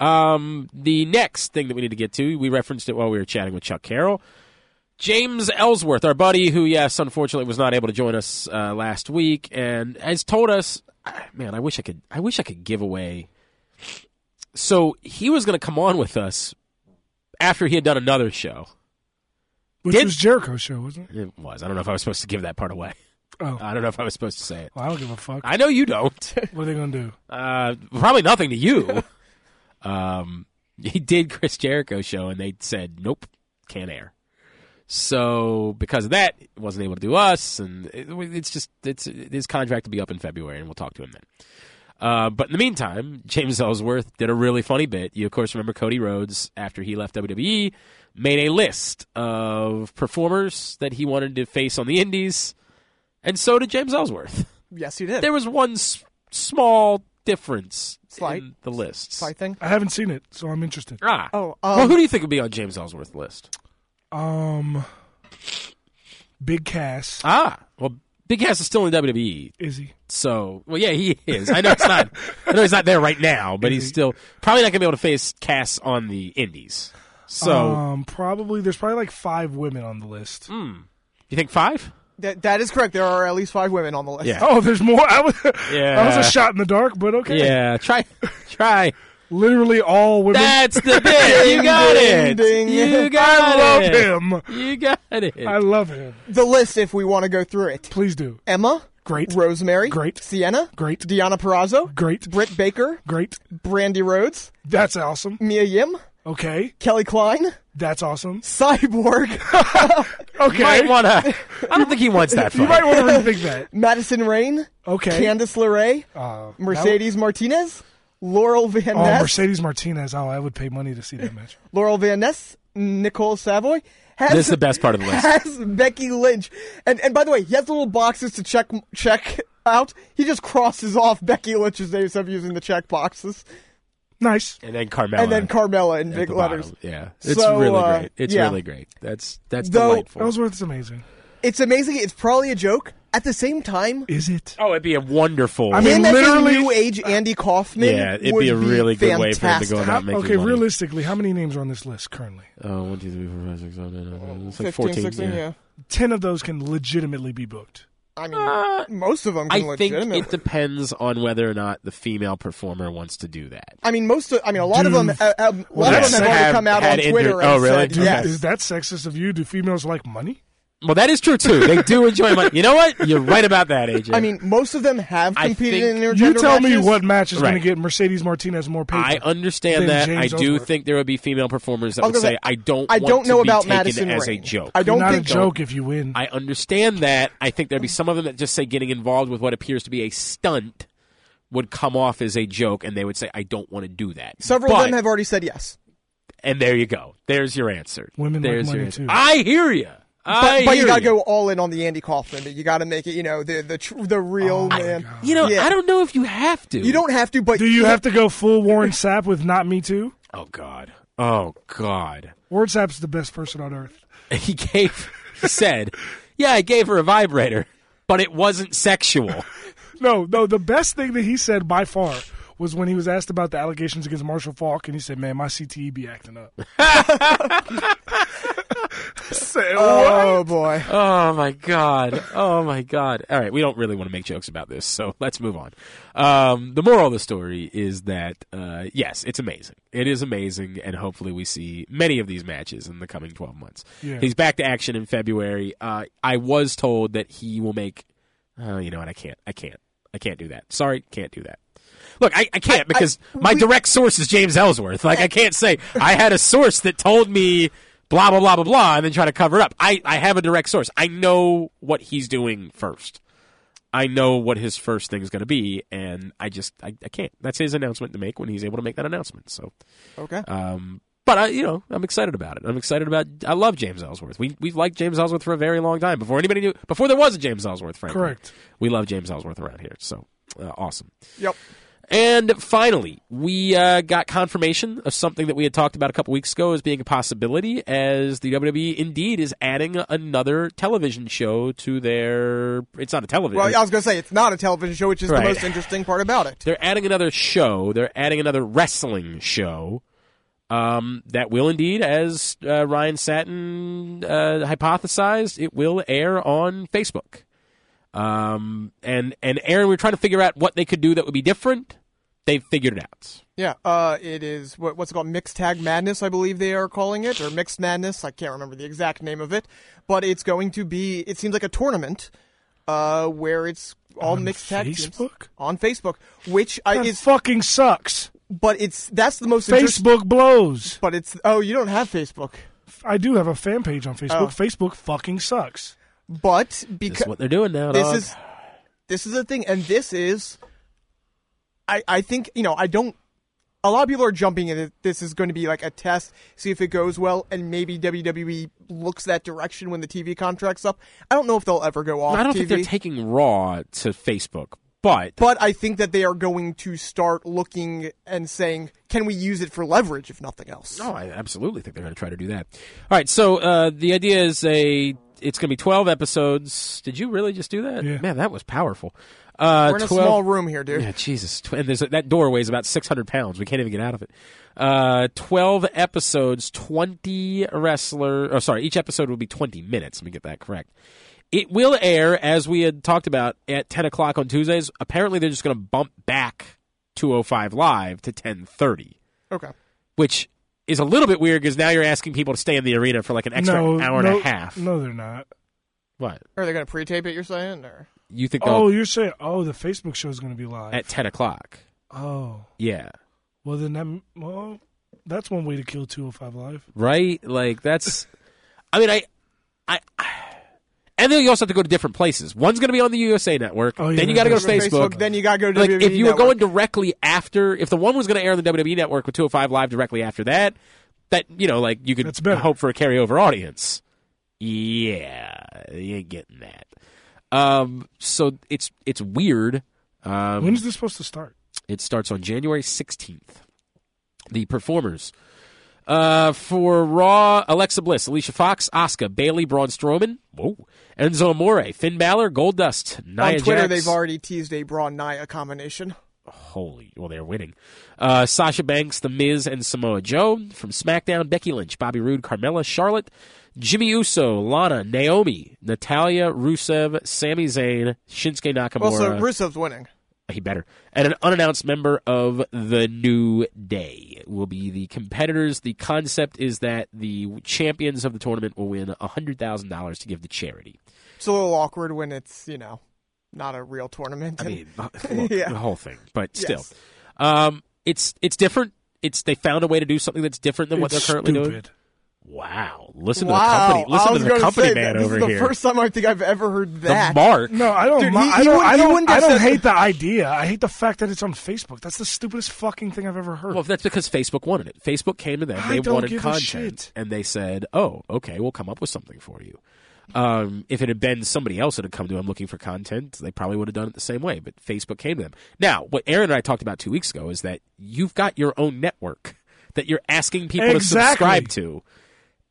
C: Um, the next thing that we need to get to, we referenced it while we were chatting with Chuck Carroll. James Ellsworth, our buddy, who yes, unfortunately was not able to join us uh, last week, and has told us, ah, man, I wish I could, I wish I could give away. So he was going to come on with us after he had done another show.
B: which
C: Did-
B: was Jericho's show, wasn't it?
C: It was. I don't know if I was supposed to give that part away.
B: Oh.
C: I don't know if I was supposed to say it.
B: Well, I don't give a fuck.
C: Uh, I know you don't.
B: What are they gonna do?
C: Uh, probably nothing to you. um, he did Chris Jericho show, and they said nope, can't air. So because of that, it wasn't able to do us, and it, it's just it's his contract to be up in February, and we'll talk to him then. Uh, but in the meantime, James Ellsworth did a really funny bit. You of course remember Cody Rhodes after he left WWE made a list of performers that he wanted to face on the Indies, and so did James Ellsworth.
D: yes, he did.
C: There was one s- small difference
D: Slight.
C: in the lists.
D: Sly thing.
B: I haven't seen it, so I'm interested.
C: Ah.
D: Oh, um,
C: well, who do you think would be on James Ellsworth's list?
B: Um, Big Cass
C: Ah, well, Big Cass is still in WWE,
B: is he?
C: so well, yeah, he is. I know it's not. I know he's not there right now, but he's still probably not going to be able to face Cass on the Indies. So,
D: Oh.
B: um, probably there's probably like five women on the list.
C: hmm, you think five?
D: That that is correct. There are at least five women on the list.
C: Yeah.
B: Oh, there's more. I was,
C: Yeah.
B: that was a shot in the dark, but okay.
C: Yeah, try, try.
B: Literally all women.
C: That's the bit. You got it. You got
B: I
C: it.
B: love him.
C: You got it.
B: I love him.
D: The list, if we want to go through it.
B: Please do.
D: Emma.
B: Great.
D: Rosemary.
B: Great.
D: Sienna.
B: Great.
D: Deanna Perrazzo.
B: Great.
D: Britt Baker.
B: Great.
D: Brandy Rhodes.
B: That's awesome.
D: Mia Yim.
B: Okay.
D: Kelly Klein.
B: That's awesome.
D: Cyborg.
B: Okay.
C: Might wanna, I don't think he wants that
B: you
C: far.
B: might want to rethink that.
D: Madison Rain.
B: Okay.
D: Candice LeRae.
B: Uh,
D: Mercedes Martinez. Laurel Van
B: Oh,
D: Ness.
B: Mercedes Martinez. Oh, I would pay money to see that match.
D: Laurel Van Ness, Nicole Savoy. Has,
C: This is the best part of the list.
D: Has Becky Lynch, and and by the way, he has little boxes to check check out. He just crosses off Becky Lynch's name instead of using the check boxes,
B: Nice.
C: And then Carmella.
D: and then Carmella in
C: at
D: big
C: the
D: letters.
C: bottom. Yeah, it's
D: So,
C: really
D: uh,
C: great. It's
D: yeah.
C: really great. That's that's
D: Though-
C: delightful.
B: Ellsworth's amazing.
D: It's amazing. It's probably a joke. At the same time,
B: Is it?
C: oh, it'd be a wonderful.
B: I mean,
D: him as a
B: literally-
D: new age Andy Kaufman.
C: uh, Yeah, it'd
D: would
C: be a really good way for him to go
D: fantastic.
C: about making
B: okay,
C: money.
B: realistically, how many names are on this list currently?
C: Oh, one, two, three, four, five, six, seven, eight, nine, ten. It's like
D: 15,
C: 14.
D: 16,
C: yeah.
D: yeah.
B: Ten of those can legitimately be booked.
D: I mean, most of them. Can
C: Uh, I think
D: legitimately.
C: it depends on whether or not the female performer wants to do that.
D: I mean, most. Of, I mean, a lot of them.
B: Dude.
D: Uh, um, a lot
C: Yes.
D: of them have already
C: Have
D: come out on
C: had
D: Twitter.
C: inter-
D: and
C: oh, really?
D: Said,
C: Dude,
D: yes.
B: Is that sexist of you? Do females like money?
C: Well, that is true too. They do enjoy money. You know what? You're right about that, AJ.
D: I mean, most of them have
C: I
D: competed in
C: think-
D: intergender
B: You tell me
D: matches.
B: what match is going
C: Right.
B: to get Mercedes Martinez more paper.
C: I understand
B: Then
C: that.
B: James
C: I do
B: Ellsworth.
C: think there would be female performers that
D: I
C: would
D: was gonna
C: say, "I don't,
D: I
C: want
D: don't
C: to
D: know
C: be
D: about
C: taken
D: Madison
C: as a
D: Rain.
C: joke."
D: I
B: You're
D: don't
B: not
D: think
B: a joke if you win.
C: I understand that. I think there'd be some of them that just say getting involved with what appears to be a stunt would come off as a joke, and they would say, "I don't want to do that."
D: Several
C: But-
D: of them have already said yes.
C: and there you go. There's your answer.
B: Women like
C: There's
B: money,
C: your answer.
B: too.
C: I hear you.
D: But,
C: I
D: but you
C: hear
D: gotta
C: ya.
D: go all in on the Andy Kaufman. You gotta make it, you know, the the tr- the
C: Oh
D: real man.
C: You know,
D: Yeah.
C: I don't know if you have to.
D: You don't have to, but
B: Do you have to go full Warren Sapp with not me too?
C: Oh God. Oh God.
B: Warren Sapp's the best person on earth.
C: he gave he said, "Yeah, I gave her a vibrator, but it wasn't sexual."
B: No, no, the best thing that he said by far was when he was asked about the allegations against Marshall Falk, and he said, "Man, my CTE be acting up." Say,
D: Oh boy.
C: oh my God. Oh my God. All right, we don't really want to make jokes about this, so let's move on. Um, the moral of the story is that uh, yes, it's amazing. It is amazing, and hopefully we see many of these matches in the coming twelve months.
B: Yeah.
C: He's back to action in February. Uh, I was told that he will make. Oh, you know what? I can't. I can't. I can't do that. Sorry, can't do that. Look, I, I can't because my direct source is James Ellsworth. Like, I can't say I had a source that told me blah blah blah blah blah and then try to cover it up. I, I have a direct source. I know what he's doing first. I know what his first thing is going to be, and I just I, I can't. That's his announcement to make when he's able to make that announcement. So,
D: Okay.
C: um, but I, you know, I'm excited about it. I'm excited about. I love James Ellsworth. We we've liked James Ellsworth for a very long time before anybody knew. Before there was a James Ellsworth, frankly.
B: Correct.
C: We love James Ellsworth around here. So uh, awesome.
D: Yep.
C: And finally, we uh, got confirmation of something that we had talked about a couple weeks ago as being a possibility, as the WWE indeed is adding another television show to their. It's not a television.
D: Well, I was gonna say it's not a television show, which is
C: Right.
D: the most interesting part about it.
C: They're adding another show. They're adding another wrestling show. Um, that will indeed, as uh, Ryan Satin uh, hypothesized, it will air on Facebook. Um, and and Aaron, we we're trying to figure out what they could do that would be different. They've figured it out.
D: Yeah, uh, it is what, what's it called mixed tag madness, I believe they are calling it, or mixed madness. I can't remember the exact name of it, but it's going to be. It seems like a tournament, uh, where it's all
B: On
D: mixed tag teams.
B: Facebook?
D: on Facebook, which I,
B: That
D: is,
B: fucking sucks.
D: but it's that's the most interest-
B: Facebook blows.
D: But it's oh, you don't have Facebook,
B: I do have a fan page on Facebook.
D: Oh.
B: Facebook fucking sucks.
D: but
C: This is
D: because
C: what they're doing now.
D: this
C: dog.
D: is this is the thing, and this is, I I think you know I don't. A lot of people are jumping in. it. This is going to be like a test, see if it goes well, and maybe WWE looks that direction when the TV contract's up. I don't know if they'll ever go off
C: I don't
D: TV,
C: think they're taking Raw to Facebook, but
D: but I think that they are going to start looking and saying, "Can we use it for leverage, if nothing else?"
C: No, Oh, I absolutely think they're going to try to do that. All right, so uh, the idea is a it's going to be twelve episodes. Did you really just do that?
B: Yeah.
C: Man, that was powerful. Uh,
D: We're in a
C: 12
D: small room here, dude.
C: Yeah, Jesus, Tw- and there's, that doorway is about six hundred pounds. We can't even get out of it. Uh, twelve episodes, twenty wrestler. Oh, sorry, each episode will be twenty minutes. Let me get that correct. It will air, as we had talked about, at 10 o'clock on Tuesdays. Apparently, they're just going to bump back 205 Live to 1030,
D: Okay.
C: which is a little bit weird because now you're asking people to stay in the arena for like an extra
B: no,
C: hour
B: no,
C: and a half.
B: No, they're not.
C: What?
D: Are they going to pre-tape it? You're saying, or
C: You think
B: Oh,
C: they'll-
B: you're saying oh the Facebook show is going to be live
C: at 10 o'clock?
B: Oh,
C: Yeah.
B: well then that well that's one way to kill 205 live.
C: right? Like that's, I mean, I, I, and then you also have to go to different places. One's going to be on the USA Network.
B: Oh,
D: yeah,
C: then you got to go to
D: that's right.
C: Facebook.
D: Facebook, then you gotta go to
C: like
D: WWE
C: if you were
D: E Network.
C: going directly after, if the one was going to air on the WWE Network with 205 Live directly after that, that you know, like you could hope for a carryover audience. Yeah, you ain't getting that. Um, so it's it's weird. Um,
B: When's this supposed to start?
C: it starts on January 16th. The performers uh, for Raw: Alexa Bliss, Alicia Fox, Asuka, Bailey, Braun Strowman, whoa, Enzo Amore, Finn Balor, Goldust, Nia
D: on Twitter
C: Jax.
D: they've already teased a Braun Nia combination.
C: Holy, well, they're winning. Uh, Sasha Banks, The Miz, and Samoa Joe from SmackDown. Becky Lynch, Bobby Roode, Carmella, Charlotte, Jimmy Uso, Lana, Naomi, Natalia, Rusev, Sami Zayn, Shinsuke Nakamura.
D: Well, so Rusev's winning.
C: he better. And an unannounced member of the New Day will be the competitors. The concept is that the champions of the tournament will win $100,000 to give to charity.
D: It's a little awkward when it's you know not a real tournament.
C: I mean, look,
D: Yeah.
C: the whole thing, but still,
D: Yes.
C: um, it's it's different. It's they found a way to do something that's different than what
B: It's
C: they're currently doing.
B: stupid.
C: Wow! Listen
D: wow,
C: to the company.
D: I
C: Listen to
D: was
C: the
D: gonna
C: company
D: say
C: man
D: that. This
C: over
D: is the
C: here.
D: first time I think I've ever heard that.
C: mark.
B: No, I don't.
D: Dude,
B: mi-
D: he-
B: I
D: he
B: don't.
D: wouldn't-
B: I
D: he
B: don't,
D: wouldn't
B: I
D: have
B: don't
D: said-
B: hate the idea. I hate the fact that it's on Facebook. That's the stupidest fucking thing I've ever heard.
C: Well, that's because Facebook wanted it. Facebook came to them.
B: I
C: They
B: don't
C: wanted
B: give a
C: content, and they said, "Oh, okay, we'll come up with something for you." Um, if it had been somebody else that had come to them looking for content, they probably would have done it the same way. But Facebook came to them. Now, what Aaron and I talked about two weeks ago is that you've got your own network that you're asking people to
D: Exactly.
C: subscribe to,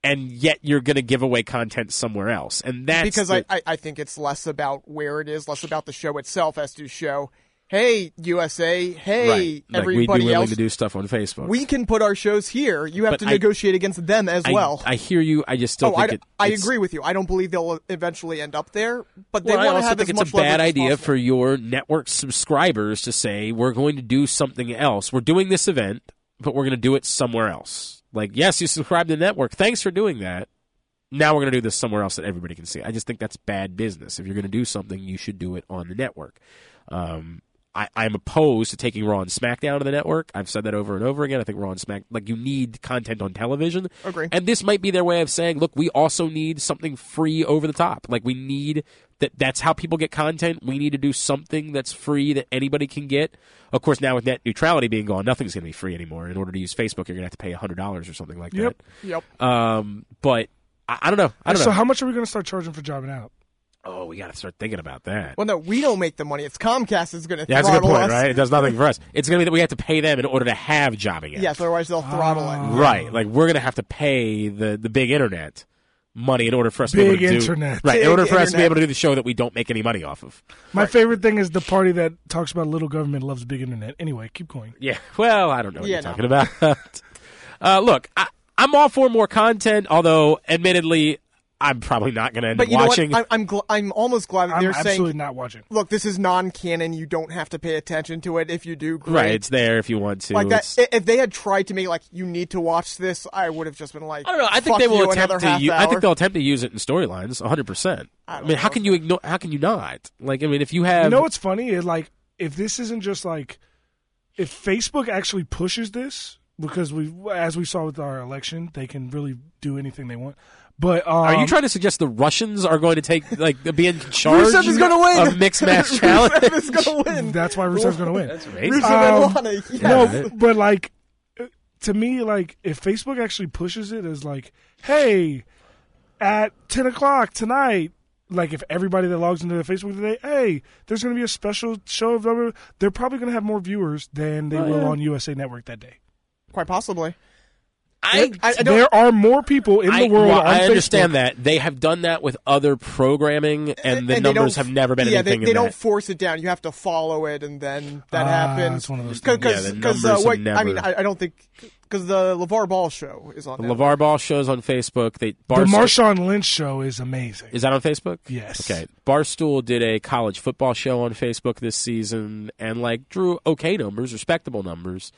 C: and yet you're going to give away content somewhere else, and that's
D: because
C: the-
D: I, I, I think it's less about where it is, less about the show itself, as to show, hey USA, hey
C: right. Like, we'd be
D: everybody
C: willing
D: else,
C: to do stuff on Facebook.
D: we can put our shows here. You have
C: But
D: to
C: I-
D: negotiate against them as
C: I-
D: well.
C: I hear you. I just still
D: oh,
C: think
D: I,
C: it,
D: I
C: it's-
D: agree with you. I don't believe they'll eventually end up there, but they
C: Well, I
D: want to
C: also
D: have
C: think
D: as
C: it's
D: much
C: a
D: leverage
C: bad
D: as
C: idea
D: possible.
C: for your network subscribers to say we're going to do something else. We're doing this event, but we're going to do it somewhere else. Like, yes, you subscribe to the network. Thanks for doing that. Now we're going to do this somewhere else that everybody can see. I just think that's bad business. If you're going to do something, you should do it on the network. Um, I, I'm opposed to taking Raw and SmackDown to the network. I've said that over and over again. I think Raw and Smack like you need content on television.
D: Agree.
C: And this might be their way of saying, look, we also need something free over the top. Like we need that. That's how people get content. We need to do something that's free that anybody can get. Of course, now with net neutrality being gone, nothing's going to be free anymore. In order to use Facebook, you're going to have to pay hundred dollars or something like
B: Yep.
D: Yep.
C: that. Um, but I, I don't know. I don't
B: so
C: know.
B: how much are we going to start charging for jobbing out?
C: oh, we got to start thinking about that.
D: Well, no, we don't make the money. It's Comcast is going to
C: Yeah, that's a good
D: throttle
C: point,
D: us.
C: right? It does nothing for us. It's going to be that we have to pay them in order to have jobbing ads.
D: Yes, otherwise they'll throttle it.
C: Right. Like we're gonna have to pay the the big internet money in order for us to be
B: Big
C: able to do
B: internet.
C: right in
B: Big
C: order for us to be
B: internet.
C: able to do the show that we don't make any money off of.
B: My favorite thing is the party that talks about little government loves big internet. Anyway, keep going.
C: Yeah. Well, I don't know what
B: Yeah,
C: you're
B: no.
C: talking about. uh, look, I, I'm all for more content, although admittedly, I'm probably not gonna end
D: But
C: up
D: you
C: watching.
D: know what? I'm I'm, gl- I'm almost glad that
B: I'm
D: they're
B: absolutely
D: saying,
B: not watching.
D: look, this is non-canon. You don't have to pay attention to it. If you do, great.
C: right. It's there if you want to.
D: like
C: It's-
D: that. i- If they had tried to make like you need to watch this, I would have just been like,
C: I don't know. I think
D: "Fuck
C: they will
D: you,
C: attempt
D: another
C: to.
D: half
C: u- I
D: hour."
C: think they'll attempt to use it in storylines. 100. percent I, mean, how can you ignore? How can you not? Like, I mean, if you have
B: You know what's funny is like if this isn't just like if Facebook actually pushes this because we as we saw with our election, they can really do anything they want. But um,
C: Are you trying to suggest the Russians are going to take like be in charge?
B: Rusev is gonna win.
C: of mixed match challenge.
D: is going to win.
B: That's why Rusev's going to win.
C: That's racist.
D: Rusev and
B: Um,
D: Lana, yes.
B: No, but like to me, like if Facebook actually pushes it as like, hey, at ten o'clock tonight. Like if everybody that logs into their Facebook today, hey, there's going to be a special show of WWE. They're probably going to have more viewers than they
D: Oh,
B: will
D: yeah.
B: on USA Network that day.
D: Quite possibly.
C: I,
D: I, don't.
B: there are more people in
C: I,
B: the world.
C: well,
B: on
C: I
B: Facebook
C: understand that they have done that with other programming, and the
D: and they
C: numbers
D: don't-
C: have never been
D: yeah,
C: anything.
D: they, they
C: in
D: don't
C: that.
D: force it down. You have to follow it, and then that
C: Ah,
D: happens.
C: it's one of those
D: Cause, uh,
C: things. Yeah, the numbers have
D: I mean,
C: never-
D: I, I don't think because the LeVar Ball show is on.
C: The LeVar Ball shows on Facebook. They
B: The
C: Barstool-
B: Marshawn Lynch show is amazing.
C: Is that on Facebook?
B: Yes.
C: Okay. Barstool did a college football show on Facebook this season and like drew okay numbers, respectable numbers,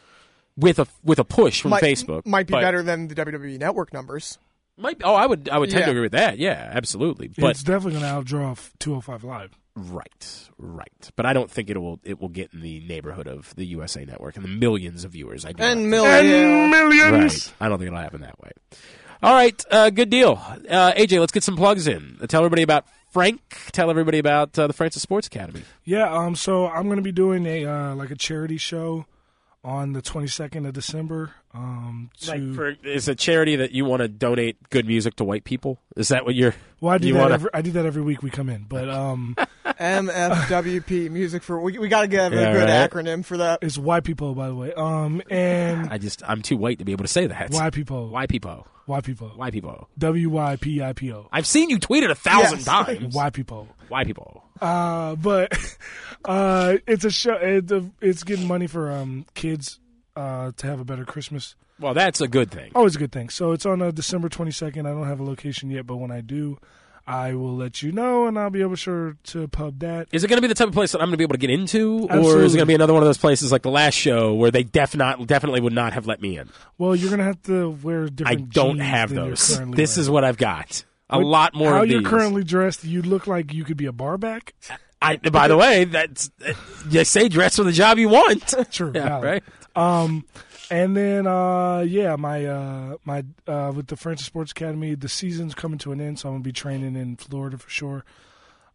C: with a with a push from
D: might,
C: Facebook.
D: might be
C: But-
D: better than the WWE Network numbers.
C: Might oh, I would I would tend
D: Yeah.
C: to agree with that. Yeah, absolutely. But
B: it's definitely going to outdraw f- 205 Live.
C: right, right. But I don't think it will it will get in the neighborhood of the USA Network and the millions of viewers. I do not
D: And
C: think-
D: millions. And
B: millions.
C: Oh, Right. I don't think it'll happen that way. All right, uh, good deal. Uh, AJ, let's get some plugs in. Uh, tell everybody about Frank. Tell everybody about uh, the Francis Sports Academy.
B: Yeah, um, so I'm gonna be doing a uh, like a charity show on the 22nd of December. Um, to,
C: Like for, it's a charity that you want to donate good music to white people. Is that what you're?
B: well, I do
C: you
B: that.
C: wanna-
B: Every, I do that every week we come in, but um,
D: MFWP, music for we, we got to get a
C: Yeah,
D: good
C: right.
D: acronym for that.
B: It's white people, by the way. Um, and
C: I just I'm too white to be able to say that.
B: Why people?
C: Why people?
B: Why people?
C: Why people?
B: W Y P I P O.
C: I've seen you tweet it a thousand times.
B: Why people?
C: Why people?
B: Uh, but uh, it's a show. It's, a, it's getting money for um kids uh to have a better Christmas.
C: Well, that's a good thing.
B: Always a good thing. So it's on uh, December 22nd. I don't have a location yet, but when I do, I will let you know, and I'll be able sure to pub that.
C: Is it going to be the type of place that I'm going to be able to get into, or is
B: Absolutely.
C: it going to be another one of those places like the last show where they def not, definitely would not have let me in?
B: Well, you're gonna have to wear
C: I
B: different.
C: don't
B: jeans
C: have
B: than you're
C: those.
B: currently
C: This
B: wearing.
C: is what I've got. A
B: With
C: lot more
B: How
C: of
B: you're
C: these.
B: currently dressed, you look like you could be a barback.
C: I, by the way, that's they say dress for the job you want.
B: True,
C: Yeah,
B: valid.
C: right.
B: Um, and then uh, yeah, my uh, my uh, with the Francis Sports Academy, the season's coming to an end, so I'm gonna be training in Florida for sure.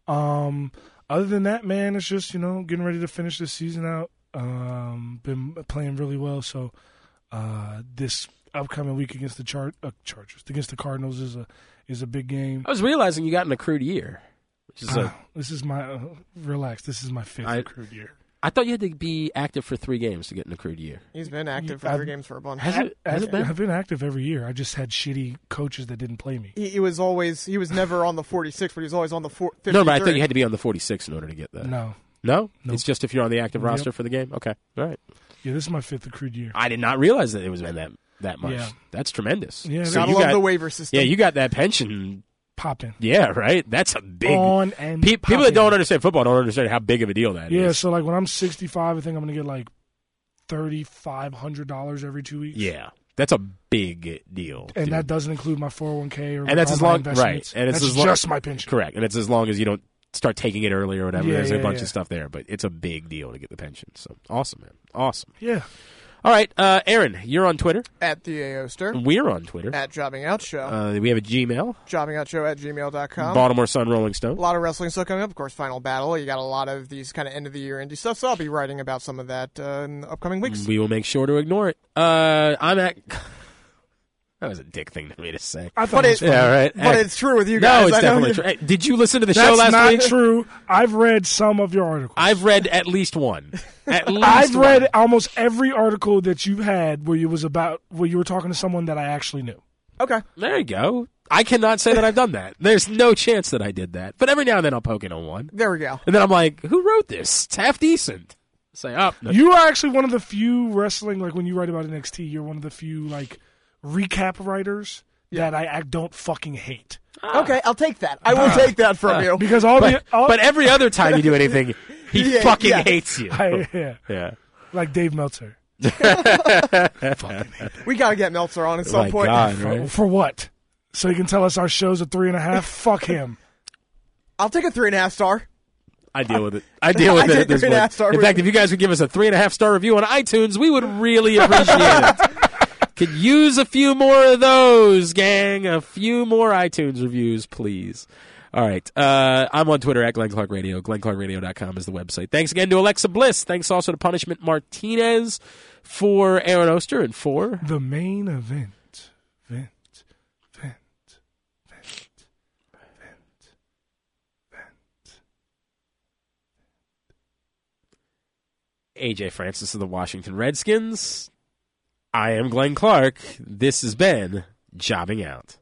B: Um, other than that, man, it's just you know getting ready to finish this season out. Um, been playing really well, so uh, this upcoming week against the Char- uh, Chargers against the Cardinals is a is a big game.
C: I was realizing you got an accrued year, which is a,
B: Ah, this is my uh, relax. This is my fifth
C: I-
B: accrued year.
C: I thought you had to be active for three games to get an accrued year.
D: He's been active for
B: I've-
D: three games for a bunch.
C: uh, Has it- has it been?
B: I've been active every year. I just had shitty coaches that didn't play me.
D: He, he was always he was never on the 46, but he was always on the 4, 53.
C: No, but I thought you had to be on the 46 in order to get that.
B: No.
C: No? It's just if you're on the active
B: Yep.
C: roster for the game? Okay. All right.
B: Yeah, this is my fifth accrued year.
C: I did not realize that it was been that that much.
B: Yeah.
C: That's tremendous.
B: Yeah,
C: So
B: Gotta
C: you
B: love
C: got
B: the waiver system.
C: Yeah, you got that pension.
B: Popping.
C: Yeah, right. That's a big
B: On and
C: Pe- people
B: popping.
C: that don't understand football don't understand how big of a deal that is.
B: Yeah, so like when I'm 65, I think I'm gonna get like thirty five hundred dollars every two weeks.
C: Yeah, that's a big deal.
B: and
C: dude.
B: that doesn't include my 401k or
C: and that's
B: all
C: as
B: my
C: long right.
B: investments.
C: And it's
B: that's
C: as long,
B: just my pension.
C: Correct, and it's as long as you don't start taking it early or whatever.
B: Yeah,
C: There's a
B: yeah,
C: bunch
B: yeah.
C: of stuff there, but it's a big deal to get the pension. So awesome, man. Awesome.
B: Yeah.
C: All right, uh, Aaron, you're on Twitter.
D: at the Aoster.
C: We're on Twitter.
D: at jobbing out show.
C: Mm-hmm. Uh, we have a Gmail.
D: jobbing out show at gmail.com.
C: Baltimore Sun, Rolling Stone.
D: A lot of wrestling stuff coming up. Of course, Final Battle. You got a lot of these kind of end of the year indie stuff. So I'll be writing about some of that uh, in the upcoming weeks.
C: We will make sure to ignore it. Uh, I'm at. That was a dick thing for me to say.
B: I thought But it was it- funny.
C: yeah, right.
B: but it's true with you
C: No,
B: guys.
C: it's
B: I know
C: definitely
B: you-
C: true. Hey, did you listen to the
B: that's
C: show last
B: not
C: week?
B: true. I've read some of your articles.
C: I've read at least one. At least
B: I've
C: one.
B: read almost every article that you had where you was about where you were talking to someone that I actually knew.
D: Okay.
C: There you go. I cannot say that I've done that. There's no chance that I did that. But every now and then I'll poke in on one.
D: There we go.
C: And then I'm like, who wrote this? It's half decent. oh, Say up.
B: You are actually one of the few wrestling, like when you write about NXT, you're one of the few like recap writers that I, I don't fucking hate.
C: Ah.
D: Okay, I'll take that. I will take that from you.
B: because all
C: but,
B: the all,
C: but every other time you do anything, he
B: Yeah,
C: fucking
B: yeah.
C: hates you.
B: I- yeah.
C: yeah.
B: like Dave Meltzer.
C: fucking
D: We got to get Meltzer on at some
C: My
D: point.
C: God,
B: for,
C: right?
B: for what? So he can tell us our show's a three and a half. Fuck him.
D: I'll take a three and a half star.
C: I deal with it. I deal with
D: I
C: it
D: did
C: at this
D: three and a half star
C: point. In
D: review.
C: fact, if you guys would give us a three and a half star review on iTunes, we would really appreciate it. Could use a few more of those, gang. A few more iTunes reviews, please. All right. Uh, I'm on Twitter at Glenn Clark Radio. GlennClarkRadio.com is the website. Thanks again to Alexa Bliss. Thanks also to Punishment Martinez for Aaron Oster and for
B: The main event. Vent. Vent.
C: AJ Francis of the Washington Redskins. I am Glenn Clark. This has been Jobbing Out.